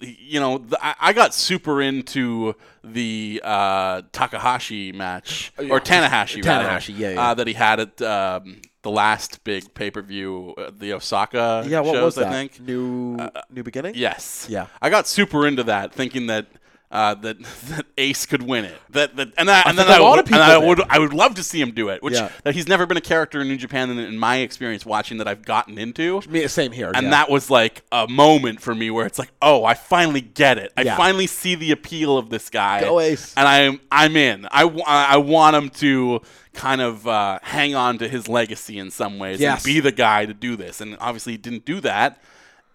B: You know, the, I, I got super into the uh, Takahashi match or Tanahashi, rather,
C: Oh, Tanahashi, yeah, yeah.
B: Uh, that he had at um, the last big pay per view, uh, the Osaka.
C: Yeah, what
B: shows,
C: was that?
B: I think Uh,
C: New New Beginning?
B: Yes.
C: Yeah.
B: I got super into that, thinking that uh, that, that Ace could win it. That, that and I, and then
C: think
B: I
C: a lot
B: would,
C: of
B: and I
C: people did.
B: would I would love to see him do it. Which
C: Yeah.
B: that he's never been a character in New Japan in, in my experience watching that I've gotten into.
C: Me- Same here.
B: And
C: yeah.
B: that was like a moment for me where it's like, oh, I finally get it. I
C: Yeah.
B: finally see the appeal of this guy.
C: Go Ace.
B: And I'm I'm in. I, w- I want him to kind of uh, hang on to his legacy in some ways
C: Yes.
B: and be the guy to do this. And obviously, he didn't do that.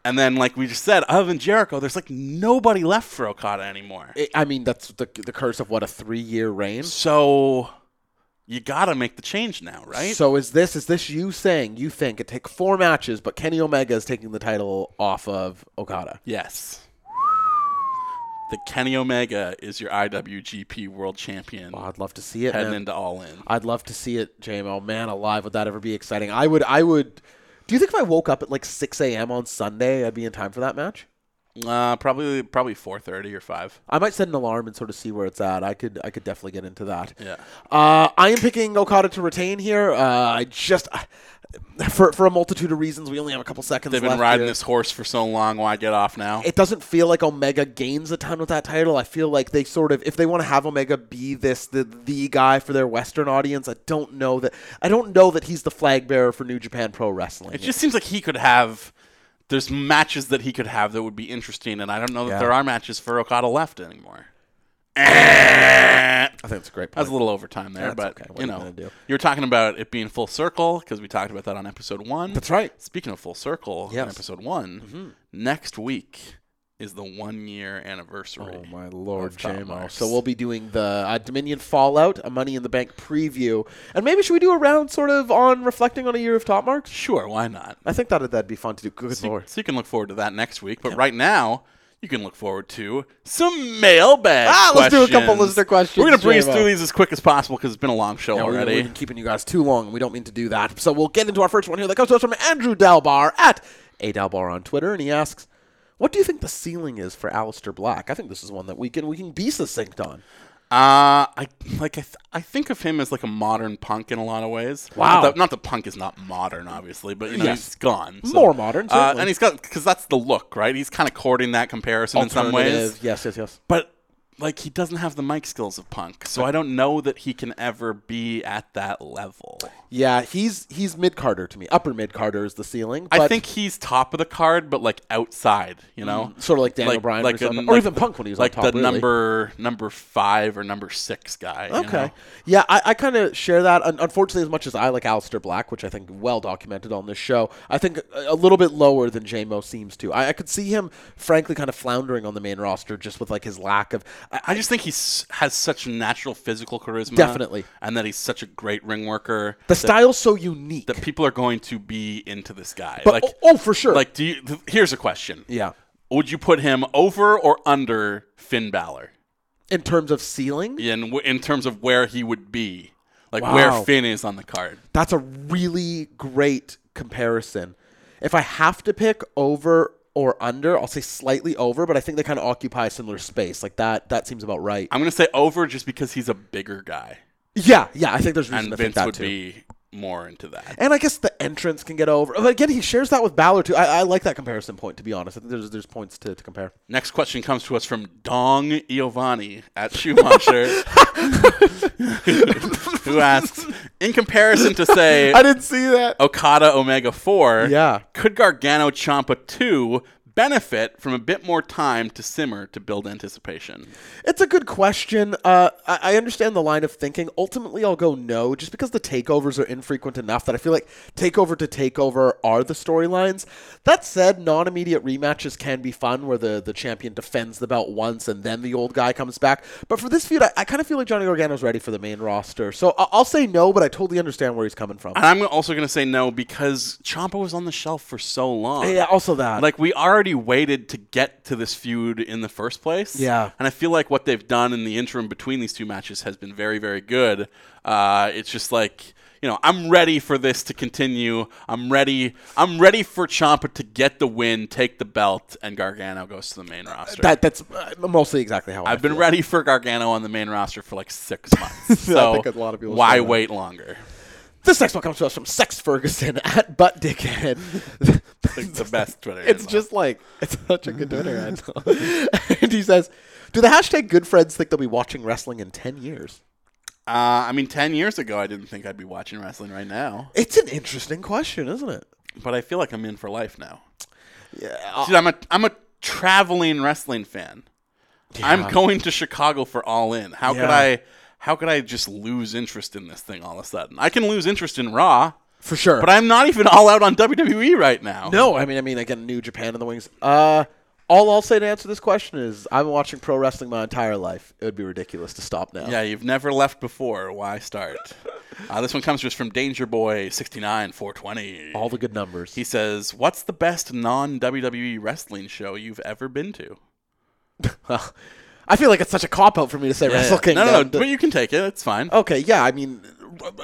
B: And then, like we just said, other than Jericho, there's like nobody left for Okada anymore.
C: I- I mean, that's the, the curse of what a three-year reign.
B: so you gotta make the change now, right?
C: So is this is this you saying you think it take four matches, but Kenny Omega is taking the title off of Okada?
B: Yes. The Kenny Omega is your IWGP World Champion.
C: I'd love to see it.
B: heading
C: man.
B: into All In.
C: I'd love to see it, JMO. Man alive, would that ever be exciting? I would. I would. Do you think if I woke up at like 6 a.m. on Sunday, I'd be in time for that match?
B: Uh, probably probably four thirty or five.
C: I might set an alarm and sort of see where it's at. I could. I could definitely get into that.
B: Yeah.
C: Uh, I am picking Okada to retain here. Uh, I just. for, for a multitude of reasons, we only have a couple seconds.
B: They've been
C: left
B: riding
C: here.
B: this horse for so long. Why get off now?
C: it doesn't feel like Omega gains a ton with that title. I feel like they sort of, if they want to have Omega be this the the guy for their Western audience, I don't know that I don't know that he's the flag bearer for New Japan Pro Wrestling.
B: It just seems like he could have. There's matches that he could have that would be interesting, and I don't know that
C: Yeah.
B: there are matches for Okada left anymore. Eh.
C: I think it's a great
B: That was
C: point.
B: a little overtime there,
C: That's
B: but
C: okay. What
B: you
C: are you
B: know,
C: gonna do?
B: you were talking about it being full circle because we talked about that on episode one.
C: That's right.
B: Speaking of full circle, on
C: Yes. Mm-hmm.
B: episode one, next week is the one year anniversary.
C: Oh my lord,
B: of Top
C: JMO.
B: Marks.
C: So we'll be doing the uh, Dominion Fallout, a Money in the Bank preview, and maybe should we do a round sort of on reflecting on a year of top marks?
B: sure, why not?
C: I think that'd that'd be fun to do. Good
B: So you,
C: lord.
B: so you can look forward to that next week. But right now, you can look forward to some mailbag.
C: Ah, let's do a couple
B: questions.
C: listener questions,
B: We're gonna breeze
C: Jamo.
B: through these as quick as possible because it's been a long show
C: Yeah, we're- We've
B: already.
C: been keeping you guys too long, and we don't mean to do that. So we'll get into our first one here that comes to us from Andrew Dalbar at A Dalbar on Twitter, and he asks, "What do you think the ceiling is for Alistair Black?" I think this is one that we can we can be succinct on.
B: Uh, I like I, th- I think of him as like a modern punk in a lot of ways.
C: Wow.
B: Not that, not that punk is not modern, obviously, but you know
C: Yes.
B: he's gone.
C: More modern,
B: uh,
C: certainly.
B: and he's got because that's the look, right? He's kind of courting that comparison in some ways.
C: Alternative, yes, yes, yes.
B: but like he doesn't have the mic skills of punk so i don't know that he can ever be at that level
C: Yeah, he's he's mid Carter to me. Upper mid Carter is the ceiling. But
B: i think he's top of the card but like outside you know
C: Mm, sort of like Dan O'Brien or
B: a-
C: something. Or even Punk when he was on
B: like
C: top,
B: the
C: really.
B: number number five or number six guy you
C: Okay.
B: know?
C: Yeah, I, I kind of share that. Un- unfortunately, as much as I like Alistair Black, which I think well documented on this show, I think a, a little bit lower than JMO seems to. I, I could see him, frankly, kind of floundering on the main roster just with like his lack of. I,
B: I just think he has such natural physical charisma.
C: Definitely.
B: And that he's such a great ring worker.
C: the style's so unique.
B: That people are going to be into this guy.
C: But- oh, oh, for sure.
B: Like, do you, th- here's a question.
C: yeah.
B: Would you put him over or under Finn Balor?
C: In terms of ceiling,
B: in w- in terms of where he would be, like where
C: Wow.
B: Finn is on the card.
C: that's a really great comparison. If I have to pick over or under, I'll say slightly over, but I think they kind of occupy a similar space. Like that, that seems about right.
B: I'm gonna say over just because he's a bigger guy,
C: yeah, yeah, I think there's
B: and
C: reason to think
B: Vince
C: that
B: would
C: too.
B: be more into that.
C: And I guess the entrance can get over. But again, he shares that with Balor too. I, I like that comparison point. To be honest, I think there's there's points to, to compare.
B: Next question comes to us from Dong Iovani at Schumacher, who asks, in comparison to say
C: I didn't see that.
B: Okada Omega Four,
C: Yeah.
B: could Gargano Champa Two benefit from a bit more time to simmer to build anticipation?
C: It's a good question. Uh, I, I understand the line of thinking. Ultimately, I'll go no, just because the takeovers are infrequent enough that I feel like takeover to takeover are the storylines. That said, non immediate rematches can be fun where the, the champion defends the belt once and then the old guy comes back. But for this feud, I, I kind of feel like Johnny Gargano's ready for the main roster. So I, I'll say no, but I totally understand where he's coming from.
B: And I'm also gonna say no because Champa was on the shelf for so long.
C: yeah, also that.
B: like we already waited to get to this feud in the first place.
C: Yeah.
B: and I feel like what they've done in the interim between these two matches has been very, very good. Uh, it's just like you know, I'm ready for this to continue. I'm ready. I'm ready for Champa to get the win, take the belt, and Gargano goes to the main roster.
C: That that's uh, mostly exactly how I
B: I've been
C: feel.
B: ready for Gargano on the main roster for like six months. So
C: think a lot of people
B: why
C: say that.
B: wait longer?
C: This next one comes to us from Sex Ferguson at Butt Dickhead.
B: the best Twitter.
C: It's
B: handle.
C: just like it's such a good Twitter handle. and he says, "Do the hashtag good friends think they'll be watching wrestling in ten years?"
B: Uh, I mean, ten years ago, I didn't think I'd be watching wrestling right now,
C: It's an interesting question, isn't it?
B: but I feel like I'm in for life now.
C: Yeah.
B: Dude, I'm a I'm a traveling wrestling fan. I'm going to Chicago for All In. How could
C: Yeah.
B: I? How could I just lose interest in this thing all of a sudden? I can lose interest in Raw,
C: for sure.
B: but I'm not even all out on WWE right now.
C: no, I mean, I mean, again, New Japan and the Wings. Uh, all I'll say to answer this question is, I've been watching pro wrestling my entire life. It would be ridiculous to stop now.
B: Yeah, you've never left before. Why start? uh, this one comes to us from Danger Boy sixty nine four twenty.
C: All the good numbers.
B: He says, "What's the best non WWE wrestling show you've ever been to?"
C: I feel like it's such a cop out for me to say Wrestle
B: no,
C: Kingdom.
B: no, no. But you can take it. It's fine.
C: Okay, yeah, I mean,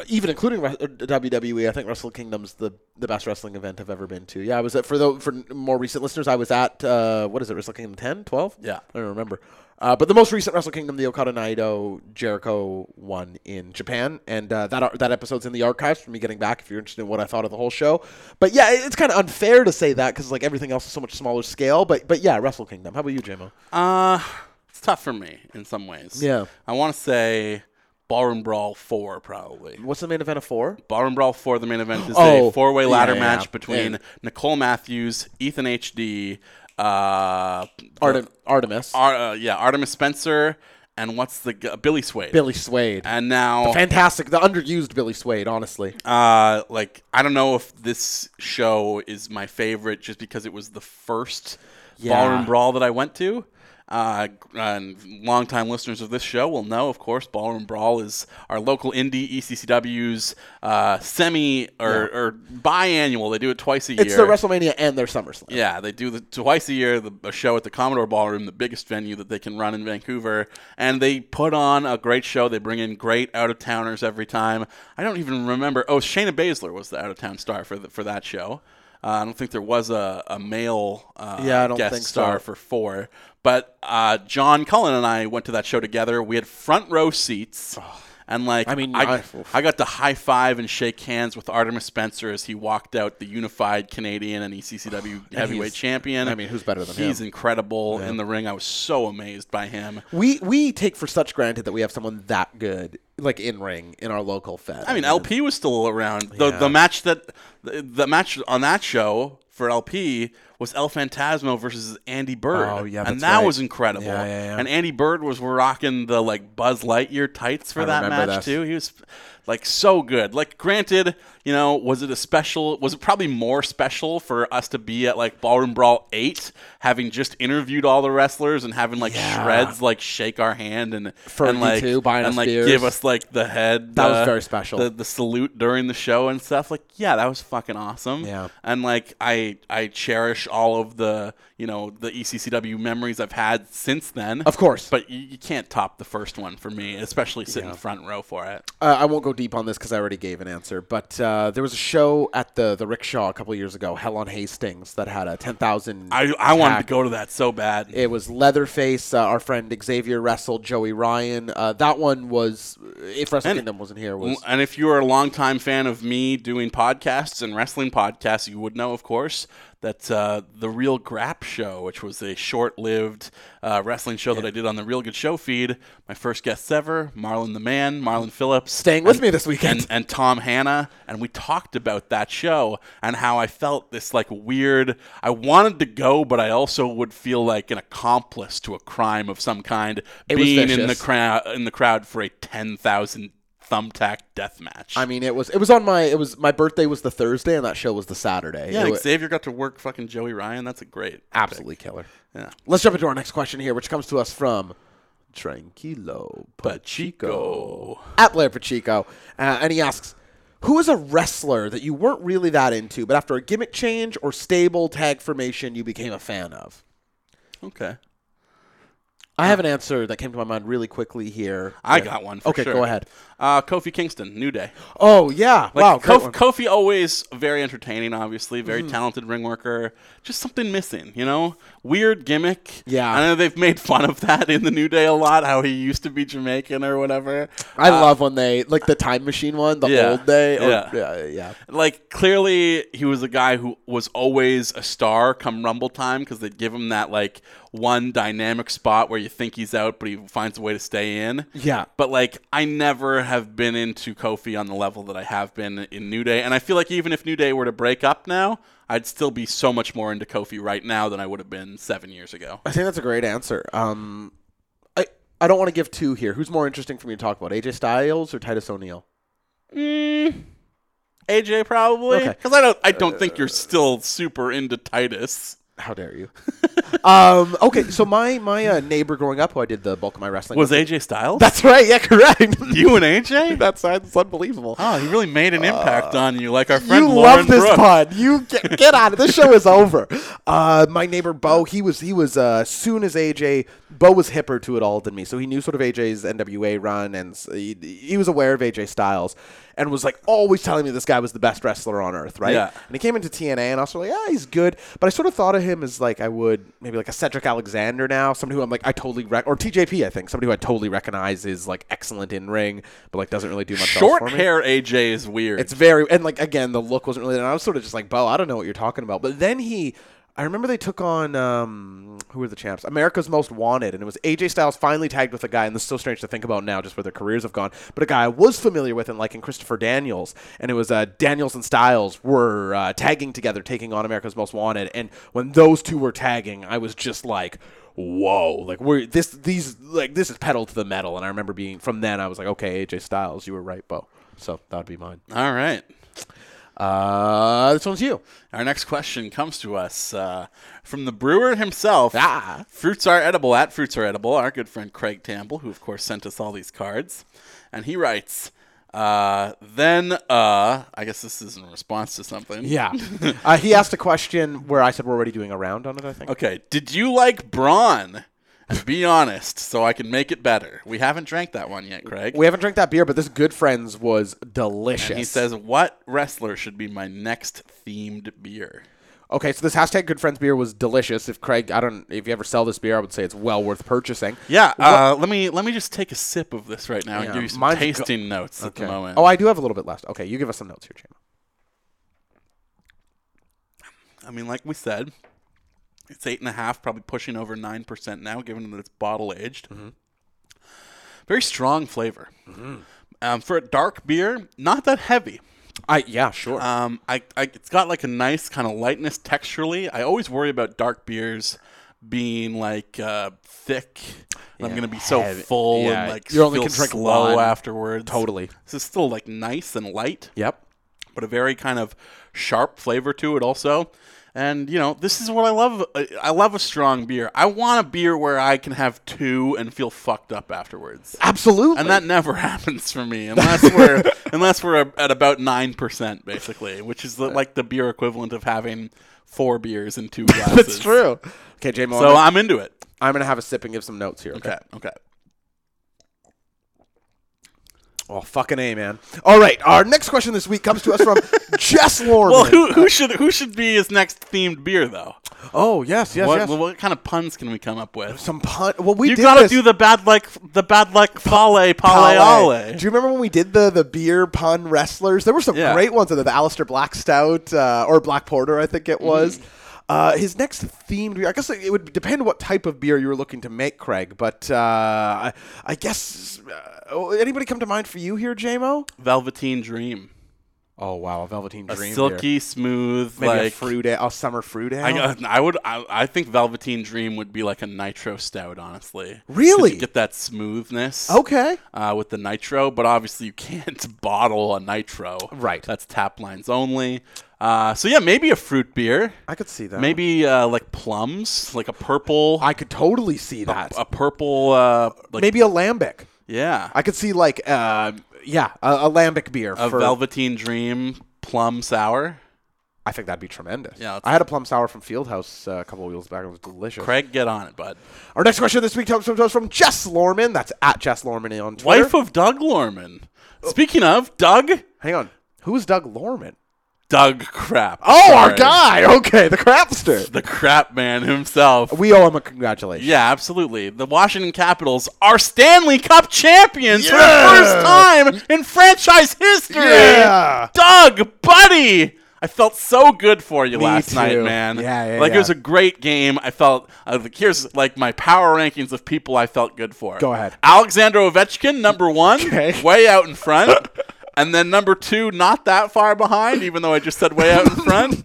C: even including uh, re- WWE, E, I think Wrestle Kingdom's the, the best wrestling event I've ever been to. Yeah, I was at, for the for more recent listeners, I was at uh, what is it, Wrestle Kingdom 10, 12?
B: Yeah.
C: I don't remember. Uh, but the most recent Wrestle Kingdom, the Okada Naito Jericho one in Japan, and uh, that ar- that episode's in the archives for me getting back if you're interested in what I thought of the whole show. But yeah, it- it's kind of unfair to say that because like everything else is so much smaller scale. But but yeah, Wrestle Kingdom. How about you, JMO?
B: Uh, it's tough for me in some ways.
C: Yeah.
B: I want to say Ballroom Brawl 4, probably.
C: What's the main event of four?
B: Ballroom Brawl 4, the main event, is
C: Oh,
B: a four way ladder
C: yeah,
B: match
C: yeah.
B: between
C: Yeah.
B: Nicole Matthews, Ethan HD, uh,
C: Artem- Artemis,
B: Ar- uh, yeah, Artemis Spencer, and what's the g- Billy Swade.
C: Billy Swade.
B: And now,
C: Fantastic. The underused Billy Swade, honestly.
B: uh, like, I don't know if this show is my favorite just because it was the first
C: Yeah.
B: Ballroom Brawl that I went to. Uh, and longtime listeners of this show will know, of course, Ballroom Brawl is our local indie E ECCW's uh, semi or, or biannual. They do it twice a year.
C: It's their WrestleMania and their SummerSlam.
B: Yeah, they do the twice a year the, a show at the Commodore Ballroom, the biggest venue that they can run in Vancouver, and they put on a great show. They bring in great out of towners every time. I don't even remember. Oh, Shayna Baszler was the out of town star for the, for that show. Uh, I don't think there was a a male uh,
C: Yeah, I don't
B: guest
C: think so.
B: star for four, but uh, John Cullen and I went to that show together. We had front row seats. And like,
C: I mean,
B: I,
C: I- oof.
B: I got to high five and shake hands with Artemis Spencer as he walked out the unified Canadian and E ECCW heavyweight
C: he's-
B: champion.
C: I mean, who's better than
B: he's He's
C: him?
B: incredible in the ring. I was so amazed by him.
C: We we take for such granted that we have someone that good, like in ring, in our local fed.
B: I mean, LP was still around. The
C: Yeah.
B: the match that the, the match on that show for LP was El Fantasmo versus Andy Bird.
C: Oh, yeah,
B: and
C: that's
B: that
C: right.
B: was incredible.
C: Yeah, yeah, yeah.
B: And Andy Bird was rocking the like Buzz Lightyear tights for
C: I
B: that
C: remember
B: match
C: this.
B: too. He was like so good. Like, granted, you know, was it a special? Was it probably more special for us to be at like Ballroom Brawl Eight, having just interviewed all the wrestlers and having like
C: Yeah.
B: shreds like shake our hand and and
C: Fergie,
B: like
C: too, buying
B: and
C: us
B: like
C: beers.
B: give us like the head.
C: That was
B: the-
C: very special.
B: The, the salute during the show and stuff like yeah that was fucking awesome
C: Yeah.
B: and like i i cherish all of the you know the E eccw memories i've had since then
C: Of course.
B: but you, you can't top the first one for me especially sitting front row for it
C: uh, I won't go deep on this because I already gave an answer. But uh, there was a show at the the Rickshaw a couple years ago, Hell on Hastings, that had a ten thousand.
B: i i wanted to go to that so bad
C: It was Leatherface, uh, our friend Xavier wrestled Joey Ryan. Uh, that one was, if Wrestle
B: And-
C: Kingdom wasn't here, was
B: and if you are a longtime fan of me doing podcasts and wrestling podcasts, you would know, of course, that uh, the Real Grap Show, which was a short-lived uh, wrestling show that I did on the Real Good Show feed, my first guests ever, Marlon the Man, Marlon Phillips,
C: staying with me this weekend.
B: and, and Tom Hanna, and we talked about that show and how I felt this like weird. I wanted to go, but I also would feel like an accomplice to a crime of some kind,
C: was
B: being in the
C: vicious.
B: crowd in the crowd for a ten thousand thumbtack death match.
C: I mean, it was it was on my it was my birthday was the Thursday and that show was the Saturday.
B: yeah,
C: It
B: like
C: wa-
B: Xavier got to work fucking Joey Ryan. That's a great.
C: absolutely killer.
B: Yeah.
C: Let's jump into our next question here, which comes to us from Tranquilo
B: Pachico.
C: Pachico at Blair Pachico, uh, and he asks, "Who is a wrestler that you weren't really that into, but after a gimmick change or stable tag formation, you became a fan of?"
B: Okay.
C: I have an answer that came to my mind really quickly here.
B: Uh, I got one for
C: okay,
B: sure.
C: go ahead.
B: Uh, Kofi Kingston, New Day.
C: Oh yeah,
B: Like,
C: wow, great
B: Kof-
C: one. Mm-hmm.
B: Kofi always very entertaining, obviously, very talented ring worker. Just something missing, you know? Weird gimmick.
C: Yeah.
B: I know they've made fun of that in the New Day a lot, how he used to be Jamaican or whatever.
C: I love when they like the time machine one, the
B: Yeah,
C: old day. Or,
B: yeah.
C: yeah, yeah, yeah.
B: Like, clearly, he was a guy who was always a star come Rumble time because they'd give him that, like, one dynamic spot where you think he's out, but he finds a way to stay in.
C: Yeah.
B: But, like, I never have been into Kofi on the level that I have been in New Day. And I feel like even if New Day were to break up now, I'd still be so much more into Kofi right now than I would have been seven years ago.
C: I think that's a great answer. Um, I I don't want to give two here. Who's more interesting for me to talk about, AJ Styles or Titus O'Neil?
B: AJ, probably.
C: Okay.
B: Because I don't, I don't think you're still super into Titus.
C: How dare you? um, okay, so my my uh, neighbor growing up, who I did the bulk of my wrestling.
B: Was
C: with-
B: AJ Styles?
C: That's right. Yeah, correct.
B: you and AJ?
C: that's that's unbelievable.
B: Oh, he really made an impact on you, like our friend
C: Uh, You
B: Lauren
C: love this
B: Brooks.
C: pod. You get, get out of this show is over. Uh, my neighbor Bo, he was he was uh, soon as AJ. Bo was hipper to it all than me, so he knew sort of AJ's NWA run, and s- he, he was aware of AJ Styles, and was like always telling me this guy was the best wrestler on earth, right?
B: Yeah.
C: And he came into TNA, and I was sort of like, yeah, he's good, but I sort of thought of him as like I would maybe like a Cedric Alexander now, somebody who I'm like I totally rec- or TJP, I think somebody who I totally recognize is like excellent in ring, but like doesn't really do much. else
B: Short
C: for me.
B: hair AJ is weird.
C: It's very and like again, the look wasn't really. there. And I was sort of just like, Bo, I don't know what you're talking about. But then he, I remember they took on um, who were the champs? America's Most Wanted, and it was AJ Styles finally tagged with a guy, and this is so strange to think about now, just where their careers have gone. But a guy I was familiar with, and like in Christopher Daniels, and it was uh, Daniels and Styles were uh, tagging together, taking on America's Most Wanted, and when those two were tagging, I was just like whoa like we're this these like this is pedal to the metal and i remember being from then i was like okay aj styles you were right bo so that would be mine
B: All right.
C: uh, this one's you.
B: Our next question comes to us uh, from the brewer himself.
C: Ah.
B: Fruits are edible at Fruits Are Edible, our good friend Craig Tamble, who of course sent us all these cards. And he writes, uh, then, uh, I guess this is in response to something.
C: Yeah. uh, he asked a question where I said we're already doing a round on it, I think.
B: Okay. Did you like Brawn? And be honest, so I can make it better. We haven't drank that one yet, Craig.
C: We haven't drank that beer, but this Good Friends was delicious.
B: He says, "What wrestler should be my next themed beer?"
C: okay, so this hashtag Good Friends beer was delicious. If Craig, I don't, if you ever sell this beer, I would say it's well worth purchasing.
B: Yeah, uh, let me let me just take a sip of this right now and
C: Yeah,
B: give you some
C: mine's go-
B: tasting notes at the moment.
C: Oh, I do have a little bit left. Okay, you give us some notes here, Chama.
B: I mean, like we said, it's eight and a half, probably pushing over nine percent now, given that it's bottle aged. Very strong flavor um, for a dark beer. Not that heavy.
C: I yeah, sure.
B: Um, I, I it's got like a nice kind of lightness texturally. I always worry about dark beers being like uh, thick. I'm
C: Yeah,
B: gonna be so
C: heavy.
B: full and
C: Yeah,
B: like
C: you only
B: feel
C: can drink
B: slow
C: one.
B: afterwards.
C: Totally.
B: This is still like nice and light,
C: yep.
B: but a very kind of sharp flavor to it also. And you know, this is what I love. I- I love a strong beer. I want a beer where I can have two and feel fucked up afterwards.
C: Absolutely.
B: And that never happens for me unless we're unless we're at about nine percent, basically, which is the, like the beer equivalent of having four beers in two glasses.
C: that's true. Okay, Jamo.
B: So I'm into it.
C: I'm gonna have a sip and give some notes here. okay.
B: Okay, okay.
C: Oh, fucking a man. All right, our next question this week comes to us from Jess Lorman.
B: Well, who who should who should be his next themed beer though?
C: Oh yes, yes,
B: what,
C: yes.
B: what kind of puns can we come up with?
C: some pun. Well, we
B: You
C: did
B: gotta
C: this-
B: do the bad luck, the bad luck, pale,
C: Pale.
B: pale,
C: Do
B: ale.
C: you remember when we did the the beer pun wrestlers? There were some
B: Yeah.
C: great ones. in there, The Alistair Black Stout uh, or Black Porter, I think
B: Mm.
C: it was. Uh, his next themed beer, I guess it would depend what type of beer you were looking to make, Craig. But uh, I, I guess uh, oh, anybody come to mind for you here, JMO?
B: Velveteen Dream,
C: Oh wow, a Velveteen
B: a
C: Dream,
B: silky, smooth,
C: maybe
B: like
C: a fruit, ale, a summer fruit ale.
B: I, I would. I, I think Velveteen Dream would be like a nitro stout, honestly. 'Cause
C: Really?
B: You get that smoothness.
C: okay.
B: Uh, with the nitro, but obviously you can't bottle a nitro.
C: Right.
B: That's tap lines only. Uh, so yeah, maybe a fruit beer.
C: I could see that.
B: Maybe uh, like plums, like a purple,
C: I could totally see that.
B: a purple. Uh, like,
C: Maybe a lambic.
B: yeah,
C: I could see like uh, yeah, a, a lambic beer
B: a
C: for
B: Velveteen Dream plum sour.
C: I think that'd be tremendous.
B: Yeah, it's-
C: I had a plum sour from Fieldhouse uh, a couple of wheels back. It was delicious.
B: Craig, get on it, bud.
C: Our next question this week comes from, comes from Jess Lorman. That's at Jess Lorman on Twitter.
B: Wife of Doug Lorman. Speaking of Doug,
C: Hang on. Who's Doug Lorman?
B: Doug Crap.
C: Oh, our
B: Sorry.
C: guy. Okay, the crapster.
B: the Crap Man himself.
C: We owe him a congratulations.
B: Yeah, absolutely. The Washington Capitals are Stanley Cup champions
C: Yeah.
B: for the first time in franchise history.
C: Yeah.
B: Doug, buddy, I felt so good for you
C: Me
B: last night,
C: too.
B: man.
C: Yeah, yeah,
B: like it
C: yeah.
B: was a great game. I felt uh, like, here's like my power rankings of people I felt good for.
C: Go ahead.
B: Alexander Ovechkin, number one,
C: Okay.
B: way out in front, and then number two, not that far behind, even though I just said way out in front.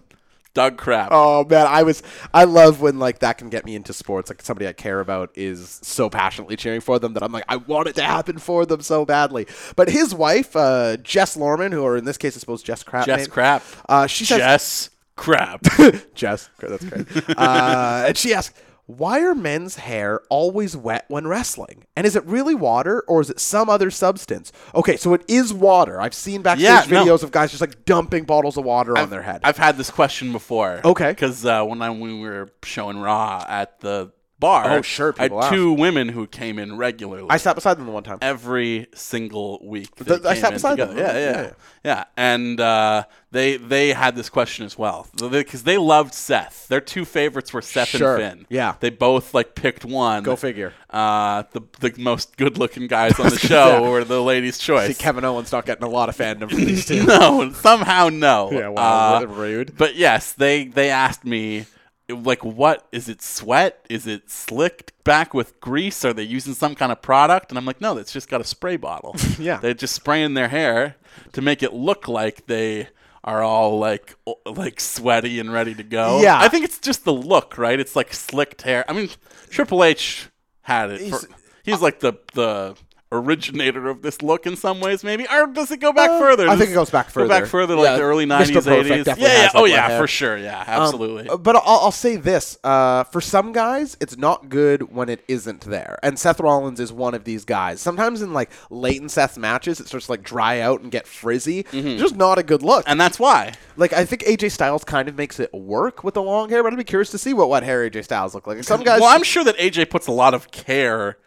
B: Doug Crap.
C: Oh man, I was I love when like that can get me into sports. Like somebody I care about is so passionately cheering for them that I'm like I want it to happen for them so badly. But his wife, uh, Jess Lorman, who or in this case I suppose Jess Crap.
B: Jess
C: maybe,
B: Crap.
C: Uh, she says
B: Jess Crap.
C: Jess. great, That's great. uh, and she asks, why are men's hair always wet when wrestling? And is it really water or is it some other substance? Okay, so it is water. I've seen backstage
B: Yeah, no.
C: videos of guys just like dumping bottles of water on their head.
B: I've had this question before.
C: Okay.
B: Because uh, one time we were showing Raw at the bar.
C: Oh, sure,
B: I had
C: people ask.
B: two women who came in regularly.
C: I sat beside them the one time.
B: every single week.
C: Th-
B: they
C: I
B: came
C: sat
B: in
C: beside them,
B: together. Yeah,
C: right?
B: yeah, yeah,
C: Yeah.
B: And uh, they they had this question as well because they loved Seth. Their two favorites were Seth
C: Sure.
B: and Finn.
C: Yeah.
B: they both like picked one.
C: Go figure.
B: Uh, the the most good looking guys on the show
C: Yeah.
B: were the ladies' choice.
C: See, Kevin Owens not getting a lot of fandom from these two.
B: no, somehow no.
C: Yeah, wow, what a
B: Uh,
C: rude.
B: But yes, they they asked me like what is it sweat? Is it slicked back with grease? Are they using some kind of product? And I'm like, no, it's just got a spray bottle.
C: Yeah.
B: They're just spraying their hair to make it look like they are all like o- like sweaty and ready to go.
C: Yeah.
B: I think it's just the look, right? It's like slicked hair. I mean, Triple H had it. for-
C: He's-
B: He's, like the the originator of this look in some ways maybe or does it go back
C: Uh,
B: further
C: I think
B: Does-
C: it goes back
B: go back
C: further.
B: further like
C: Yeah,
B: the early
C: Mr.
B: 90s
C: Perfect
B: 80s
C: definitely
B: yeah yeah
C: has that
B: oh
C: wet
B: yeah
C: hair.
B: for sure yeah
C: Um,
B: absolutely
C: but I'll, I'll say this: uh, for some guys, it's not good when it isn't there, and Seth Rollins is one of these guys. Sometimes in like late in Seth's matches, it starts to, like dry out and get frizzy. Just not a good look.
B: Mm-hmm. and that's why
C: like I think AJ Styles kind of makes it work with the long hair, but I'd be curious to see what what hair AJ Styles look like. And Some guys,
B: well i'm sure that aj puts a lot of care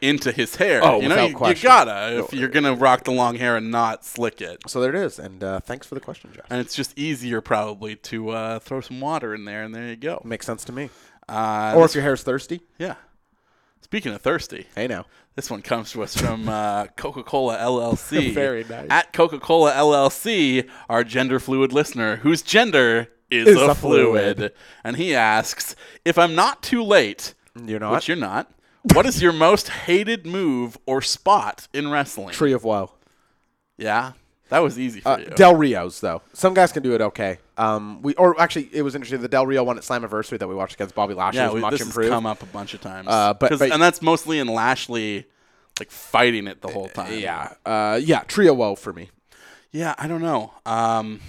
B: into his hair
C: Oh,
B: you know
C: without
B: you, you
C: question.
B: gotta if you're gonna rock the long hair and not slick it
C: so there it is. And uh, thanks for the question, Jeff.
B: and it's just easier probably to uh, throw some water in there and there you go
C: Makes sense to me.
B: uh,
C: Or if your hair's thirsty,
B: yeah speaking of thirsty
C: hey now.
B: This one comes to us from uh, Coca Cola LLC.
C: Very nice.
B: At Coca Cola LLC, our gender fluid listener, whose gender is,
C: Is
B: a,
C: a
B: fluid.
C: fluid.
B: And he asks If I'm not too late,
C: You're not?
B: which you're not, what is your most hated move or spot in wrestling?
C: Tree of woe.
B: yeah, that was easy for
C: Uh,
B: you.
C: Del Rio's though. Some guys can do it okay. Um, we or actually it was interesting the Del Rio one at Slammiversary that we watched against Bobby Lashley
B: yeah,
C: was
B: we,
C: much
B: this
C: improved.
B: has come up a bunch of times.
C: Uh, but-
B: 'Cause-
C: but-
B: and that's mostly in Lashley, like fighting it the whole time.
C: yeah, uh, yeah, Trio Woe for me.
B: Yeah, I don't know. Um,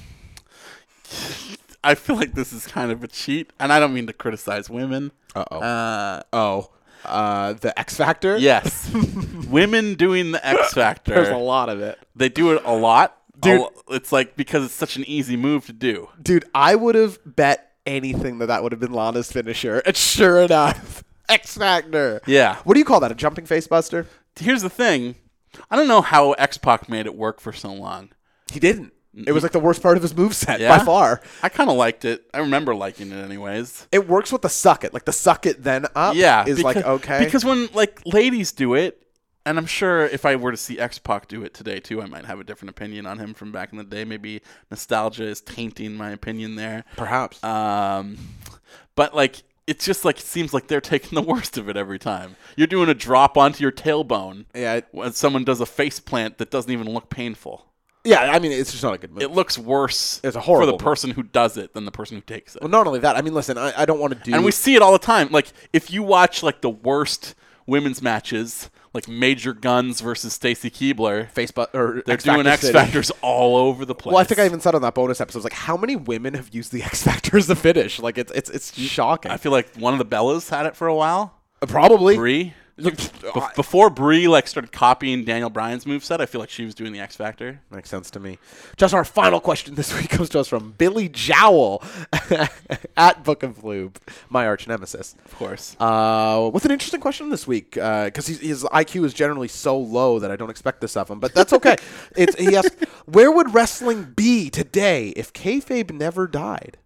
B: I feel like this is kind of a cheat, and I don't mean to criticize women.
C: Uh-oh.
B: Uh,
C: Oh, uh, the X Factor.
B: yes, women doing the X
C: there's a
B: Factor.
C: lot of it,
B: They do it a lot. A
C: Dude.
B: lo- it's like because it's such an easy move to do.
C: dude. I would have bet anything that that would have been Lana's finisher, and sure enough, X Factor.
B: Yeah.
C: What do you call that? A jumping face buster?
B: Here's the thing. I don't know how X Pac made it work for so long.
C: He didn't. It was like the worst part of his moveset
B: Yeah?
C: by far.
B: I kind of liked it. I remember liking it anyways.
C: It works with the suck it, like the suck it then up.
B: yeah,
C: is like
B: because-
C: okay
B: because when like ladies do it, and I'm sure if I were to see X Pac do it today too, I might have a different opinion on him from back in the day. Maybe nostalgia is tainting my opinion there.
C: perhaps.
B: Um, but like it's just like it seems like they're taking the worst of it every time. You're doing a drop onto your tailbone
C: yeah, it-
B: when someone does a face plant that doesn't even look painful.
C: yeah. I mean, it's just not a good move.
B: It looks worse
C: It's a
B: for
C: horrible
B: the
C: move.
B: person who does it than the person who takes it.
C: Well, not only that, I mean, listen, I, I don't want to do.
B: And we see it all the time. Like if you watch like the worst women's matches, like Major Guns versus Stacy Keebler,
C: Facebook or
B: they're doing X
C: City.
B: Factors all over the place.
C: Well, I think I even said on that bonus episode, I was like, how many women have used the X Factor as the finish? Like, it's it's it's shocking.
B: I feel like one of the Bellas had it for a while.
C: Uh, Probably.
B: Bree. Be- before Brie like started copying Daniel Bryan's moveset, I feel like she was doing the X Factor.
C: Makes sense to me. Just our final question this week comes to us from Billy Jowl at Book of Lube, my arch nemesis.
B: Of course.
C: Uh, with an interesting question this week, because his his IQ is generally so low that I don't expect this of him, but that's okay. it's, he asked, "Where would wrestling be today if kayfabe never died?"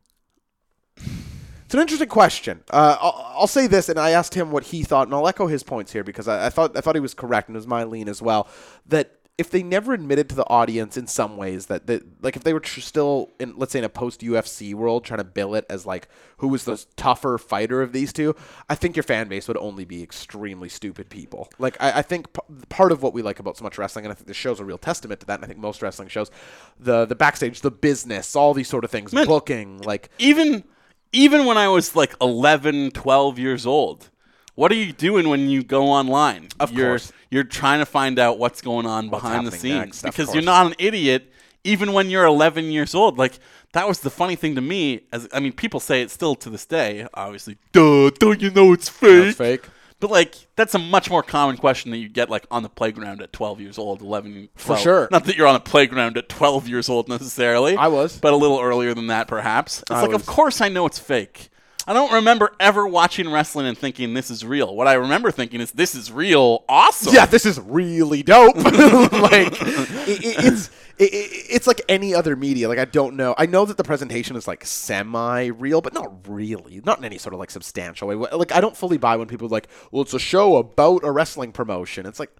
C: It's an interesting question. Uh, I'll, I'll say this, and I asked him what he thought, and I'll echo his points here because I, I thought I thought he was correct, and it was my lean as well. That if they never admitted to the audience in some ways that, that like if they were tr- still in let's say in a post UFC world trying to bill it as like who was the tougher fighter of these two, I think your fan base would only be extremely stupid people. Like I, I think p- part of what we like about so much wrestling, and I think this show's a real testament to that, and I think most wrestling shows, the the backstage, the business, all these sort of things,
B: Man,
C: booking, like
B: even even when I was like 11, 12 years old, what are you doing when you go online?
C: Of
B: you're,
C: course.
B: You're trying to find out what's going on behind the
C: happening
B: scenes
C: next, of
B: because you're
C: course.
B: not an idiot even when you're 11 years old. Like that was the funny thing to me as I mean people say it still to this day, obviously. Duh, don't you know it's fake?
C: it's fake.
B: But like that's a much more common question that you get like on the playground at 12 years old, 11 12.
C: sure.
B: Not that you're on the playground at 12 years old necessarily.
C: I was.
B: But a little earlier than that perhaps. It's
C: I
B: like of
C: was.
B: course I know it's fake. I don't remember ever watching wrestling and thinking this is real. What I remember thinking is this is real awesome.
C: yeah, this is really dope. like it, it- it's it, it- it's like any other media. Like I don't know. I know that the presentation is like semi real, but not really. Not in any sort of like substantial way. Like I don't fully buy when people are like, well, it's a show about a wrestling promotion. It's like.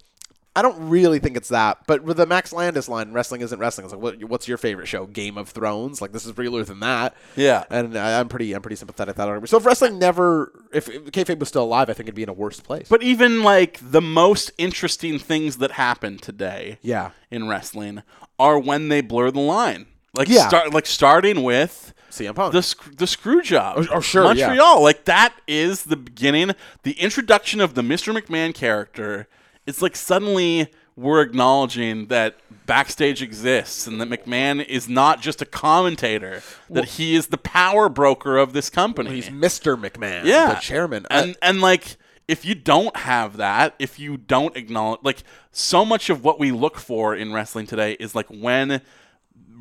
C: I don't really think it's that, but with the Max Landis line, wrestling isn't wrestling. It's like, what, what's your favorite show? Game of Thrones. Like this is realer than that.
B: Yeah.
C: and I, I'm pretty, I'm pretty sympathetic to that argument. So if wrestling never, if, if kayfabe was still alive, I think it'd be in a worse place.
B: But even like the most interesting things that happen today
C: yeah,
B: in wrestling are when they blur the line. Like
C: Yeah.
B: start like starting with
C: CM Punk.
B: the sc- the screw job.
C: Oh, oh, sure, yeah.
B: Montreal. Like that is the beginning, the introduction of the Mr. McMahon character. It's like suddenly we're acknowledging that backstage exists and that McMahon is not just a commentator, that he is the power broker of this company.
C: He's Mr. McMahon,
B: yeah,
C: the chairman. Uh, I-
B: and and like. If you don't have that, if you don't acknowledge, like so much of what we look for in wrestling today is like when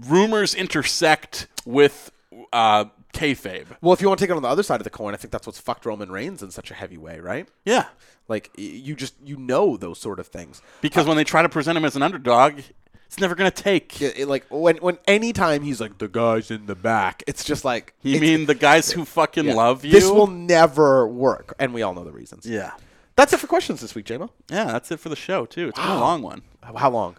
B: rumors intersect with uh, kayfabe.
C: well, if you want to take it on the other side of the coin, I think that's what's fucked Roman Reigns in such a heavy way, right?
B: Yeah,
C: Like y- you just you know those sort of things.
B: because when they try to present him as an underdog, it's never gonna take.
C: It- it- like when when anytime he's like the guys in the back, it's just like
B: you
C: it's-
B: mean the guys who fucking love you?
C: this will never work, and we all know the reasons.
B: Yeah,
C: That's it for questions this week, JMO.
B: yeah. That's it for the show too. It's been a long one.
C: How how long?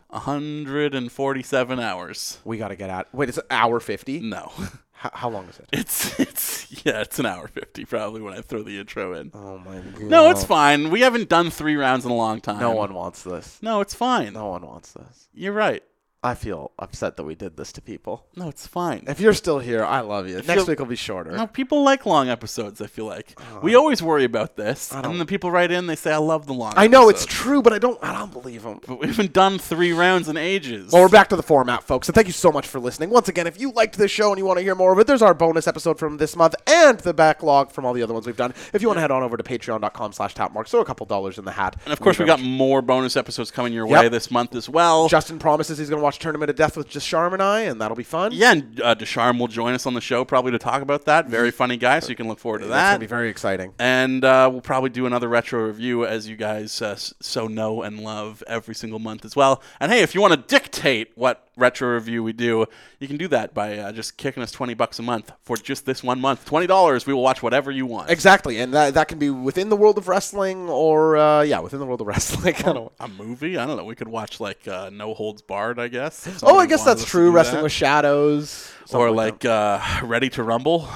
B: 147 hours.
C: We got to get out. Wait, it's an hour fifty.
B: No,
C: How, how long is it?
B: it's it's yeah, it's an hour fifty probably when I throw the intro in.
C: Oh my god!
B: No, it's fine. We haven't done three rounds in a long time.
C: No one wants this.
B: No, it's fine.
C: No one wants this.
B: You're right.
C: I feel upset that we did this to people.
B: No, it's fine.
C: If you're still here, I love you. Next
B: you're-
C: week will be shorter.
B: No, people like long episodes. I feel like
C: Uh,
B: we always worry about this, and the people write in. They say, "I love the long."
C: I know it's
B: episodes."
C: true, but I don't. I don't believe him.
B: But we haven't done three rounds in ages.
C: Well, we're back to the format, folks, and thank you so much for listening. Once again, if you liked this show and you want to hear more of it, there's our bonus episode from this month and the backlog from all the other ones we've done. If you want to head on over to patreon.com slash tapmarks, throw a couple dollars in the hat.
B: and of course, we got more bonus episodes coming your
C: Yep.
B: way this month as well.
C: Justin promises he's going to watch Tournament of Death with just Sharm and I, and that'll be fun.
B: yeah, and uh, Desharm will join us on the show probably to talk about that. Very funny guy, so you can look forward to
C: Mm-hmm. That's going
B: that.
C: to be very exciting.
B: and uh, we'll probably do another retro review, as you guys uh, s- so know and love every single month as well. And hey, if you want to dictate what retro review we do, you can do that by uh, just kicking us twenty bucks a month for just this one month. Twenty dollars, we will watch whatever you want.
C: Exactly, and that, that can be within the world of wrestling or, uh, yeah, within the world of wrestling. I don't
B: a movie? Oh, I don't know. We could watch like uh, No Holds Barred, I guess. if
C: Oh, I
B: somebody
C: guess
B: wanted
C: that's
B: us to
C: true.
B: do
C: Wrestling
B: that.
C: with Shadows.
B: or
C: something that.
B: like uh, Ready to Rumble.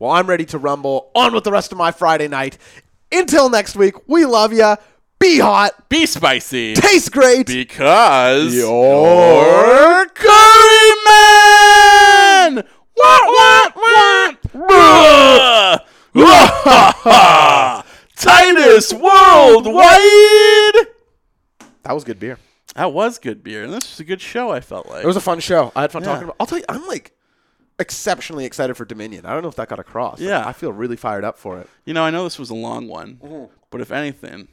C: Well, I'm ready to rumble. On with the rest of my Friday night. Until next week, we love ya. Be hot.
B: Be spicy
C: Taste great.
B: because
C: You're
B: curry man. What? What? What? Titus Worldwide.
C: that was good beer.
B: That was good beer, and this was a good show. I felt like
C: It was a fun show. I had fun
B: Yeah.
C: talking about. I'll tell you, I'm like exceptionally excited for Dominion. I don't know if that got across. Like,
B: Yeah.
C: I feel really fired up for it. Mm-hmm.
B: You know, I know this was a long one, but if anything,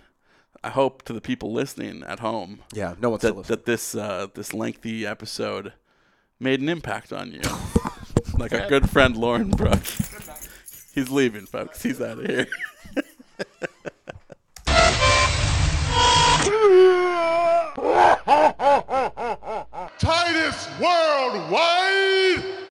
B: I hope to the people listening at home
C: Yeah, no one's still
B: that,
C: listening.
B: that this uh, this lengthy episode made an impact on you. like our good friend Lauren Brooks. He's leaving, folks. He's out of here.